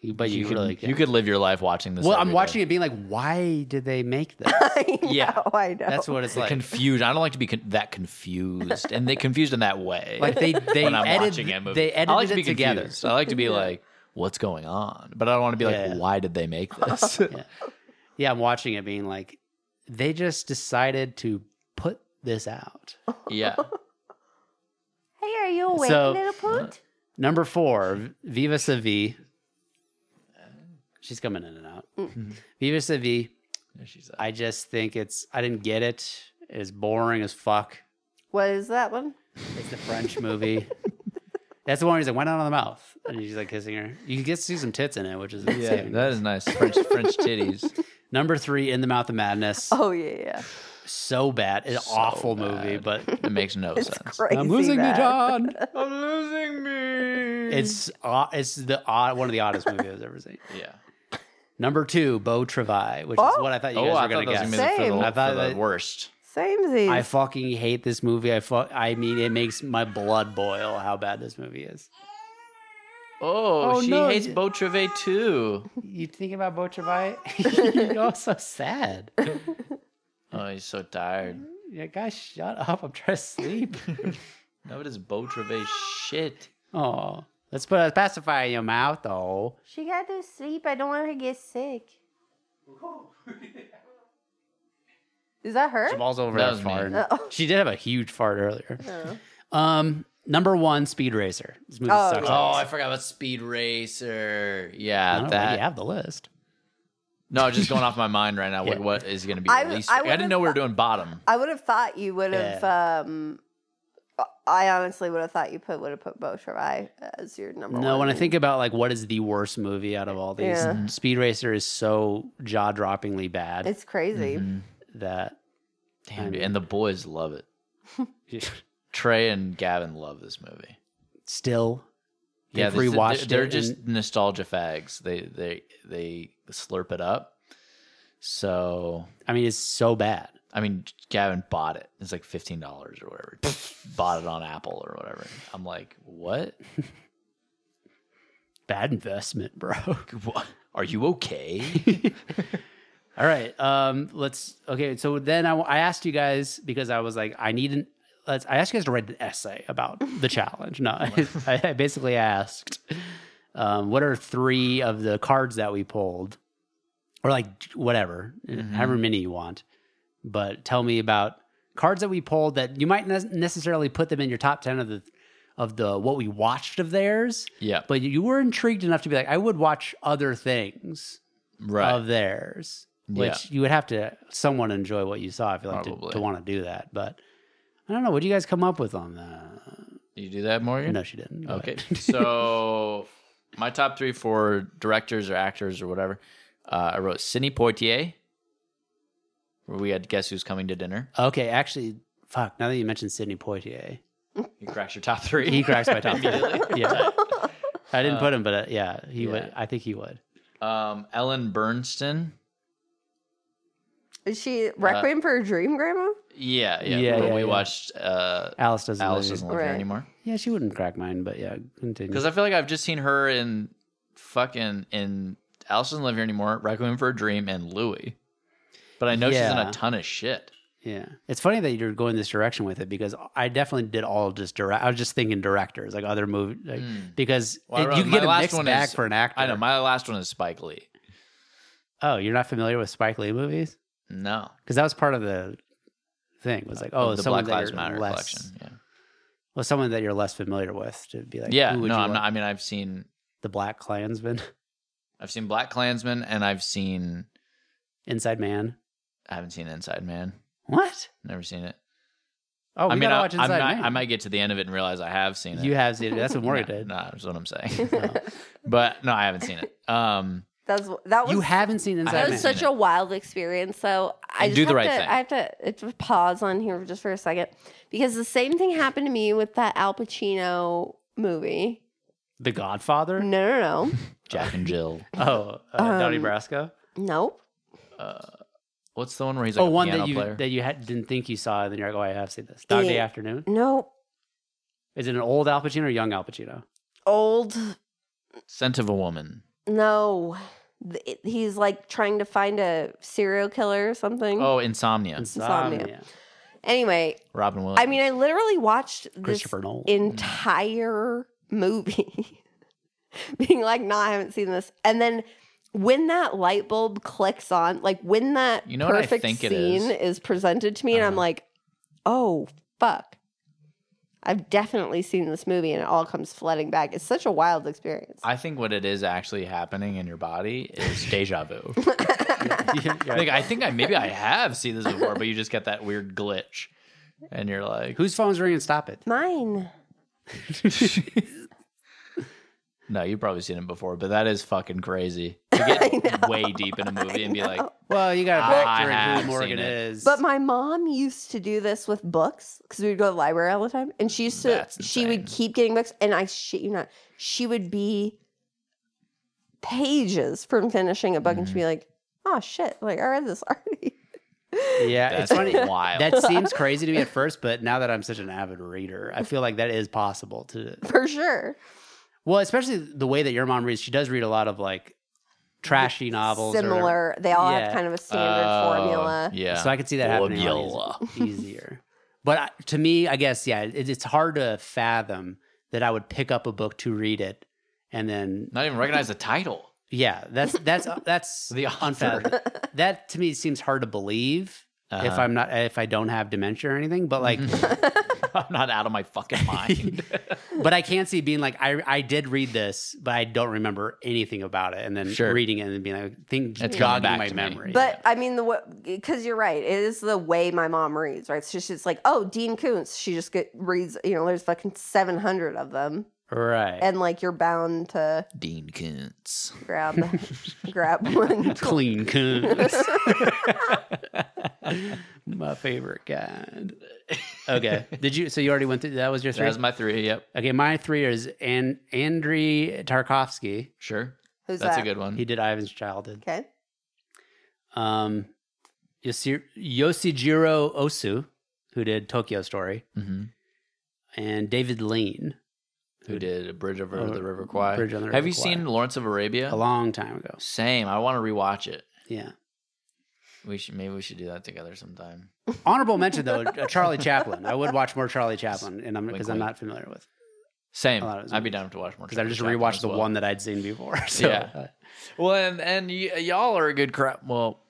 [SPEAKER 1] But you,
[SPEAKER 2] could,
[SPEAKER 1] really
[SPEAKER 2] Mm. you could live your life watching this.
[SPEAKER 1] Well, I'm
[SPEAKER 2] every
[SPEAKER 1] watching
[SPEAKER 2] day.
[SPEAKER 1] it, being like, why did they make this?
[SPEAKER 3] I know,
[SPEAKER 2] Yeah.
[SPEAKER 3] I know.
[SPEAKER 1] That's what it's like.
[SPEAKER 2] confused. I don't like to be con- that confused, and they confused in that way.
[SPEAKER 1] Like they they
[SPEAKER 2] when I'm
[SPEAKER 1] edit,
[SPEAKER 2] watching that movie,
[SPEAKER 1] They edited
[SPEAKER 2] I like to
[SPEAKER 1] it
[SPEAKER 2] be
[SPEAKER 1] together.
[SPEAKER 2] confused. I like to be like, what's going on? But I don't want to be
[SPEAKER 1] Yeah.
[SPEAKER 2] like, why did they make this?
[SPEAKER 1] Yeah, I'm watching it being like, they just decided to put this out.
[SPEAKER 3] Oh,
[SPEAKER 2] yeah,
[SPEAKER 3] Hey, are you awake,
[SPEAKER 1] So-
[SPEAKER 3] little poot?
[SPEAKER 1] Number four, Viva Savi. She's coming in and out.
[SPEAKER 3] Mm.
[SPEAKER 1] Viva Savi.
[SPEAKER 2] she's
[SPEAKER 1] I just think it's I didn't get it. It's boring as fuck.
[SPEAKER 3] What is that one?
[SPEAKER 1] It's the French movie. That's the one where he's like, why not on the mouth? And he's like kissing her. You can get to see some tits in it, which is
[SPEAKER 2] yeah,
[SPEAKER 1] insane.
[SPEAKER 2] that is nice. French French titties.
[SPEAKER 1] Number three, In the Mouth of Madness.
[SPEAKER 3] Oh yeah, yeah.
[SPEAKER 1] So bad. An awful movie,
[SPEAKER 2] bad.
[SPEAKER 1] but
[SPEAKER 2] It makes no sense.
[SPEAKER 3] Crazy bad.
[SPEAKER 1] John.
[SPEAKER 2] I'm losing me.
[SPEAKER 1] It's uh, it's the odd one of the oddest movies I've ever seen.
[SPEAKER 2] yeah.
[SPEAKER 1] Number two, Beau Travai, which is
[SPEAKER 3] Oh.
[SPEAKER 1] what I thought you
[SPEAKER 2] Oh,
[SPEAKER 1] guys
[SPEAKER 2] I
[SPEAKER 1] were
[SPEAKER 2] thought
[SPEAKER 1] gonna
[SPEAKER 2] that was gonna
[SPEAKER 1] guess.
[SPEAKER 2] be the, for
[SPEAKER 3] Same.
[SPEAKER 2] the,
[SPEAKER 1] I thought
[SPEAKER 2] for the
[SPEAKER 1] that-
[SPEAKER 2] worst.
[SPEAKER 3] Samesies.
[SPEAKER 1] I fucking hate this movie. I fu- I mean, it makes my blood boil how bad this movie is.
[SPEAKER 2] Oh,
[SPEAKER 1] Oh,
[SPEAKER 2] she
[SPEAKER 1] no,
[SPEAKER 2] hates
[SPEAKER 1] you-
[SPEAKER 2] Beau Travay too.
[SPEAKER 1] You think about Beau Travai? You're all so sad.
[SPEAKER 2] Oh, he's so tired.
[SPEAKER 1] Yeah, guys, shut up. I'm trying to sleep.
[SPEAKER 2] No, it is Beau Travay shit.
[SPEAKER 1] Oh, let's put a pacifier in your mouth, though.
[SPEAKER 3] she got to sleep. I don't want her to get sick. Is that her?
[SPEAKER 1] Jamal's over
[SPEAKER 2] That
[SPEAKER 1] there
[SPEAKER 2] was me.
[SPEAKER 1] farting.
[SPEAKER 3] Oh.
[SPEAKER 1] She did have a huge fart earlier. Um, number one, Speed Racer. This movie
[SPEAKER 3] Oh,
[SPEAKER 1] sucks.
[SPEAKER 3] yeah.
[SPEAKER 2] Oh, I forgot about Speed Racer.
[SPEAKER 1] I
[SPEAKER 2] Yeah,
[SPEAKER 1] don't
[SPEAKER 2] that.
[SPEAKER 1] already have the list.
[SPEAKER 2] No, it's just going off my mind right now.
[SPEAKER 1] Yeah.
[SPEAKER 2] What, what is going to be
[SPEAKER 3] I-
[SPEAKER 2] released?
[SPEAKER 3] I
[SPEAKER 2] I, didn't
[SPEAKER 3] would've
[SPEAKER 2] know we were doing bottom.
[SPEAKER 3] I would have thought you would have. Um, I honestly would have thought you put would have put Beau Shirai as your number one.
[SPEAKER 1] No, when I think about like what is the worst movie out of all these,
[SPEAKER 3] Yeah.
[SPEAKER 2] Mm-hmm.
[SPEAKER 1] Speed Racer is so jaw droppingly bad
[SPEAKER 3] it's crazy.
[SPEAKER 1] Mm-hmm. that
[SPEAKER 2] Damn, dude, Mm-hmm. and the boys love it. Trey and Gavin love this movie.
[SPEAKER 1] still
[SPEAKER 2] Yeah,
[SPEAKER 1] they've
[SPEAKER 2] this- they're-
[SPEAKER 1] rewatched
[SPEAKER 2] They're
[SPEAKER 1] it
[SPEAKER 2] just
[SPEAKER 1] and-
[SPEAKER 2] nostalgia fags. They they they slurp it up. So
[SPEAKER 1] I mean, it's so bad.
[SPEAKER 2] I mean, Gavin bought it. It's like fifteen dollars or whatever. bought it on Apple or whatever. I'm like, what?
[SPEAKER 1] Bad investment, bro.
[SPEAKER 2] what? Are you okay?
[SPEAKER 1] all right. Um, let's okay. So then I, I asked you guys because I was like, I need an let's I asked you guys to write an essay about the challenge. No, I, I basically asked, um, what are three of the cards that we pulled? Or like whatever, however many you want. But tell me about cards that we pulled that you might not necessarily put them in your top ten of the of the what we watched of theirs.
[SPEAKER 2] Yeah.
[SPEAKER 1] But you were intrigued enough to be like, I would watch other things
[SPEAKER 2] right.
[SPEAKER 1] of theirs,
[SPEAKER 2] Yeah.
[SPEAKER 1] which you would have to someone enjoy what you saw if you like to,
[SPEAKER 2] Probably.
[SPEAKER 1] to want to do that. But I don't know. What do you guys come up with on that?
[SPEAKER 2] you do that, Morgan?
[SPEAKER 1] No, she didn't. but-
[SPEAKER 2] Okay. so my top three for directors or actors or whatever. Uh, I wrote Sidney Poitier, where we had guess who's coming to dinner.
[SPEAKER 1] Okay, actually, fuck. Now that you mentioned Sidney Poitier,
[SPEAKER 2] You cracks your top three.
[SPEAKER 1] he cracks my top three.
[SPEAKER 2] Immediately.
[SPEAKER 1] Yeah, I didn't
[SPEAKER 2] Uh,
[SPEAKER 1] put him, but uh, yeah, he
[SPEAKER 2] yeah.
[SPEAKER 1] would. I think he would.
[SPEAKER 2] Um, Ellen Bernstein.
[SPEAKER 3] Is she
[SPEAKER 1] Uh,
[SPEAKER 3] Requiem for a Dream, Grandma?
[SPEAKER 2] Yeah, yeah.
[SPEAKER 1] Yeah,
[SPEAKER 2] when
[SPEAKER 1] yeah, Mm-hmm.
[SPEAKER 2] we
[SPEAKER 1] yeah.
[SPEAKER 2] watched uh,
[SPEAKER 1] Alice doesn't.
[SPEAKER 2] Alice
[SPEAKER 1] live-
[SPEAKER 2] doesn't live here
[SPEAKER 3] Right.
[SPEAKER 2] anymore
[SPEAKER 1] Yeah, she wouldn't crack mine, but yeah, continue.
[SPEAKER 2] because I feel like I've just seen her in fucking in Alice doesn't live here anymore. Requiem for a Dream and Louie, but I know she's in
[SPEAKER 1] Yeah.
[SPEAKER 2] a ton of shit.
[SPEAKER 1] Yeah, it's funny that you're going this direction with it because I definitely did all just direct. I was just thinking directors, like other movie, like, because
[SPEAKER 2] Hmm. Well, I
[SPEAKER 1] it-
[SPEAKER 2] wrote-
[SPEAKER 1] you can
[SPEAKER 2] my
[SPEAKER 1] get a
[SPEAKER 2] last
[SPEAKER 1] mixed
[SPEAKER 2] one
[SPEAKER 1] bag
[SPEAKER 2] is-
[SPEAKER 1] for an actor.
[SPEAKER 2] I know my last one is Spike Lee.
[SPEAKER 1] oh, you're not familiar with Spike Lee movies
[SPEAKER 2] No,
[SPEAKER 1] because that was part of the thing. Was like, oh,
[SPEAKER 2] Of the
[SPEAKER 1] someone
[SPEAKER 2] Black
[SPEAKER 1] that
[SPEAKER 2] Lives
[SPEAKER 1] you're
[SPEAKER 2] Matter
[SPEAKER 1] less,
[SPEAKER 2] collection. Yeah,
[SPEAKER 1] well, someone that you're less familiar with to be like,
[SPEAKER 2] yeah.
[SPEAKER 1] who
[SPEAKER 2] No,
[SPEAKER 1] would you
[SPEAKER 2] I'm
[SPEAKER 1] like?
[SPEAKER 2] not, I mean I've seen
[SPEAKER 1] the Black Klansman,
[SPEAKER 2] I've seen Black Klansman and I've seen
[SPEAKER 1] Inside Man.
[SPEAKER 2] I haven't seen Inside Man.
[SPEAKER 1] What?
[SPEAKER 2] Never seen it.
[SPEAKER 1] Oh, we
[SPEAKER 2] I mean,
[SPEAKER 1] gotta
[SPEAKER 2] I,
[SPEAKER 1] watch
[SPEAKER 2] I'm
[SPEAKER 1] Inside
[SPEAKER 2] not-
[SPEAKER 1] Man.
[SPEAKER 2] I might get to the end of it and realize I have seen it.
[SPEAKER 1] You have seen it. That's what Maury
[SPEAKER 2] No,
[SPEAKER 1] did.
[SPEAKER 2] No, that's what I'm saying. But no, I haven't seen it. Um,
[SPEAKER 3] That's that was
[SPEAKER 1] you haven't seen Inside
[SPEAKER 3] that
[SPEAKER 1] Man.
[SPEAKER 3] was such a wild experience. So I
[SPEAKER 2] And
[SPEAKER 3] just
[SPEAKER 2] do
[SPEAKER 3] have
[SPEAKER 2] the right
[SPEAKER 3] to,
[SPEAKER 2] thing.
[SPEAKER 3] I have to, it's a pause on here just for a second because the same thing happened to me with that Al Pacino movie.
[SPEAKER 1] the Godfather.
[SPEAKER 3] No, no, no,
[SPEAKER 2] Jack and Jill.
[SPEAKER 1] Oh, uh, Donnie
[SPEAKER 3] Um,
[SPEAKER 1] Brasco.
[SPEAKER 3] nope.
[SPEAKER 2] uh, What's the one where he's like
[SPEAKER 1] Oh,
[SPEAKER 2] a
[SPEAKER 1] one
[SPEAKER 2] piano
[SPEAKER 1] that you
[SPEAKER 2] player?
[SPEAKER 1] that you had, didn't think you saw, and then you're like, "Oh, I have seen this." Dog Day
[SPEAKER 3] Yeah.
[SPEAKER 1] Afternoon.
[SPEAKER 3] Nope.
[SPEAKER 1] Is it an old Al Pacino or young Al Pacino?
[SPEAKER 3] Old.
[SPEAKER 2] Scent of a Woman.
[SPEAKER 3] No. Th- it- He's like trying to find a serial killer or something.
[SPEAKER 2] Oh, Insomnia.
[SPEAKER 3] Insomnia. Anyway,
[SPEAKER 2] Robin Williams.
[SPEAKER 3] I mean, I literally watched this
[SPEAKER 1] Christopher Nolan.
[SPEAKER 3] entire movie being like, no, I haven't seen this. And then when that light bulb clicks on, like when that
[SPEAKER 2] You know what I
[SPEAKER 3] perfect
[SPEAKER 2] think it
[SPEAKER 3] scene is. presented to me, and I'm
[SPEAKER 2] Uh-huh.
[SPEAKER 3] like, oh, fuck. I've definitely seen this movie, and it all comes flooding back. It's such a wild experience.
[SPEAKER 2] I think what it is actually happening in your body is deja vu.
[SPEAKER 1] Yeah, yeah.
[SPEAKER 2] like I think I maybe I have seen this before, but you just get that weird glitch, and you're like,
[SPEAKER 1] Whose phone's ringing? Stop it.
[SPEAKER 3] Mine.
[SPEAKER 2] no, you've probably seen it before, but that is fucking crazy. To get way deep in a movie and be like,
[SPEAKER 1] Well, you got to
[SPEAKER 2] I
[SPEAKER 1] factor in
[SPEAKER 2] have
[SPEAKER 1] who Morgan
[SPEAKER 2] seen it.
[SPEAKER 1] is.
[SPEAKER 3] But my mom used to do this with books because we would go to the library all the time, and she used to.
[SPEAKER 2] That's
[SPEAKER 3] she would
[SPEAKER 2] insane.
[SPEAKER 3] keep getting books, and I shit you not, she would be pages from finishing a book, and she'd be
[SPEAKER 2] Mm-hmm.
[SPEAKER 3] like, "Oh shit! Like I read this already."
[SPEAKER 1] yeah,
[SPEAKER 2] that's
[SPEAKER 1] it's funny.
[SPEAKER 2] wild.
[SPEAKER 1] That seems crazy to me at first, but now that I'm such an avid reader, I feel like that is possible to.
[SPEAKER 3] For sure,
[SPEAKER 1] Well, especially the way that your mom reads, she does read a lot of like trashy novels. or-
[SPEAKER 3] similar. They all
[SPEAKER 1] Yeah.
[SPEAKER 3] have kind of a standard
[SPEAKER 2] Oh,
[SPEAKER 3] formula.
[SPEAKER 2] Yeah.
[SPEAKER 1] So I could see that happening a lot eas- easier. But I, to me, I guess, yeah, it, it's hard to fathom that I would pick up a book to read it, and then
[SPEAKER 2] Not even recognize the title.
[SPEAKER 1] yeah, that's that's uh, that's
[SPEAKER 2] The author.
[SPEAKER 1] unfathomable. That to me seems hard to believe if
[SPEAKER 2] Uh-huh. Mm-hmm.
[SPEAKER 1] I'm not if I don't have dementia or anything. But like,
[SPEAKER 2] I'm not out of my fucking mind.
[SPEAKER 1] but I can't see being like I I did read this, but I don't remember anything about it, and then
[SPEAKER 2] Sure.
[SPEAKER 1] reading it and being like think
[SPEAKER 2] It's coming
[SPEAKER 1] jogging
[SPEAKER 2] back
[SPEAKER 1] my
[SPEAKER 2] to me.
[SPEAKER 1] memory.
[SPEAKER 3] But I mean, the because you're right, it is the way my mom reads, right? So she's like, "Oh, Dean Koontz." She just get, reads, you know, there's fucking seven hundred of them,
[SPEAKER 1] right.
[SPEAKER 3] and like you're bound to
[SPEAKER 2] Dean Koontz.
[SPEAKER 3] grab grab one.
[SPEAKER 1] clean coons. my favorite kind. Okay. Did you? So you already went through. That was your
[SPEAKER 2] That
[SPEAKER 1] three.
[SPEAKER 2] was my three. Yep.
[SPEAKER 1] okay, my three is and Andrei Tarkovsky.
[SPEAKER 2] Sure.
[SPEAKER 3] Who's
[SPEAKER 2] That's
[SPEAKER 3] that?
[SPEAKER 2] a good one.
[SPEAKER 1] He did Ivan's Childhood.
[SPEAKER 3] Okay.
[SPEAKER 1] Um, Yosi- Yoshijiro Osu, who did Tokyo Story,
[SPEAKER 2] hmm
[SPEAKER 1] and David Lean
[SPEAKER 2] Who did a Bridge Over
[SPEAKER 1] Oh,
[SPEAKER 2] the River Kwai?
[SPEAKER 1] Bridge on the
[SPEAKER 2] Have
[SPEAKER 1] River
[SPEAKER 2] you
[SPEAKER 1] Kwai.
[SPEAKER 2] seen Lawrence of Arabia?
[SPEAKER 1] a long time ago.
[SPEAKER 2] Same. I want to rewatch it.
[SPEAKER 1] Yeah.
[SPEAKER 2] We should maybe we should do that together sometime.
[SPEAKER 1] Honorable mention though, uh, Charlie Chaplin. I would watch more Charlie Chaplin, and I'm because I'm
[SPEAKER 2] wink.
[SPEAKER 1] not familiar with
[SPEAKER 2] Same.
[SPEAKER 1] A lot of his
[SPEAKER 2] I'd be
[SPEAKER 1] movies.
[SPEAKER 2] down to watch more.
[SPEAKER 1] because I
[SPEAKER 2] Charlie
[SPEAKER 1] just
[SPEAKER 2] Chaplin
[SPEAKER 1] rewatched
[SPEAKER 2] as
[SPEAKER 1] the
[SPEAKER 2] well.
[SPEAKER 1] one that I'd seen before. So,
[SPEAKER 2] Yeah.
[SPEAKER 1] uh,
[SPEAKER 2] Well, and and y- y'all are a good crap. Well,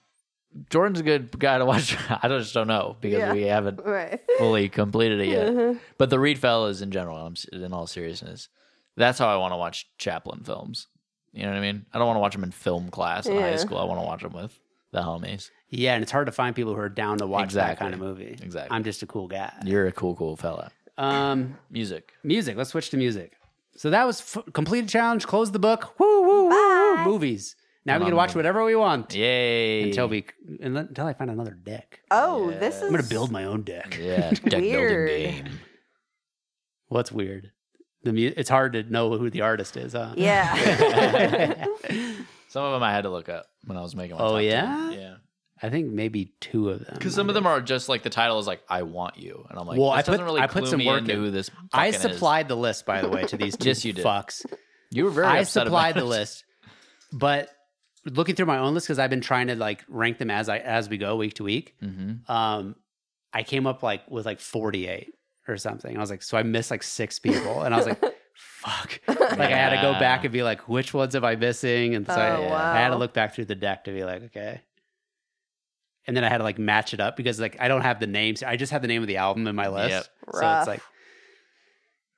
[SPEAKER 2] Jordan's a good guy to watch. I just don't know because
[SPEAKER 3] Yeah. Uh-huh.
[SPEAKER 2] we haven't
[SPEAKER 3] Right.
[SPEAKER 2] fully completed it yet. But the Reed fellas, in general, I'm s- in all seriousness, that's how I want to watch Chaplin films. You know what I mean? I don't want to watch them in film class in high
[SPEAKER 3] Yeah.
[SPEAKER 2] school. I want to watch them with the homies.
[SPEAKER 1] Yeah, and it's hard to find people who are down to watch that kind of movie.
[SPEAKER 2] Exactly.
[SPEAKER 1] I'm just a cool guy.
[SPEAKER 2] You're a cool, cool fella.
[SPEAKER 1] Um,
[SPEAKER 2] Music.
[SPEAKER 1] music. Let's switch to music. So that was f- completed challenge. Close the book. Woo, woo, woo, woo. Movies. Now we can watch whatever we want
[SPEAKER 2] Yay.
[SPEAKER 1] until we and then- until I find another deck.
[SPEAKER 3] Oh, this is
[SPEAKER 1] I'm gonna build my own deck.
[SPEAKER 2] Yeah, deck building
[SPEAKER 3] Weird.
[SPEAKER 2] game.
[SPEAKER 1] What's weird? The mu- it's hard to know who the artist is, huh?
[SPEAKER 3] Yeah.
[SPEAKER 2] Some of them I had to look up when I was making my
[SPEAKER 1] Oh,
[SPEAKER 2] top 10.
[SPEAKER 1] yeah?
[SPEAKER 2] Yeah.
[SPEAKER 1] I think maybe two of them.
[SPEAKER 2] Because some of them are just like the title is like "I want you," and I'm like,
[SPEAKER 1] Well,
[SPEAKER 2] this
[SPEAKER 1] I put-
[SPEAKER 2] doesn't really
[SPEAKER 1] I put
[SPEAKER 2] clue
[SPEAKER 1] some
[SPEAKER 2] me
[SPEAKER 1] work
[SPEAKER 2] into
[SPEAKER 1] in.
[SPEAKER 2] who this.
[SPEAKER 1] I
[SPEAKER 2] fucking is.
[SPEAKER 1] supplied the list, by the way, to these two
[SPEAKER 2] Yes, you did.
[SPEAKER 1] fucks.
[SPEAKER 2] You were very.
[SPEAKER 1] I
[SPEAKER 2] upset
[SPEAKER 1] supplied
[SPEAKER 2] about
[SPEAKER 1] the
[SPEAKER 2] it.
[SPEAKER 1] list, but looking through my own list because I've been trying to like rank them as I as we go week to week.
[SPEAKER 2] Mhm.
[SPEAKER 1] Um, I came up like with like 48 or something. I was like, so I missed like six people, and I was like, fuck. Like I had to go
[SPEAKER 2] Yeah.
[SPEAKER 1] back and be like, which ones am I missing? And so I,
[SPEAKER 3] Oh,
[SPEAKER 1] I had to
[SPEAKER 3] wow.
[SPEAKER 1] look back through the deck to be like, okay. And then I had to like match it up because like I don't have the names. I just have the name of the album in my list.
[SPEAKER 2] Yep.
[SPEAKER 1] So
[SPEAKER 3] Rough.
[SPEAKER 1] it's like it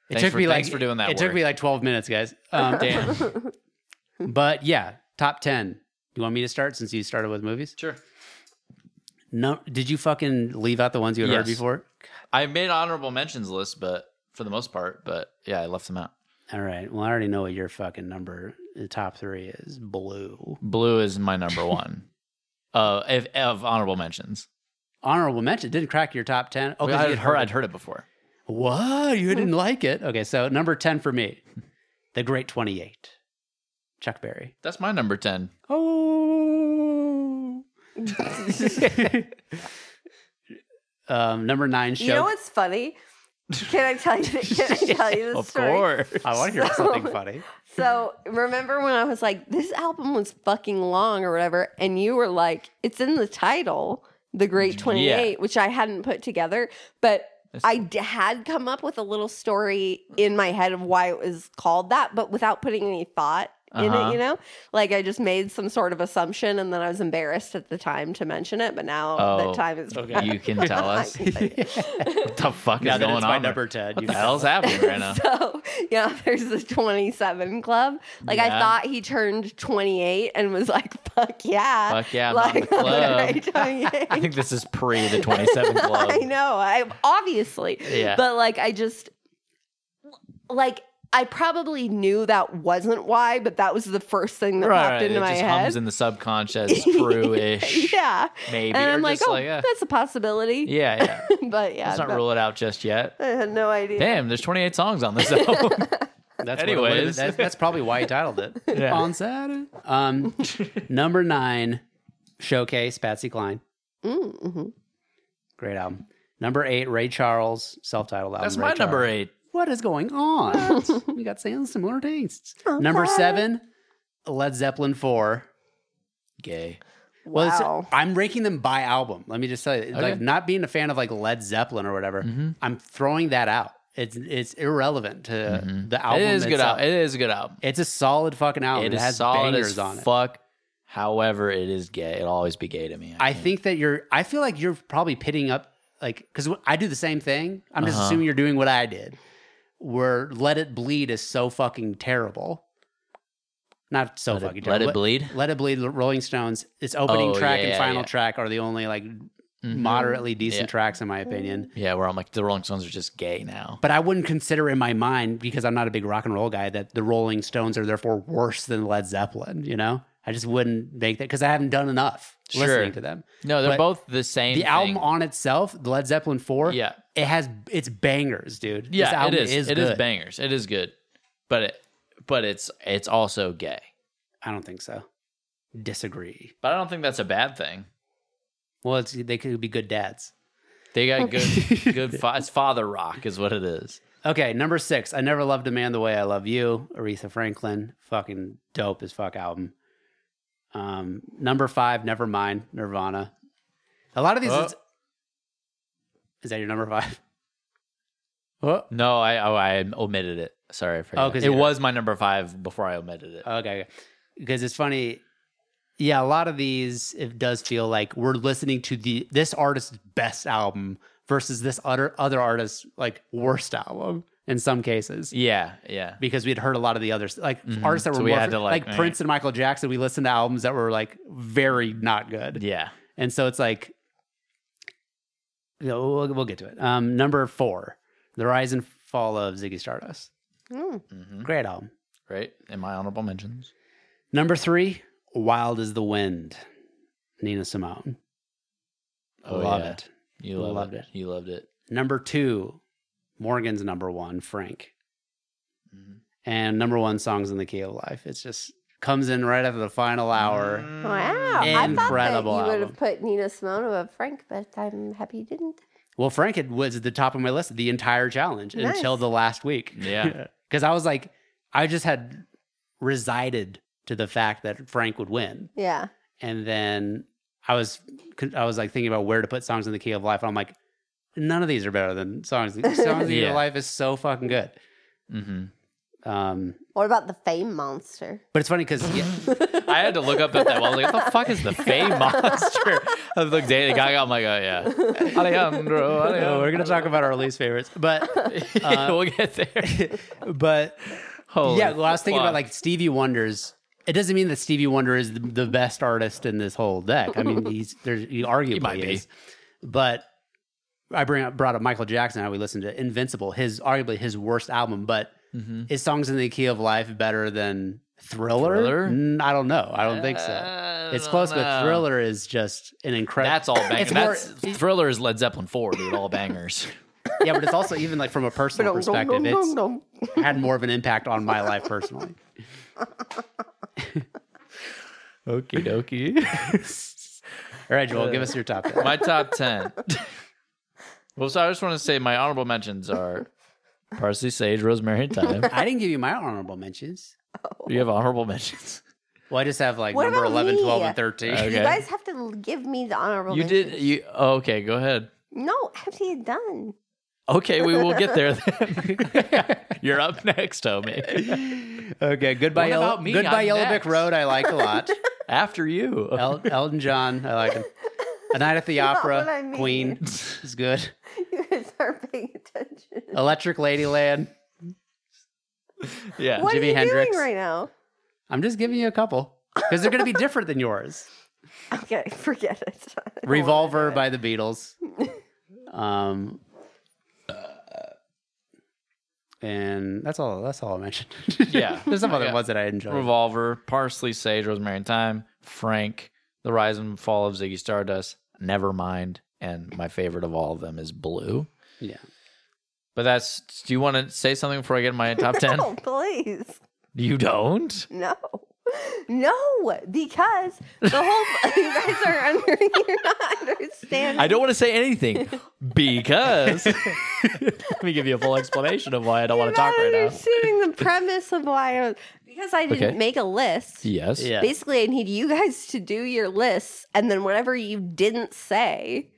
[SPEAKER 2] Thanks
[SPEAKER 1] took
[SPEAKER 2] for-
[SPEAKER 1] me like
[SPEAKER 2] thanks for doing that
[SPEAKER 1] It took
[SPEAKER 2] work.
[SPEAKER 1] me like twelve minutes, guys. Um,
[SPEAKER 2] Damn.
[SPEAKER 1] but yeah, top ten. You want me to start since you started with movies?
[SPEAKER 2] Sure.
[SPEAKER 1] No, did you fucking leave out the ones you had heard
[SPEAKER 2] Yes.
[SPEAKER 1] before?
[SPEAKER 2] I made honorable mentions list, but for the most part, but yeah, I left them out.
[SPEAKER 1] All right. Well, I already know what your fucking number the top three is. Blue.
[SPEAKER 2] Blue is my number one. Uh, if, of honorable mentions,
[SPEAKER 1] Honorable mention didn't crack your top ten. Oh, 'cause
[SPEAKER 2] I
[SPEAKER 1] you
[SPEAKER 2] had
[SPEAKER 1] had
[SPEAKER 2] heard, I'd heard it before.
[SPEAKER 1] What? You didn't like it? Okay, so number 10 for me, The Great 28, Chuck Berry.
[SPEAKER 2] That's my number ten.
[SPEAKER 1] Oh. um, number nine, show.
[SPEAKER 3] you know what's funny? Can I tell you? Can I tell you this
[SPEAKER 2] Of
[SPEAKER 3] story?
[SPEAKER 2] course,
[SPEAKER 1] I want to hear something funny.
[SPEAKER 3] So remember when I was like, this album was fucking long or whatever, and you were like, it's in the title, The Great 28, which I hadn't put together, but I d- had come up with a little story in my head of why it was called that, but without putting any thought in
[SPEAKER 2] Uh-huh.
[SPEAKER 3] it, you know? Like I just made some sort of assumption and then I was embarrassed at the time to mention it, but now
[SPEAKER 2] Oh,
[SPEAKER 3] that time is
[SPEAKER 2] you can tell us what the fuck is
[SPEAKER 1] Now that
[SPEAKER 2] going
[SPEAKER 1] it's my
[SPEAKER 2] on. there?
[SPEAKER 1] number 10. You
[SPEAKER 2] What the hell's happening right now?
[SPEAKER 3] So yeah, there's the 27 club. Like I
[SPEAKER 2] Yeah.
[SPEAKER 3] thought he turned 28 and was like, "Fuck yeah,
[SPEAKER 2] Fuck yeah, I'm on
[SPEAKER 3] like
[SPEAKER 2] the
[SPEAKER 3] I'm
[SPEAKER 2] club.
[SPEAKER 3] already 28.
[SPEAKER 2] I think this is pre the 27 club.
[SPEAKER 3] I know, I obviously,
[SPEAKER 2] Yeah.
[SPEAKER 3] but like I just like I probably knew that wasn't why, but that was the first thing that popped into
[SPEAKER 2] it
[SPEAKER 3] my
[SPEAKER 2] just
[SPEAKER 3] head.
[SPEAKER 2] hums in the subconscious, true-ish,
[SPEAKER 3] yeah,
[SPEAKER 2] maybe.
[SPEAKER 3] and
[SPEAKER 2] or
[SPEAKER 3] I'm like,
[SPEAKER 2] just
[SPEAKER 3] oh,
[SPEAKER 2] like, yeah,
[SPEAKER 3] that's a possibility.
[SPEAKER 2] yeah, yeah.
[SPEAKER 3] but yeah,
[SPEAKER 2] Let's not
[SPEAKER 3] no-
[SPEAKER 2] rule it out just yet.
[SPEAKER 3] I had no idea.
[SPEAKER 2] Damn, there's 28 songs on this album.
[SPEAKER 1] That's what it would've been.
[SPEAKER 2] Anyways.
[SPEAKER 1] That's, that's probably why he titled it.
[SPEAKER 2] Yeah.
[SPEAKER 1] On Saturday. Um, number nine, Showcase, Patsy Cline.
[SPEAKER 3] Mm-hmm.
[SPEAKER 1] Great album. Number eight, Ray Charles, self-titled album.
[SPEAKER 2] That's
[SPEAKER 1] Ray
[SPEAKER 2] my number
[SPEAKER 1] Charles.
[SPEAKER 2] eight.
[SPEAKER 1] What is going on? we got same- similar tastes. Number seven, Led Zeppelin four.
[SPEAKER 2] Gay.
[SPEAKER 1] Well, it's-
[SPEAKER 3] Wow.
[SPEAKER 1] I'm ranking them by album. Let me just tell you, like not being a fan of like Led Zeppelin or whatever,
[SPEAKER 2] Mm-hmm.
[SPEAKER 1] I'm throwing that out. It's it's irrelevant to the
[SPEAKER 2] Mm-hmm. It
[SPEAKER 1] album.
[SPEAKER 2] is a good
[SPEAKER 1] itself.
[SPEAKER 2] album. It is a good album.
[SPEAKER 1] It's a solid fucking album. It,
[SPEAKER 2] It is
[SPEAKER 1] has
[SPEAKER 2] solid
[SPEAKER 1] bangers
[SPEAKER 2] as
[SPEAKER 1] on it.
[SPEAKER 2] fuck. However, it is gay. It'll always be gay to me.
[SPEAKER 1] I think that you're. I feel like you're probably pitting up like because I do the same thing. I'm just
[SPEAKER 2] Uh-huh.
[SPEAKER 1] assuming you're doing what I did, where "Let It Bleed" is so fucking terrible. Not so
[SPEAKER 2] Let It-
[SPEAKER 1] fucking.
[SPEAKER 2] Let
[SPEAKER 1] terrible.
[SPEAKER 2] It Bleed?
[SPEAKER 1] Let it bleed. Rolling Stones. Its opening
[SPEAKER 2] Oh,
[SPEAKER 1] track
[SPEAKER 2] yeah,
[SPEAKER 1] and
[SPEAKER 2] yeah,
[SPEAKER 1] final
[SPEAKER 2] yeah.
[SPEAKER 1] track are the only like Mm-hmm.
[SPEAKER 2] Mhm.
[SPEAKER 1] moderately decent
[SPEAKER 2] Yeah.
[SPEAKER 1] tracks in my opinion.
[SPEAKER 2] Yeah, where I'm like, the Rolling Stones are just gay now.
[SPEAKER 1] But I wouldn't consider in my mind because I'm not a big rock and roll guy that the Rolling Stones are therefore worse than Led Zeppelin. You know, I just wouldn't make that because I haven't done enough
[SPEAKER 2] Sure.
[SPEAKER 1] listening to them.
[SPEAKER 2] No, they're
[SPEAKER 1] But
[SPEAKER 2] both the same.
[SPEAKER 1] the
[SPEAKER 2] thing.
[SPEAKER 1] album on itself, the Led Zeppelin Four,
[SPEAKER 2] Yeah.
[SPEAKER 1] it has it's bangers, dude. this
[SPEAKER 2] Yeah, it
[SPEAKER 1] album
[SPEAKER 2] is. It is
[SPEAKER 1] good.
[SPEAKER 2] bangers. It is good, but it, but it's it's also gay.
[SPEAKER 1] I don't think so. Disagree.
[SPEAKER 2] But I don't think that's a bad thing.
[SPEAKER 1] Well, it's they could be good dads.
[SPEAKER 2] They got good good. Fa- it's father rock is what it is.
[SPEAKER 1] Okay, number six. I never loved a man the way I love you. Aretha Franklin, fucking dope as fuck album. Um, number five, never mind, Nirvana. A lot of these.
[SPEAKER 2] Oh.
[SPEAKER 1] Is, is that your number five? What?
[SPEAKER 2] No, I oh, I omitted it. Sorry, I forgot.
[SPEAKER 1] Oh, 'cause
[SPEAKER 2] it
[SPEAKER 1] you- Oh.
[SPEAKER 2] was my number five before I omitted it.
[SPEAKER 1] Okay, okay. because it's funny. Yeah, a lot of these it does feel like we're listening to the this artist's best album versus this other other artist's like worst album in some cases
[SPEAKER 2] yeah, yeah.
[SPEAKER 1] because we had heard a lot of the others like artists that were
[SPEAKER 2] So we
[SPEAKER 1] more
[SPEAKER 2] had to, like,
[SPEAKER 1] like, Prince and Michael Jackson. We listened to albums that were like very not good,
[SPEAKER 2] Yeah.
[SPEAKER 1] and so it's like you know, we'll, we'll get to it. Um, number four, the rise and fall of Ziggy Stardust,
[SPEAKER 3] Mm.
[SPEAKER 2] hmm
[SPEAKER 1] Mm-hmm. great album.
[SPEAKER 2] Right? In my honorable mentions.
[SPEAKER 1] Number three, Wild as the Wind, Nina Simone. I
[SPEAKER 2] Oh,
[SPEAKER 1] love
[SPEAKER 2] yeah.
[SPEAKER 1] it.
[SPEAKER 2] You loved,
[SPEAKER 1] Loved
[SPEAKER 2] it.
[SPEAKER 1] it.
[SPEAKER 2] You loved it.
[SPEAKER 1] Number two, Morgan's number one, Frank.
[SPEAKER 2] Mm-hmm.
[SPEAKER 1] And number one, Songs in the Key of Life. It's just comes in right after the final hour.
[SPEAKER 2] Mm.
[SPEAKER 3] Oh, Wow.
[SPEAKER 1] Mm-hmm. Incredible
[SPEAKER 3] I thought that you
[SPEAKER 1] album.
[SPEAKER 3] would have put Nina Simone above Frank, but I'm happy you didn't.
[SPEAKER 1] Well, Frank had, was at the top of my list the entire challenge
[SPEAKER 3] Nice.
[SPEAKER 1] until the last week.
[SPEAKER 2] Yeah.
[SPEAKER 1] Because I was like, I just had resided to the fact that Frank would win.
[SPEAKER 3] Yeah.
[SPEAKER 1] and then I was I was like thinking about where to put songs in the key of life, and I'm like, none of these are better than songs. Songs in the key
[SPEAKER 2] Yeah.
[SPEAKER 1] of life is so fucking good.
[SPEAKER 2] hmm
[SPEAKER 1] Um,
[SPEAKER 3] What about the fame monster?
[SPEAKER 1] but it's funny because
[SPEAKER 2] I had to look up at that. one. I was like, "What the fuck is the Fame Monster?" I looked at the guy. I'm like, "Oh yeah, Alejandro."
[SPEAKER 1] we're
[SPEAKER 2] Alejandro.
[SPEAKER 1] gonna talk about our least favorites, but Uh,
[SPEAKER 2] we'll get there.
[SPEAKER 1] but
[SPEAKER 2] Holy
[SPEAKER 1] yeah, well, I was thinking
[SPEAKER 2] fuck.
[SPEAKER 1] about like Stevie Wonder's. It doesn't mean that Stevie Wonder is the, the best artist in this whole deck. I mean, he's there's he arguably
[SPEAKER 2] might be.
[SPEAKER 1] is, but I bring up brought up Michael Jackson. How we listened to Invincible, his arguably his worst album, but
[SPEAKER 2] Mm-hmm.
[SPEAKER 1] is Songs in the Key of Life better than Thriller?
[SPEAKER 2] Thriller?
[SPEAKER 1] Mm, I don't know. I don't think so.
[SPEAKER 2] Uh,
[SPEAKER 1] It's
[SPEAKER 2] I
[SPEAKER 1] close,
[SPEAKER 2] don't
[SPEAKER 1] but
[SPEAKER 2] know.
[SPEAKER 1] Thriller is just an incredible.
[SPEAKER 2] That's all bangers.
[SPEAKER 1] It's more-
[SPEAKER 2] That's Thriller is Led Zeppelin four, dude. All bangers.
[SPEAKER 1] yeah, but it's also even like from a personal perspective, it's had more of an impact on my life personally.
[SPEAKER 2] Okie dokie.
[SPEAKER 1] All right, Joel, give us your top. 10.
[SPEAKER 2] my top 10. well, so I just want to say my honorable mentions are Parsley Sage, Rosemary and Thyme.
[SPEAKER 1] I didn't give you my honorable mentions.
[SPEAKER 2] You have honorable mentions.
[SPEAKER 1] Well, I just have like
[SPEAKER 3] What
[SPEAKER 1] number
[SPEAKER 3] about
[SPEAKER 1] 11,
[SPEAKER 3] me?
[SPEAKER 1] 12, and 13.
[SPEAKER 2] Okay.
[SPEAKER 3] You guys have to l- give me the honorable
[SPEAKER 2] You
[SPEAKER 3] mention.
[SPEAKER 2] did you okay, go ahead.
[SPEAKER 3] No, I haven't even done.
[SPEAKER 2] Okay, we will get there then. You're up next, homie.
[SPEAKER 1] Okay, Goodbye,
[SPEAKER 2] What
[SPEAKER 1] Yellow,
[SPEAKER 2] about me?
[SPEAKER 1] Goodbye
[SPEAKER 2] I'm
[SPEAKER 1] Yellow Brick
[SPEAKER 2] next.
[SPEAKER 1] Road, I like a lot.
[SPEAKER 2] After you.
[SPEAKER 1] El- Elton John, I like him. A Night at the
[SPEAKER 3] Not
[SPEAKER 1] Opera,
[SPEAKER 3] what I mean.
[SPEAKER 1] Queen is good.
[SPEAKER 3] You guys aren't paying attention.
[SPEAKER 1] Electric Ladyland.
[SPEAKER 2] yeah.
[SPEAKER 3] What
[SPEAKER 1] Jimi
[SPEAKER 3] are you
[SPEAKER 1] Hendrix.
[SPEAKER 3] doing right now?
[SPEAKER 1] I'm just giving you a couple because they're going to be different than yours.
[SPEAKER 3] Okay, forget it. I don't wanna
[SPEAKER 1] Revolver
[SPEAKER 3] do it.
[SPEAKER 1] by the Beatles. Um, uh, and that's all. That's all I mentioned.
[SPEAKER 2] Yeah.
[SPEAKER 1] there's some other
[SPEAKER 2] Yeah.
[SPEAKER 1] ones that I enjoyed.
[SPEAKER 2] Revolver, Parsley Sage, Rosemary and Thyme, Frank, The Rise and Fall of Ziggy Stardust, Nevermind, and my favorite of all of them is Blue.
[SPEAKER 1] Yeah.
[SPEAKER 2] But that's do you want to say something before I get my top 10?
[SPEAKER 3] No, please.
[SPEAKER 2] You don't?
[SPEAKER 3] No. No, because the whole you guys are under you're not understanding.
[SPEAKER 2] I don't want to say anything because let me give you a full explanation of why I don't
[SPEAKER 3] you're
[SPEAKER 2] want to talk
[SPEAKER 3] not
[SPEAKER 2] right now.
[SPEAKER 3] understanding the premise of why I was because I didn't
[SPEAKER 2] Okay.
[SPEAKER 3] make a list.
[SPEAKER 2] Yes.
[SPEAKER 1] Yeah.
[SPEAKER 3] Basically, I need you guys to do your lists, and then whatever you didn't say,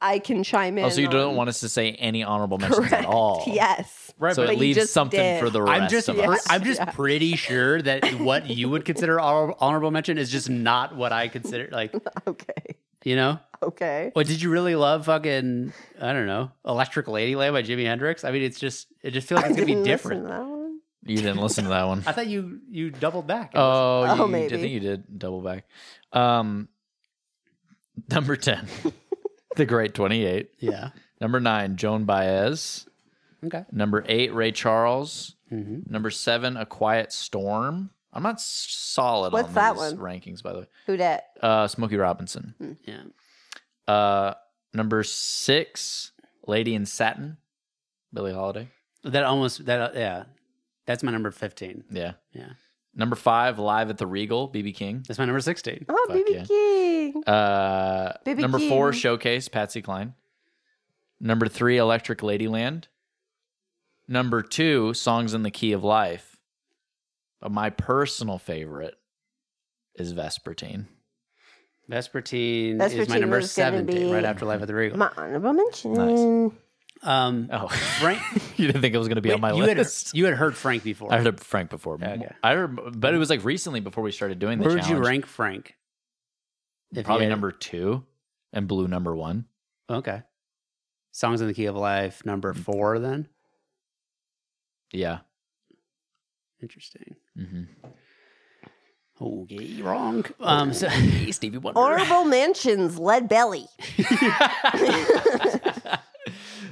[SPEAKER 3] I can chime in.
[SPEAKER 2] Oh, so you don't
[SPEAKER 3] on.
[SPEAKER 2] want us to say any honorable mentions
[SPEAKER 3] Um, correct
[SPEAKER 2] at all.
[SPEAKER 3] Yes.
[SPEAKER 1] Right,
[SPEAKER 2] So
[SPEAKER 1] but
[SPEAKER 2] it
[SPEAKER 3] you
[SPEAKER 2] leaves
[SPEAKER 3] just
[SPEAKER 2] something
[SPEAKER 3] did.
[SPEAKER 2] for the rest
[SPEAKER 1] I'm just
[SPEAKER 2] of
[SPEAKER 1] pre-
[SPEAKER 2] us.
[SPEAKER 3] us.
[SPEAKER 1] I'm just
[SPEAKER 3] Yeah.
[SPEAKER 1] pretty sure that what you would consider hon- honorable mention is just not what I consider. Like
[SPEAKER 3] Okay.
[SPEAKER 1] you know,
[SPEAKER 3] Okay.
[SPEAKER 1] what did you really love? Fucking I don't know, Electric Ladyland by Jimi Hendrix. I mean, it's just it just feels like it's gonna be
[SPEAKER 3] Didn't listen to
[SPEAKER 1] different.
[SPEAKER 3] that one.
[SPEAKER 2] You didn't listen to that one.
[SPEAKER 1] I thought you you doubled back. and listened.
[SPEAKER 2] Oh,
[SPEAKER 3] Oh,
[SPEAKER 2] you-
[SPEAKER 3] maybe.
[SPEAKER 2] I think you did double back. Um, number 10, The Great 28.
[SPEAKER 1] yeah.
[SPEAKER 2] Number 9, Joan Baez.
[SPEAKER 1] Okay.
[SPEAKER 2] Number 8, Ray Charles.
[SPEAKER 1] hmm
[SPEAKER 2] Number 7, A Quiet Storm. I'm not s- solid
[SPEAKER 3] What's
[SPEAKER 2] on
[SPEAKER 3] that
[SPEAKER 2] these
[SPEAKER 3] one? Hmm.
[SPEAKER 2] rankings, by the way.
[SPEAKER 3] Who dat?
[SPEAKER 2] Uh, Smokey Robinson.
[SPEAKER 1] Yeah.
[SPEAKER 2] Uh, number six, Lady in Satin, Billie Holiday.
[SPEAKER 1] That almost that uh, yeah. That's my number fifteen.
[SPEAKER 2] Yeah,
[SPEAKER 1] Yeah.
[SPEAKER 2] Number five, Live at the Regal, BB King.
[SPEAKER 1] That's my number sixteen.
[SPEAKER 3] Oh,
[SPEAKER 2] Fuck
[SPEAKER 3] BB
[SPEAKER 2] yeah.
[SPEAKER 3] King.
[SPEAKER 2] Uh,
[SPEAKER 3] B.B.
[SPEAKER 2] number four,
[SPEAKER 3] King.
[SPEAKER 2] Showcase, Patsy Cline. Number three, Electric Ladyland. Number two, Songs in the Key of Life. But my personal favorite is Vespertine.
[SPEAKER 1] Vespertine, is my
[SPEAKER 3] Vespertine
[SPEAKER 1] number
[SPEAKER 3] was gonna
[SPEAKER 1] seventeen,
[SPEAKER 3] be-
[SPEAKER 1] right after Life of the Regal.
[SPEAKER 3] My honorable mention.
[SPEAKER 1] Um,
[SPEAKER 2] Oh,
[SPEAKER 1] Frank,
[SPEAKER 2] you didn't think it was going to be on my
[SPEAKER 1] you had
[SPEAKER 2] list?
[SPEAKER 1] you had heard Frank before.
[SPEAKER 2] I heard of Frank before.
[SPEAKER 1] Okay.
[SPEAKER 2] I heard, but it was like recently before we started doing the
[SPEAKER 1] Where would
[SPEAKER 2] challenge.
[SPEAKER 1] you rank Frank? If you
[SPEAKER 2] Probably
[SPEAKER 1] had-
[SPEAKER 2] number two and blue number one.
[SPEAKER 1] Okay. Songs in the Key of Life, number
[SPEAKER 2] Mm.
[SPEAKER 1] four, then?
[SPEAKER 2] Yeah.
[SPEAKER 1] Interesting.
[SPEAKER 2] Mm-hmm.
[SPEAKER 1] Okay, Oh, wrong. Um, so,
[SPEAKER 2] Stevie Wonder.
[SPEAKER 3] Honorable mentions, Lead Belly.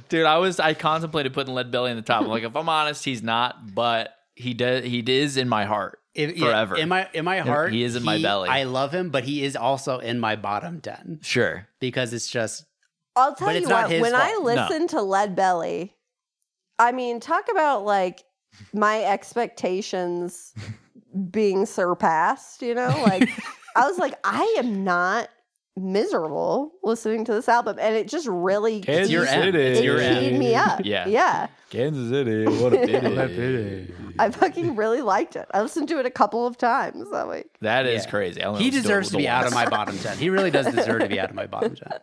[SPEAKER 2] Dude, I was I contemplated putting Lead Belly in the top. I'm like, if I'm honest, he's not, but he does he is in my heart.
[SPEAKER 1] If- yeah,
[SPEAKER 2] Forever.
[SPEAKER 1] in my in my heart,
[SPEAKER 2] he is in my belly.
[SPEAKER 1] I love him, but he is also in my bottom ten
[SPEAKER 2] Sure.
[SPEAKER 1] because it's just
[SPEAKER 3] I'll tell
[SPEAKER 1] But
[SPEAKER 3] you
[SPEAKER 1] it's not
[SPEAKER 3] what,
[SPEAKER 1] his
[SPEAKER 3] when I
[SPEAKER 1] fault.
[SPEAKER 2] No.
[SPEAKER 3] listen to Lead Belly, I mean, talk about like my expectations being surpassed, you know? Like, I was like, I am not miserable listening to this album. And it just really
[SPEAKER 2] Kansas
[SPEAKER 3] keyed-
[SPEAKER 1] your end.
[SPEAKER 2] City.
[SPEAKER 1] It's
[SPEAKER 3] it
[SPEAKER 1] your
[SPEAKER 3] keyed
[SPEAKER 1] end.
[SPEAKER 3] me up.
[SPEAKER 2] Yeah.
[SPEAKER 3] Yeah.
[SPEAKER 2] Kansas City. What a pity.
[SPEAKER 3] I fucking really liked it. I listened to it a couple of times that week.
[SPEAKER 2] that is
[SPEAKER 1] Yeah.
[SPEAKER 2] crazy. I only
[SPEAKER 1] He
[SPEAKER 2] was doing
[SPEAKER 1] deserves
[SPEAKER 2] it
[SPEAKER 1] to
[SPEAKER 2] the
[SPEAKER 1] be out of
[SPEAKER 2] once.
[SPEAKER 1] my bottom ten. He really does deserve to be out of my bottom ten.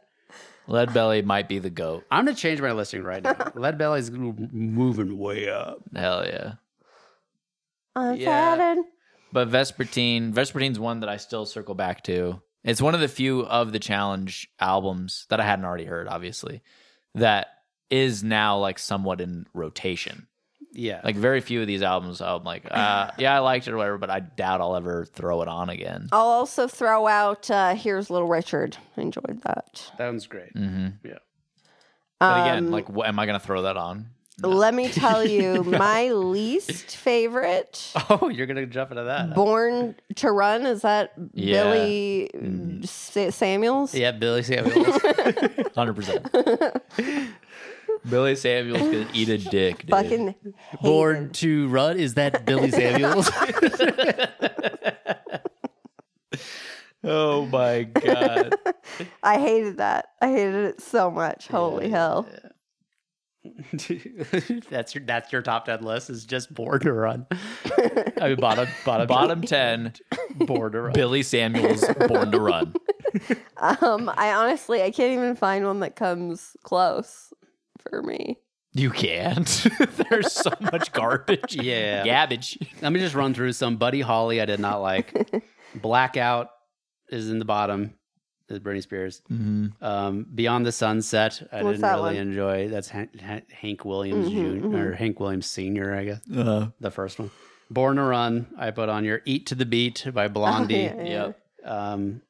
[SPEAKER 2] Lead Belly might be the goat.
[SPEAKER 1] I'm gonna change my listing right now. Lead Belly's moving way up.
[SPEAKER 2] Hell yeah.
[SPEAKER 3] I'm
[SPEAKER 2] Yeah.
[SPEAKER 3] sad.
[SPEAKER 2] But Vespertine, Vespertine's one that I still circle back to. It's one of the few of the challenge albums that I hadn't already heard, obviously, that is now like somewhat in rotation.
[SPEAKER 1] Yeah,
[SPEAKER 2] Like very few of these albums, I'm like, uh, yeah, I liked it or whatever, but I doubt I'll ever throw it on again.
[SPEAKER 3] I'll also throw out uh, Here's Little Richard. I enjoyed that.
[SPEAKER 1] that one's great.
[SPEAKER 2] hmm
[SPEAKER 1] Yeah.
[SPEAKER 2] But again,
[SPEAKER 3] Um,
[SPEAKER 2] like, what, am I going to throw that on?
[SPEAKER 3] Let me tell you, my least favorite,
[SPEAKER 1] Oh, you're gonna jump into that.
[SPEAKER 3] Born to Run, is that
[SPEAKER 2] Yeah. Mm.
[SPEAKER 3] Billy Sa- Samuels?
[SPEAKER 1] yeah, Billy Samuels.
[SPEAKER 2] 100%. Billy Samuels could eat a dick. Dude.
[SPEAKER 3] Fucking
[SPEAKER 1] Born to Run. Is that Billy Samuels?
[SPEAKER 2] Oh my God.
[SPEAKER 3] I hated that. I hated it so much. Holy hell.
[SPEAKER 1] that's your that's your top ten list. Is just Born to Run. I mean, bottom bottom
[SPEAKER 2] Bottom 10,
[SPEAKER 1] Born to Run.
[SPEAKER 2] Billy Samuels, born to run.
[SPEAKER 3] Um, I honestly I can't even find one that comes close for me.
[SPEAKER 2] You can't. There's so much garbage.
[SPEAKER 1] Yeah.
[SPEAKER 2] Gabbage.
[SPEAKER 1] Let me just run through some. Buddy Holly, I did not like. Blackout is in the bottom. Is Britney Spears. Um, Beyond the Sunset, I
[SPEAKER 3] What's
[SPEAKER 1] didn't
[SPEAKER 3] that
[SPEAKER 1] really
[SPEAKER 3] one?
[SPEAKER 1] enjoy. That's Han- Han- Hank Williams junior or Hank Williams Senior, I guess.
[SPEAKER 2] Uh,
[SPEAKER 1] The first one. Born to Run, I put on your Eat to the Beat by Blondie.
[SPEAKER 3] yeah,
[SPEAKER 2] yep.
[SPEAKER 1] Um,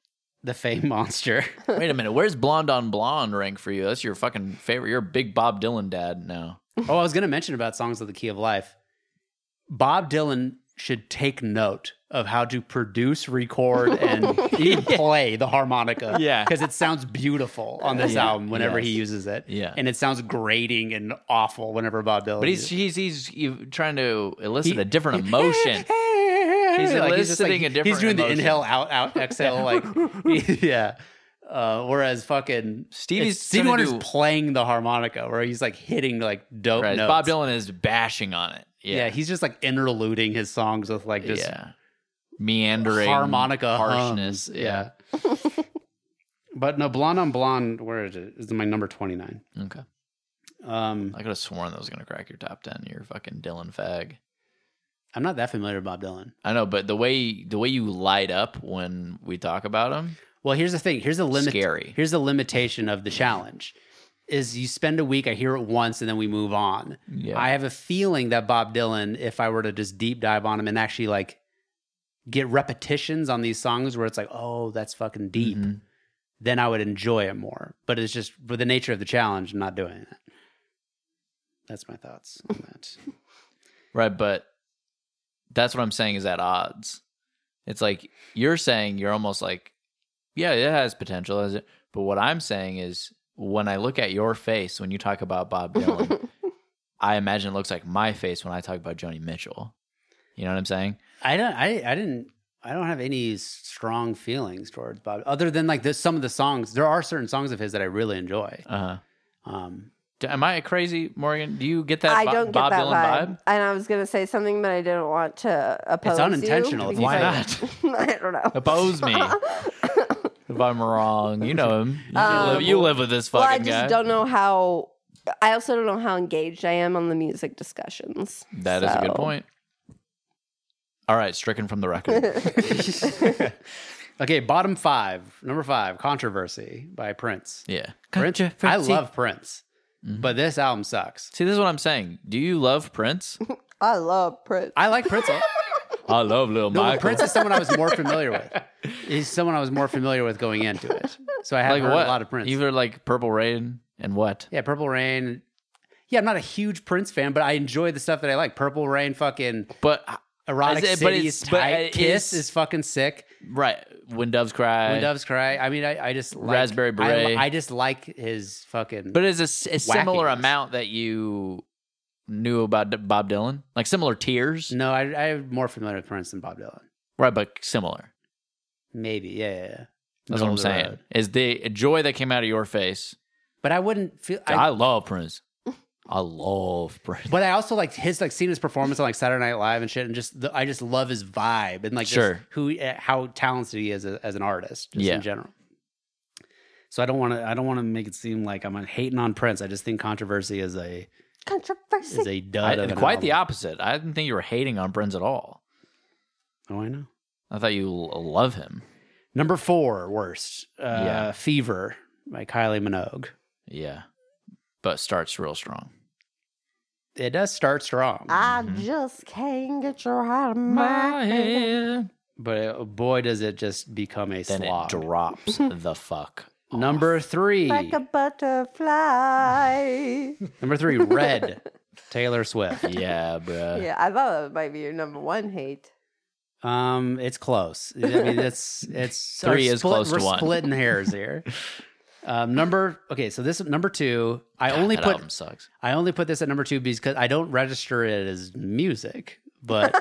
[SPEAKER 1] the Fame Monster.
[SPEAKER 2] Wait a minute. Where's Blonde on Blonde rank for you? That's your fucking favorite. You're a big Bob Dylan dad now.
[SPEAKER 1] oh, I was going to mention about songs of the key of life. Bob Dylan should take note of how to produce, record, and even play the harmonica.
[SPEAKER 2] Yeah.
[SPEAKER 1] because it sounds beautiful on this
[SPEAKER 2] Yeah.
[SPEAKER 1] album whenever he
[SPEAKER 2] Yes.
[SPEAKER 1] uses it.
[SPEAKER 2] Yeah.
[SPEAKER 1] and it sounds grating and awful whenever Bob Dylan.
[SPEAKER 2] But he's
[SPEAKER 1] uses it.
[SPEAKER 2] he's he's you- trying to elicit
[SPEAKER 1] Oh, He-
[SPEAKER 2] a different emotion. he's
[SPEAKER 1] just, like,
[SPEAKER 2] eliciting a different
[SPEAKER 1] He's doing
[SPEAKER 2] emotion.
[SPEAKER 1] the inhale, out, out, exhale. like yeah. Uh, whereas fucking
[SPEAKER 2] Stevie's
[SPEAKER 1] it's- Stevie
[SPEAKER 2] trying to
[SPEAKER 1] Wonder's
[SPEAKER 2] do-
[SPEAKER 1] playing the harmonica, where he's like hitting like dope
[SPEAKER 2] Right.
[SPEAKER 1] notes.
[SPEAKER 2] Oh, Bob Dylan is bashing on it.
[SPEAKER 1] Yeah.
[SPEAKER 2] Yeah.
[SPEAKER 1] he's just like interluding his songs with like just
[SPEAKER 2] yeah. meandering
[SPEAKER 1] harmonica
[SPEAKER 2] harshness.
[SPEAKER 1] hums. Yeah. but no, blonde on blonde. Where is it? Is my number twenty nine?
[SPEAKER 2] yeah. Okay.
[SPEAKER 1] Um,
[SPEAKER 2] I could have sworn that was gonna crack your top ten. You're a fucking Dylan fag.
[SPEAKER 1] I'm not that familiar with Bob Dylan.
[SPEAKER 2] I know, but the way the way you light up when we talk about him,
[SPEAKER 1] Well, here's the thing. Here's the limit.
[SPEAKER 2] Scary.
[SPEAKER 1] Here's the limitation of the challenge. Is you spend a week, I hear it once, and then we move on.
[SPEAKER 2] Yeah.
[SPEAKER 1] I have a feeling that Bob Dylan, if I were to just deep dive on him and actually like get repetitions on these songs where it's like, oh, that's fucking deep,
[SPEAKER 2] Mhm.
[SPEAKER 1] then I would enjoy it more. But it's just with the nature of the challenge, I'm not doing that. That's my thoughts on that.
[SPEAKER 2] right? But that's what I'm saying is at odds. It's like you're saying you're almost like, yeah, it has potential, is it? But what I'm saying is when I look at your face when you talk about Bob Dylan, I imagine it looks like my face when I talk about Joni Mitchell. You know what I'm saying?
[SPEAKER 1] I don't. I I didn't. I don't have any strong feelings towards Bob, other than like this. Some of the songs. There are certain songs of his that I really enjoy.
[SPEAKER 2] Uh huh.
[SPEAKER 1] Um,
[SPEAKER 2] Am I crazy, Morgan? Do you get that
[SPEAKER 3] I
[SPEAKER 2] Bo-
[SPEAKER 3] don't get
[SPEAKER 2] Bob
[SPEAKER 3] that
[SPEAKER 2] Dylan
[SPEAKER 3] vibe. And I was gonna say something, but I didn't want to oppose. you
[SPEAKER 1] unintentional.
[SPEAKER 3] because
[SPEAKER 2] Why
[SPEAKER 3] I-
[SPEAKER 2] not?
[SPEAKER 3] I don't know.
[SPEAKER 2] Oppose me if I'm wrong. You know him. You, live, you live with this
[SPEAKER 3] Um, Well, I
[SPEAKER 2] fucking
[SPEAKER 3] just
[SPEAKER 2] guy.
[SPEAKER 3] don't know how. I also don't know how engaged I am on the music discussions.
[SPEAKER 2] That is a
[SPEAKER 3] so-
[SPEAKER 2] good point. All right, stricken from the record.
[SPEAKER 1] okay, bottom five, number five, controversy by Prince.
[SPEAKER 2] yeah.
[SPEAKER 1] Prince, I love Prince, but this album sucks.
[SPEAKER 2] See, this is what I'm saying. Do you love Prince?
[SPEAKER 3] I love Prince.
[SPEAKER 1] I like Prince.
[SPEAKER 2] I love Lil
[SPEAKER 1] No, but Prince is someone I was more familiar with. He's someone I was more familiar with going into it. So I have
[SPEAKER 2] like
[SPEAKER 1] heard
[SPEAKER 2] what?
[SPEAKER 1] a lot of Prince.
[SPEAKER 2] Either like Purple Rain and what?
[SPEAKER 1] Yeah, Purple Rain. Yeah, I'm not a huge Prince fan, but I enjoy the stuff that I like. Purple Rain, fucking
[SPEAKER 2] But uh, I-
[SPEAKER 1] Erotic
[SPEAKER 2] Is it- but
[SPEAKER 1] City's
[SPEAKER 2] it's- but
[SPEAKER 1] tight
[SPEAKER 2] it
[SPEAKER 1] kiss
[SPEAKER 2] is-
[SPEAKER 1] is fucking sick.
[SPEAKER 2] Right. When doves cry.
[SPEAKER 1] When doves cry. I mean, I, I just like,
[SPEAKER 2] Raspberry
[SPEAKER 1] I-
[SPEAKER 2] Beret.
[SPEAKER 1] I, just like his fucking.
[SPEAKER 2] But it's a, s- a similar
[SPEAKER 1] Wackiness.
[SPEAKER 2] amount that you knew about D- Bob Dylan, like similar tiers,
[SPEAKER 1] no, I, I'm more familiar with Prince than Bob Dylan.
[SPEAKER 2] right? But similar.
[SPEAKER 1] Maybe, yeah, yeah, yeah.
[SPEAKER 2] That's
[SPEAKER 1] Middle
[SPEAKER 2] what I'm
[SPEAKER 1] of the
[SPEAKER 2] saying.
[SPEAKER 1] road.
[SPEAKER 2] Is the joy that came out of your face?
[SPEAKER 1] But I wouldn't feel.
[SPEAKER 2] I,
[SPEAKER 1] I,
[SPEAKER 2] love Prince. I love Prince.
[SPEAKER 1] but I also like his like seeing his performance on like Saturday Night Live and shit, and just the, I just love his vibe and like just
[SPEAKER 2] Sure.
[SPEAKER 1] who uh, how talented he is a- as an artist just
[SPEAKER 2] Yeah.
[SPEAKER 1] in general. So I don't want to I don't want to make it seem like I'm hating on Prince. I just think controversy is a
[SPEAKER 3] Controversy.
[SPEAKER 1] is a
[SPEAKER 2] I-
[SPEAKER 1] dud. of an
[SPEAKER 2] quite the
[SPEAKER 1] album.
[SPEAKER 2] opposite. I didn't think you were hating on Prince at all.
[SPEAKER 1] Oh, I know.
[SPEAKER 2] I thought you l- love him.
[SPEAKER 1] Number four worst. Uh,
[SPEAKER 2] Yeah.
[SPEAKER 1] Fever by Kylie Minogue.
[SPEAKER 2] Yeah, but starts real strong.
[SPEAKER 1] It does start strong,
[SPEAKER 3] I
[SPEAKER 2] Mm-hmm.
[SPEAKER 3] just can't get you out of my head.
[SPEAKER 1] but uh boy, does it just become a
[SPEAKER 2] Then it
[SPEAKER 1] slog.
[SPEAKER 2] drops the fuck.
[SPEAKER 1] Number three.
[SPEAKER 3] Like a butterfly.
[SPEAKER 2] Uh.
[SPEAKER 1] Number three, Red, Taylor Swift.
[SPEAKER 2] Yeah, bruh.
[SPEAKER 3] yeah, I thought that might be your number one hate.
[SPEAKER 1] Um, it's close. I mean, it's it's
[SPEAKER 2] Three
[SPEAKER 1] we're
[SPEAKER 2] is close to
[SPEAKER 1] we're
[SPEAKER 2] one.
[SPEAKER 1] Splitting hairs here. Um, number okay, so this number two. I only
[SPEAKER 2] that
[SPEAKER 1] put
[SPEAKER 2] album sucks.
[SPEAKER 1] I only put this at number two because I don't register it as music, but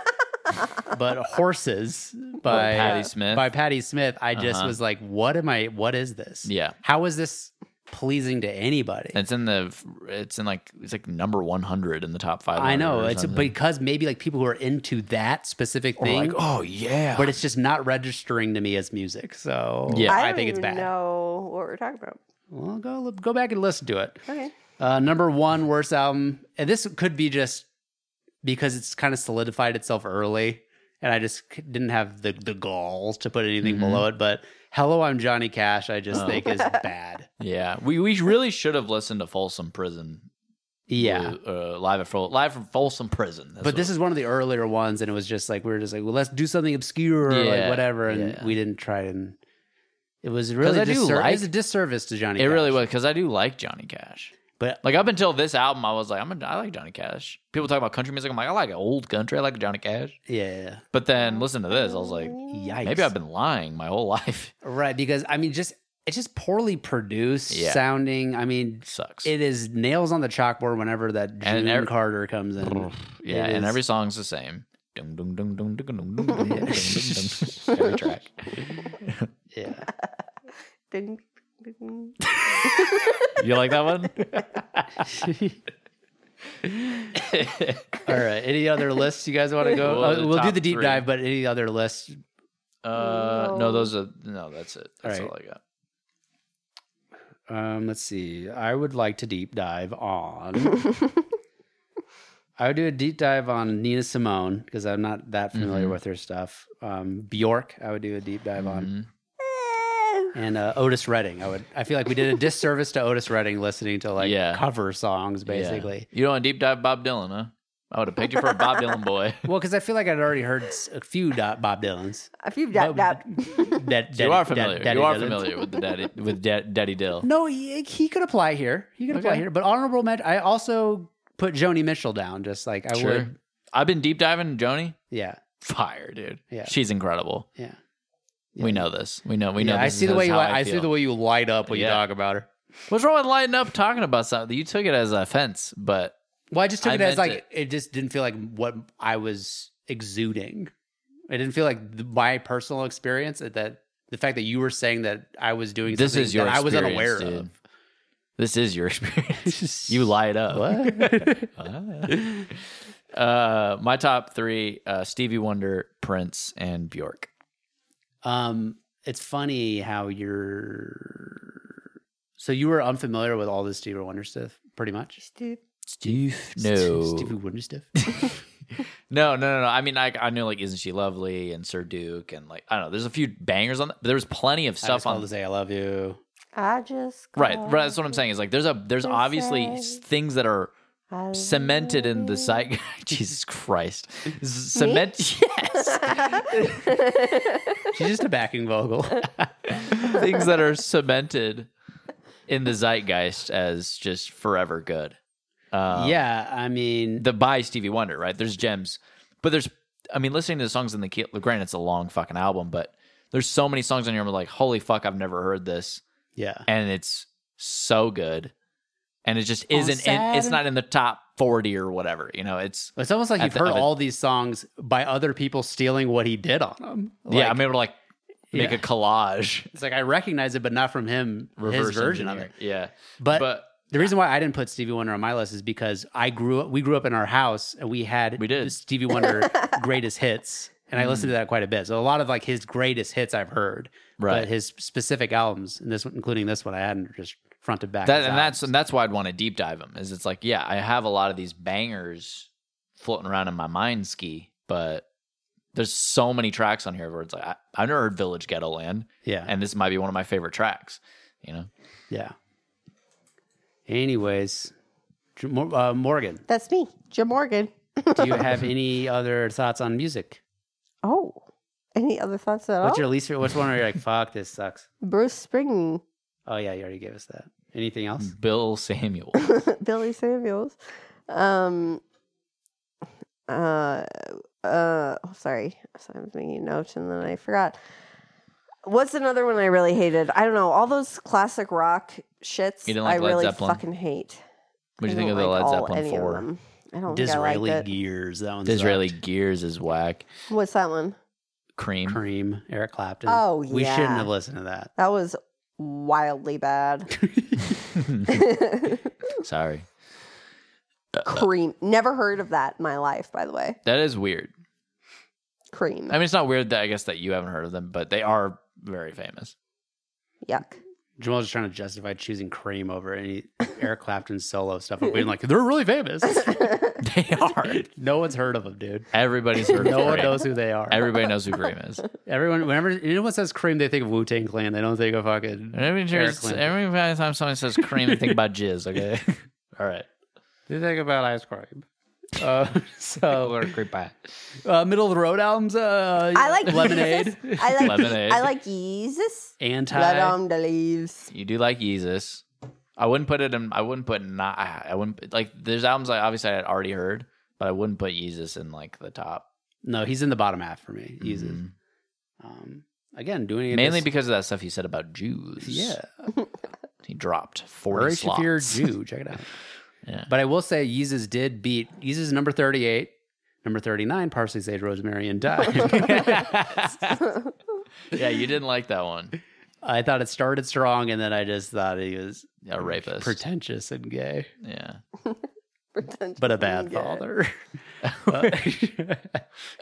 [SPEAKER 1] but horses by
[SPEAKER 2] Oh, Patti Smith.
[SPEAKER 1] by Patti Smith. I just
[SPEAKER 2] Uh-huh.
[SPEAKER 1] was like, what am I? What is this?
[SPEAKER 2] Yeah.
[SPEAKER 1] how is this pleasing to anybody?
[SPEAKER 2] It's in the. It's in like it's like number one hundred in the top five.
[SPEAKER 1] I know it's because maybe like people who are into that specific thing
[SPEAKER 2] oh yeah,
[SPEAKER 1] but it's just not registering to me as music. So
[SPEAKER 2] Yeah.
[SPEAKER 1] I,
[SPEAKER 3] don't
[SPEAKER 1] think it's
[SPEAKER 3] even
[SPEAKER 1] bad.
[SPEAKER 3] know what we're talking about.
[SPEAKER 1] Well, go go back and listen to it.
[SPEAKER 3] Okay.
[SPEAKER 1] Uh, number one worst album, and this could be just because it's kind of solidified itself early, and I just c- didn't have the the gall to put anything below it. But "Hello, I'm Johnny Cash," I just
[SPEAKER 2] Mm-hmm. Oh.
[SPEAKER 1] think is bad.
[SPEAKER 2] yeah. We we really should have listened to Folsom Prison.
[SPEAKER 1] Yeah.
[SPEAKER 2] uh, uh, live at Fol- live from Folsom Prison.
[SPEAKER 1] But this is one of the earlier ones, and it was just like we were just like, well, let's do something obscure, or like
[SPEAKER 2] Yeah,
[SPEAKER 1] whatever, and
[SPEAKER 2] yeah.
[SPEAKER 1] we didn't try and it was really
[SPEAKER 2] I do
[SPEAKER 1] disser- it was
[SPEAKER 2] like-
[SPEAKER 1] a disservice to Johnny.
[SPEAKER 2] it
[SPEAKER 1] Cash.
[SPEAKER 2] really was because I do like Johnny Cash.
[SPEAKER 1] but
[SPEAKER 2] Like up until this album, I was like, I'm a, I like Johnny Cash. People talk about country music. I'm like, I like old country. I like Johnny Cash.
[SPEAKER 1] yeah,
[SPEAKER 2] But then listen to this, I was like,
[SPEAKER 1] yikes.
[SPEAKER 2] maybe I've been lying my whole life.
[SPEAKER 1] Right, because I mean, just it's just poorly produced
[SPEAKER 2] Yeah.
[SPEAKER 1] sounding. I mean,
[SPEAKER 2] It sucks.
[SPEAKER 1] it is nails on the chalkboard whenever that June
[SPEAKER 2] And every-
[SPEAKER 1] Carter comes in.
[SPEAKER 2] yeah,
[SPEAKER 1] it
[SPEAKER 2] and
[SPEAKER 1] is-
[SPEAKER 2] every song's the same. Dum, dum, dum, dum, dum, dum, dum, dum, dum, dum, dum. Every track.
[SPEAKER 1] Yeah,
[SPEAKER 3] Ding, ding, ding.
[SPEAKER 2] You like that one?
[SPEAKER 1] all right. Any other lists you guys want to go?
[SPEAKER 2] Well,
[SPEAKER 1] Uh,
[SPEAKER 2] the
[SPEAKER 1] we'll do
[SPEAKER 2] top
[SPEAKER 1] the deep
[SPEAKER 2] three.
[SPEAKER 1] dive, but any other lists?
[SPEAKER 2] Uh,
[SPEAKER 3] No.
[SPEAKER 2] no, those are no. That's it. That's all,
[SPEAKER 1] Alright.
[SPEAKER 2] I got.
[SPEAKER 1] Um, let's see. I would like to deep dive on. I would do a deep dive on Nina Simone because I'm not that familiar
[SPEAKER 2] Mm-hmm.
[SPEAKER 1] with her stuff. Um, Bjork, I would do a deep dive on.
[SPEAKER 2] Mhm.
[SPEAKER 1] and uh, Otis Redding. I would. I feel like we did a disservice to Otis Redding listening to like
[SPEAKER 2] Yeah.
[SPEAKER 1] cover songs,
[SPEAKER 2] Yeah.
[SPEAKER 1] basically.
[SPEAKER 2] you don't want to deep dive Bob Dylan, huh? I would have picked you for a Bob Dylan boy.
[SPEAKER 1] Well, because I feel like I'd already heard s- a few Do- Bob Dylan's.
[SPEAKER 3] If you've got that,
[SPEAKER 1] That,
[SPEAKER 2] you
[SPEAKER 1] that-
[SPEAKER 2] are
[SPEAKER 1] that-
[SPEAKER 2] familiar.
[SPEAKER 1] that
[SPEAKER 2] you
[SPEAKER 1] he
[SPEAKER 2] are
[SPEAKER 1] doesn't.
[SPEAKER 2] familiar with the daddy with da- Daddy Dill.
[SPEAKER 1] No, he, he could apply here. He could apply
[SPEAKER 2] Okay.
[SPEAKER 1] here. But honorable mention. I also put Joni Mitchell down. Just like I
[SPEAKER 2] Sure.
[SPEAKER 1] would.
[SPEAKER 2] I've been deep diving Joni.
[SPEAKER 1] Yeah.
[SPEAKER 2] Fire, dude.
[SPEAKER 1] Yeah.
[SPEAKER 2] She's incredible.
[SPEAKER 1] Yeah.
[SPEAKER 2] We know this. We know. We know.
[SPEAKER 1] yeah, I
[SPEAKER 2] this
[SPEAKER 1] see the
[SPEAKER 2] is
[SPEAKER 1] way you.
[SPEAKER 2] how
[SPEAKER 1] li- I, see
[SPEAKER 2] feel.
[SPEAKER 1] the way you light up when you
[SPEAKER 2] Yeah.
[SPEAKER 1] talk about her.
[SPEAKER 2] What's wrong with lighting up talking about something? You took it as an offense, but
[SPEAKER 1] Well, I just took
[SPEAKER 2] I
[SPEAKER 1] it as
[SPEAKER 2] meant
[SPEAKER 1] like
[SPEAKER 2] it.
[SPEAKER 1] it. just didn't feel like what I was exuding. It didn't feel like th- my personal experience that- that the fact that you were saying that I was doing
[SPEAKER 2] this
[SPEAKER 1] something
[SPEAKER 2] is your.
[SPEAKER 1] that I was
[SPEAKER 2] experience,
[SPEAKER 1] unaware
[SPEAKER 2] dude.
[SPEAKER 1] of.
[SPEAKER 2] This is your experience. you light up. uh, my top three: uh, Stevie Wonder, Prince, and Bjork.
[SPEAKER 1] Um, it's funny how you're. So you were unfamiliar with all this Stevie Wonder stuff, pretty much.
[SPEAKER 3] Steve.
[SPEAKER 2] Steve, no,
[SPEAKER 1] Stevie Wonder stuff.
[SPEAKER 2] no, no, no, no. I mean, I, I knew like "Isn't She Lovely" and "Sir Duke" and like I don't know. There's a few bangers on, but there was plenty of
[SPEAKER 1] Stuff
[SPEAKER 2] stuff
[SPEAKER 1] on
[SPEAKER 2] on.
[SPEAKER 1] to say I love you.
[SPEAKER 3] I just
[SPEAKER 2] Right,
[SPEAKER 3] call
[SPEAKER 2] right. That's what I'm saying. Is like there's a there's
[SPEAKER 3] to
[SPEAKER 2] obviously
[SPEAKER 3] say
[SPEAKER 2] s- things that are
[SPEAKER 3] I
[SPEAKER 2] cemented in the psych. Jesus Christ, Z- cement. Yes,
[SPEAKER 1] She's just a backing vocal.
[SPEAKER 2] things that are cemented in the zeitgeist as just forever good. Um,
[SPEAKER 1] yeah, I mean,
[SPEAKER 2] the by Stevie Wonder, right? There's gems, but there's I mean, listening to the songs in the key, granted, it's a long fucking album, but there's so many songs on here. I'm like, holy fuck, I've never heard this,
[SPEAKER 1] Yeah.
[SPEAKER 2] and it's so good, and it just isn't. In, it's not in the top forty or whatever. You know, it's
[SPEAKER 1] It's almost like
[SPEAKER 2] At
[SPEAKER 1] you've
[SPEAKER 2] the-
[SPEAKER 1] heard
[SPEAKER 2] of it-
[SPEAKER 1] all these songs by other people stealing what he did on them.
[SPEAKER 2] yeah. I'm able to like make
[SPEAKER 1] Yeah.
[SPEAKER 2] a collage
[SPEAKER 1] It's like I recognize it, but not from him,
[SPEAKER 2] reverse
[SPEAKER 1] his version of it.
[SPEAKER 2] engineer. Yeah,
[SPEAKER 1] But,
[SPEAKER 2] but
[SPEAKER 1] the reason why I didn't put Stevie Wonder on my list is because I grew up. We grew up in our house, and we had
[SPEAKER 2] We did.
[SPEAKER 1] Stevie Wonder greatest hits, and I listened to that quite a bit. So a lot of like his greatest hits I've heard,
[SPEAKER 2] Right.
[SPEAKER 1] But his specific albums, and this one, including this one, I hadn't just front to back.
[SPEAKER 2] that
[SPEAKER 1] his
[SPEAKER 2] and that's
[SPEAKER 1] albums.
[SPEAKER 2] and that's why I'd want to deep dive them. Is it's like yeah, I have a lot of these bangers floating around in my mind ski, but there's so many tracks on here where it's like I, I've never heard Village Ghetto Land,
[SPEAKER 1] yeah,
[SPEAKER 2] and this might be one of my favorite tracks. You know,
[SPEAKER 1] yeah. Anyways, J- Mor- uh, Morgan,
[SPEAKER 3] That's me, Jim Morgan.
[SPEAKER 1] do you have any other thoughts on music?
[SPEAKER 3] Oh, any other thoughts at all?
[SPEAKER 1] What's your least? favorite? Which one are you like? Fuck, this sucks.
[SPEAKER 3] Bruce Springsteen,
[SPEAKER 1] Oh yeah, you already gave us that. Anything else?
[SPEAKER 2] Bill Samuel.
[SPEAKER 3] Billy Samuels. Um. Uh. Uh. Oh, sorry. So I was making notes and then I forgot. What's another one I really hated? I don't know. All those classic rock shits.
[SPEAKER 2] You didn't like
[SPEAKER 3] I
[SPEAKER 2] Led
[SPEAKER 3] really
[SPEAKER 2] Zeppelin?
[SPEAKER 3] fucking hate.
[SPEAKER 2] What do you
[SPEAKER 3] I
[SPEAKER 2] think of
[SPEAKER 3] don't
[SPEAKER 2] the
[SPEAKER 3] like
[SPEAKER 2] Led
[SPEAKER 3] all
[SPEAKER 2] Zeppelin
[SPEAKER 3] any of
[SPEAKER 2] four?
[SPEAKER 3] them. I don't think Oh, I liked
[SPEAKER 1] Disraeli
[SPEAKER 3] it.
[SPEAKER 1] gears. That one's
[SPEAKER 2] Disraeli Gears is whack.
[SPEAKER 3] What's that one?
[SPEAKER 2] Cream.
[SPEAKER 1] Cream, Eric Clapton.
[SPEAKER 3] Oh,
[SPEAKER 1] We
[SPEAKER 3] yeah.
[SPEAKER 1] shouldn't have listened to that.
[SPEAKER 3] That was wildly bad.
[SPEAKER 2] Sorry,
[SPEAKER 3] Cream. Never heard of that in my life, by the way.
[SPEAKER 2] that is weird.
[SPEAKER 3] Cream.
[SPEAKER 2] I mean, it's not weird that I guess that you haven't heard of them, but they are very famous.
[SPEAKER 3] Yuck.
[SPEAKER 1] Jamal's just trying to justify choosing Cream over any Eric Clapton solo stuff. But being like, they're really famous.
[SPEAKER 2] They are.
[SPEAKER 1] no one's heard of them, dude.
[SPEAKER 2] Everybody's heard. of
[SPEAKER 1] No one
[SPEAKER 2] Cream.
[SPEAKER 1] knows who they are.
[SPEAKER 2] Everybody knows who Cream is.
[SPEAKER 1] Everyone, whenever anyone says Cream, they think of Wu Tang Clan. They don't think of fucking.
[SPEAKER 2] Every,
[SPEAKER 1] Eric
[SPEAKER 2] time-
[SPEAKER 1] Clapton.
[SPEAKER 2] every time someone says cream, they think about jizz. Okay, all right.
[SPEAKER 1] They think about ice cream. Uh, so,
[SPEAKER 2] creep pie.
[SPEAKER 1] uh, middle of the road albums. Uh,
[SPEAKER 3] I like
[SPEAKER 1] lemonade.
[SPEAKER 3] Yeezus. I like
[SPEAKER 2] Lemonade.
[SPEAKER 3] I like Jesus. Let
[SPEAKER 1] Anti.
[SPEAKER 3] on the leaves.
[SPEAKER 2] You do like Yeezus. I wouldn't put it in. I wouldn't put not. I wouldn't like. There's albums I obviously I had already heard, but I wouldn't put Yeezus in like the top.
[SPEAKER 1] No, he's in the bottom half for me. He's
[SPEAKER 2] Mhm.
[SPEAKER 1] um, again doing it
[SPEAKER 2] mainly
[SPEAKER 1] this-
[SPEAKER 2] because of that stuff he said about Jews.
[SPEAKER 1] yeah.
[SPEAKER 2] he dropped forty
[SPEAKER 1] Murray
[SPEAKER 2] slots.
[SPEAKER 1] Shafir Jew. Check it out.
[SPEAKER 2] Yeah.
[SPEAKER 1] But I will say Yeezus did beat Yeezus number 38, number 39, Parsley, Sage, Rosemary, and Dive.
[SPEAKER 2] yeah, you didn't like that one.
[SPEAKER 1] I thought it started strong and then I just thought he was
[SPEAKER 2] A rapist.
[SPEAKER 1] pretentious and gay,
[SPEAKER 2] yeah,
[SPEAKER 1] but a bad
[SPEAKER 3] Yeah.
[SPEAKER 1] father.
[SPEAKER 2] Uh,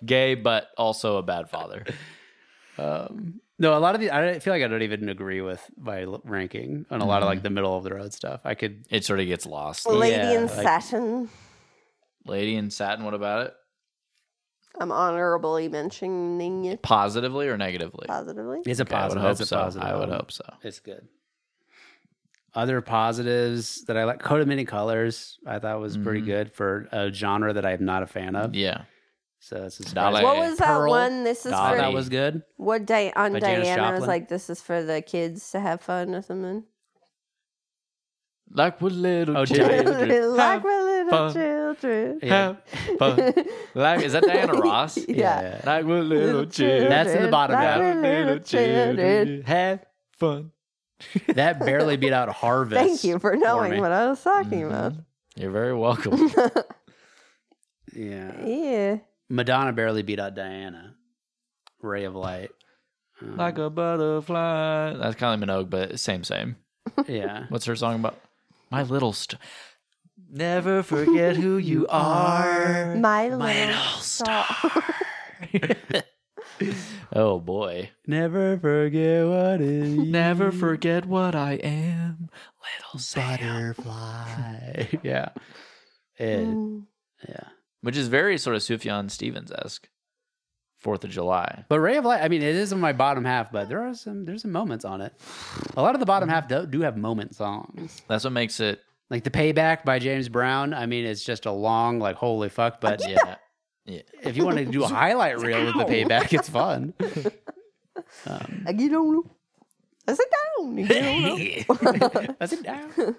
[SPEAKER 2] gay, but also a bad father.
[SPEAKER 1] um, no, a lot of the, I feel like I don't even agree with my l- ranking on a lot of
[SPEAKER 2] Mm-hmm.
[SPEAKER 1] like the middle of the road stuff. I could,
[SPEAKER 2] It sort of gets lost.
[SPEAKER 3] Lady
[SPEAKER 1] Oh, Yeah,
[SPEAKER 3] in
[SPEAKER 1] like-
[SPEAKER 3] satin.
[SPEAKER 2] Lady in Satin. What about it?
[SPEAKER 3] I'm honorably mentioning it
[SPEAKER 2] Positively or negatively?
[SPEAKER 3] positively.
[SPEAKER 1] it's a
[SPEAKER 2] Okay, I would
[SPEAKER 1] positive.
[SPEAKER 2] hope
[SPEAKER 1] it's a
[SPEAKER 2] so.
[SPEAKER 1] positive
[SPEAKER 2] I would
[SPEAKER 1] album.
[SPEAKER 2] hope so.
[SPEAKER 1] It's good. Other positives that I like, Code of Many Colors, I thought was pretty
[SPEAKER 2] Mhm.
[SPEAKER 1] good for a genre that I'm not a fan of.
[SPEAKER 2] Yeah.
[SPEAKER 1] So that's a
[SPEAKER 2] Dolly.
[SPEAKER 1] surprise.
[SPEAKER 3] What was that
[SPEAKER 1] Pearl.
[SPEAKER 3] one? This is
[SPEAKER 1] Oh,
[SPEAKER 2] Dolly.
[SPEAKER 1] that
[SPEAKER 3] for
[SPEAKER 1] was good.
[SPEAKER 3] what day on
[SPEAKER 1] By Janis
[SPEAKER 3] Diana was
[SPEAKER 1] Joplin.
[SPEAKER 3] like this is for the kids to have fun or something.
[SPEAKER 2] Like with little
[SPEAKER 1] Oh,
[SPEAKER 2] children.
[SPEAKER 1] Children.
[SPEAKER 3] like my little
[SPEAKER 2] fun.
[SPEAKER 3] children.
[SPEAKER 1] Yeah.
[SPEAKER 2] But- like, is that Diana Ross?
[SPEAKER 3] Yeah.
[SPEAKER 2] Like with little children.
[SPEAKER 1] That's in the bottom
[SPEAKER 3] Like
[SPEAKER 1] half.
[SPEAKER 3] my little children.
[SPEAKER 1] Have
[SPEAKER 2] fun.
[SPEAKER 1] that barely beat out Harvest.
[SPEAKER 3] Thank you for knowing
[SPEAKER 1] me. Mm-hmm.
[SPEAKER 3] what I was talking about.
[SPEAKER 2] You're very welcome.
[SPEAKER 1] Yeah.
[SPEAKER 3] Yeah.
[SPEAKER 1] Madonna barely beat out Diana. Ray of Light. Um,
[SPEAKER 2] like a butterfly. That's Kylie Minogue, but same, same.
[SPEAKER 1] yeah.
[SPEAKER 2] What's her song about? My little star. Never forget who you are.
[SPEAKER 3] My little,
[SPEAKER 2] star. oh boy.
[SPEAKER 1] Never forget what is
[SPEAKER 2] Never forget what I am. Little Sam.
[SPEAKER 1] butterfly. yeah. It- Yeah.
[SPEAKER 2] Which is very sort of Sufjan Stevens esque. Fourth of July.
[SPEAKER 1] But Ray of Light, I mean, it is in my bottom half, but there are some there's some moments on it. A lot of the bottom half do, do have moment songs.
[SPEAKER 2] That's what makes it
[SPEAKER 1] Like the payback by James Brown. I mean, it's just a long, like holy fuck. But
[SPEAKER 2] yeah.
[SPEAKER 1] if you want to do a highlight reel with the payback, it's fun.
[SPEAKER 3] I get on up. I sit down. I get on up.
[SPEAKER 1] That's it. down.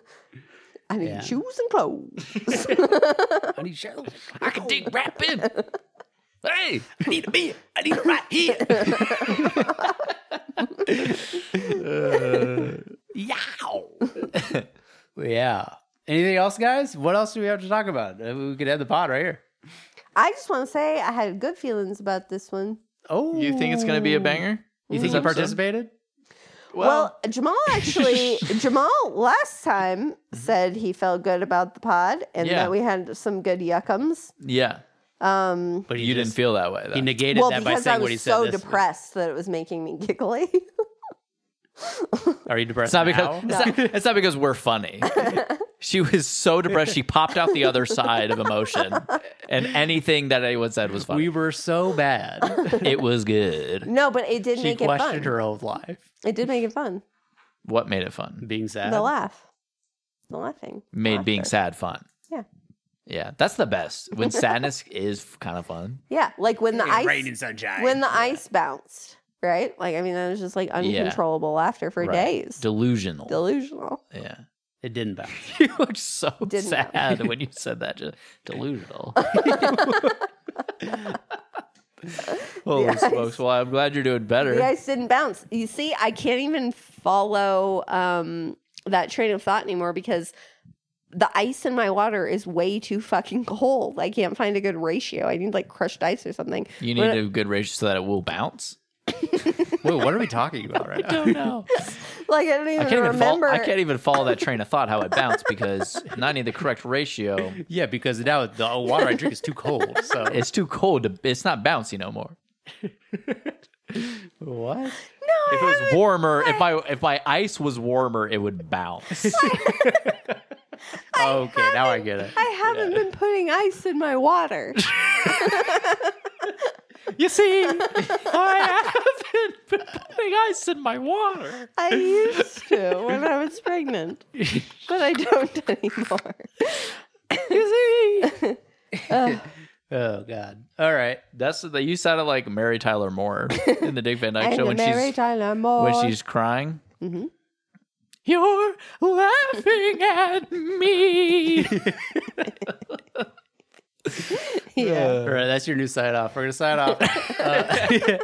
[SPEAKER 3] I need
[SPEAKER 1] Yeah.
[SPEAKER 3] shoes and clothes.
[SPEAKER 1] I need shows.
[SPEAKER 2] I can dig rapping. Hey, I need a beer. I need it right here. Yow. yeah. Anything else, guys? What else do we have to talk about? Uh, We could end the pod right here.
[SPEAKER 3] I just want to say I had good feelings about this one.
[SPEAKER 1] Oh,
[SPEAKER 6] You think it's gonna be a banger?
[SPEAKER 1] You think
[SPEAKER 6] This
[SPEAKER 1] you
[SPEAKER 6] episode?
[SPEAKER 1] participated?
[SPEAKER 3] Well, Jamal actually, Jamal last time
[SPEAKER 1] Mm-hmm.
[SPEAKER 3] said he felt good about the pod and
[SPEAKER 6] Yeah.
[SPEAKER 3] that we had some good yuckums.
[SPEAKER 6] yeah.
[SPEAKER 3] Um,
[SPEAKER 1] But
[SPEAKER 6] You,
[SPEAKER 1] he
[SPEAKER 6] didn't
[SPEAKER 1] just-
[SPEAKER 6] feel that way. Though.
[SPEAKER 1] He negated
[SPEAKER 3] well,
[SPEAKER 1] that by
[SPEAKER 3] because
[SPEAKER 1] saying
[SPEAKER 3] I
[SPEAKER 1] what he
[SPEAKER 3] was
[SPEAKER 1] said.
[SPEAKER 3] so
[SPEAKER 1] this-
[SPEAKER 3] depressed that it was making me giggly.
[SPEAKER 1] Are you depressed?
[SPEAKER 2] It's not
[SPEAKER 1] now?
[SPEAKER 2] because it's, not, it's not because we're funny. she was so depressed. She popped out the other side of emotion, and anything that anyone said was
[SPEAKER 1] we
[SPEAKER 2] funny.
[SPEAKER 1] were so bad.
[SPEAKER 2] it was good.
[SPEAKER 3] no, but it did
[SPEAKER 1] she
[SPEAKER 3] make it fun.
[SPEAKER 1] questioned her whole life.
[SPEAKER 3] It did make it fun.
[SPEAKER 2] What made it fun?
[SPEAKER 1] Being sad.
[SPEAKER 3] The laugh, the laughing,
[SPEAKER 2] Made being
[SPEAKER 3] Laughter.
[SPEAKER 2] sad fun.
[SPEAKER 3] Yeah.
[SPEAKER 2] Yeah, that's the best. When sadness is kind of fun.
[SPEAKER 3] Yeah, like when the ice
[SPEAKER 1] Rain and sunshine.
[SPEAKER 3] when the ice bounced, right? Like I mean, that was just like uncontrollable laughter for
[SPEAKER 2] Right.
[SPEAKER 3] days.
[SPEAKER 2] Delusional.
[SPEAKER 3] Delusional.
[SPEAKER 2] yeah.
[SPEAKER 1] it didn't bounce.
[SPEAKER 2] You looked so
[SPEAKER 3] Didn't know.
[SPEAKER 2] sad when you said that. Just delusional. Holy
[SPEAKER 3] The ice-
[SPEAKER 2] smokes. Well, I'm glad you're doing better.
[SPEAKER 3] The ice didn't bounce. You see, I can't even follow um, that train of thought anymore because the ice in my water is way too fucking cold. I can't find a good ratio. I need like crushed ice or something.
[SPEAKER 2] You need a good ratio so that it will bounce.
[SPEAKER 6] Wait, what are we talking about right now?
[SPEAKER 2] no.
[SPEAKER 3] Like I don't even
[SPEAKER 2] I can't even
[SPEAKER 3] remember.
[SPEAKER 2] follow, I can't even follow that train of thought how it bounced because not need the correct ratio.
[SPEAKER 1] Yeah, because now the water I drink is too cold. So
[SPEAKER 2] It's too cold to it's not bouncy no more.
[SPEAKER 1] what?
[SPEAKER 2] If it was warmer, if my if my ice was warmer, it would bounce.
[SPEAKER 1] okay, now I get it.
[SPEAKER 3] I haven't been putting ice in my water.
[SPEAKER 2] you see, I haven't been putting ice in my water.
[SPEAKER 3] I used to when I was pregnant, but I don't anymore.
[SPEAKER 1] Oh God! All right,
[SPEAKER 2] That's the you sounded like Mary Tyler Moore in the Dick Van Dyke
[SPEAKER 3] And
[SPEAKER 2] Show when
[SPEAKER 3] Mary
[SPEAKER 2] she's
[SPEAKER 3] Tyler Moore.
[SPEAKER 2] when she's crying. You're laughing at me.
[SPEAKER 3] yeah.
[SPEAKER 2] uh,
[SPEAKER 1] all right. That's your new sign off. We're gonna sign off. Uh,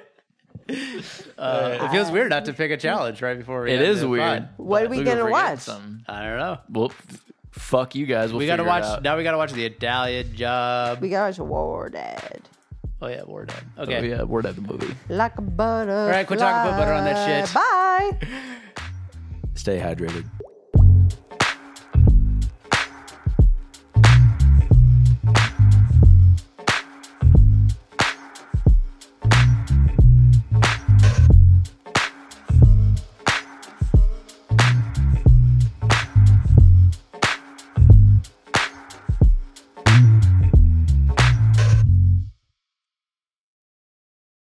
[SPEAKER 1] uh, it feels weird not to pick a challenge right before we.
[SPEAKER 2] It
[SPEAKER 1] end
[SPEAKER 2] is
[SPEAKER 1] the
[SPEAKER 2] weird.
[SPEAKER 1] pod.
[SPEAKER 3] What are we
[SPEAKER 2] We're
[SPEAKER 3] gonna
[SPEAKER 2] forget
[SPEAKER 3] watch?
[SPEAKER 2] some.
[SPEAKER 1] I don't know.
[SPEAKER 2] Well, f- fuck you guys. We'll
[SPEAKER 1] We gotta
[SPEAKER 2] figure it
[SPEAKER 1] watch
[SPEAKER 2] out.
[SPEAKER 1] now. We gotta watch the Italian Job.
[SPEAKER 3] We got us war dad.
[SPEAKER 1] oh yeah, we're done.
[SPEAKER 2] Oh,
[SPEAKER 1] Okay.
[SPEAKER 2] yeah, we're at the movie.
[SPEAKER 3] Like a butter.
[SPEAKER 1] right, quit talking about butter on that shit.
[SPEAKER 3] Bye.
[SPEAKER 2] Stay hydrated.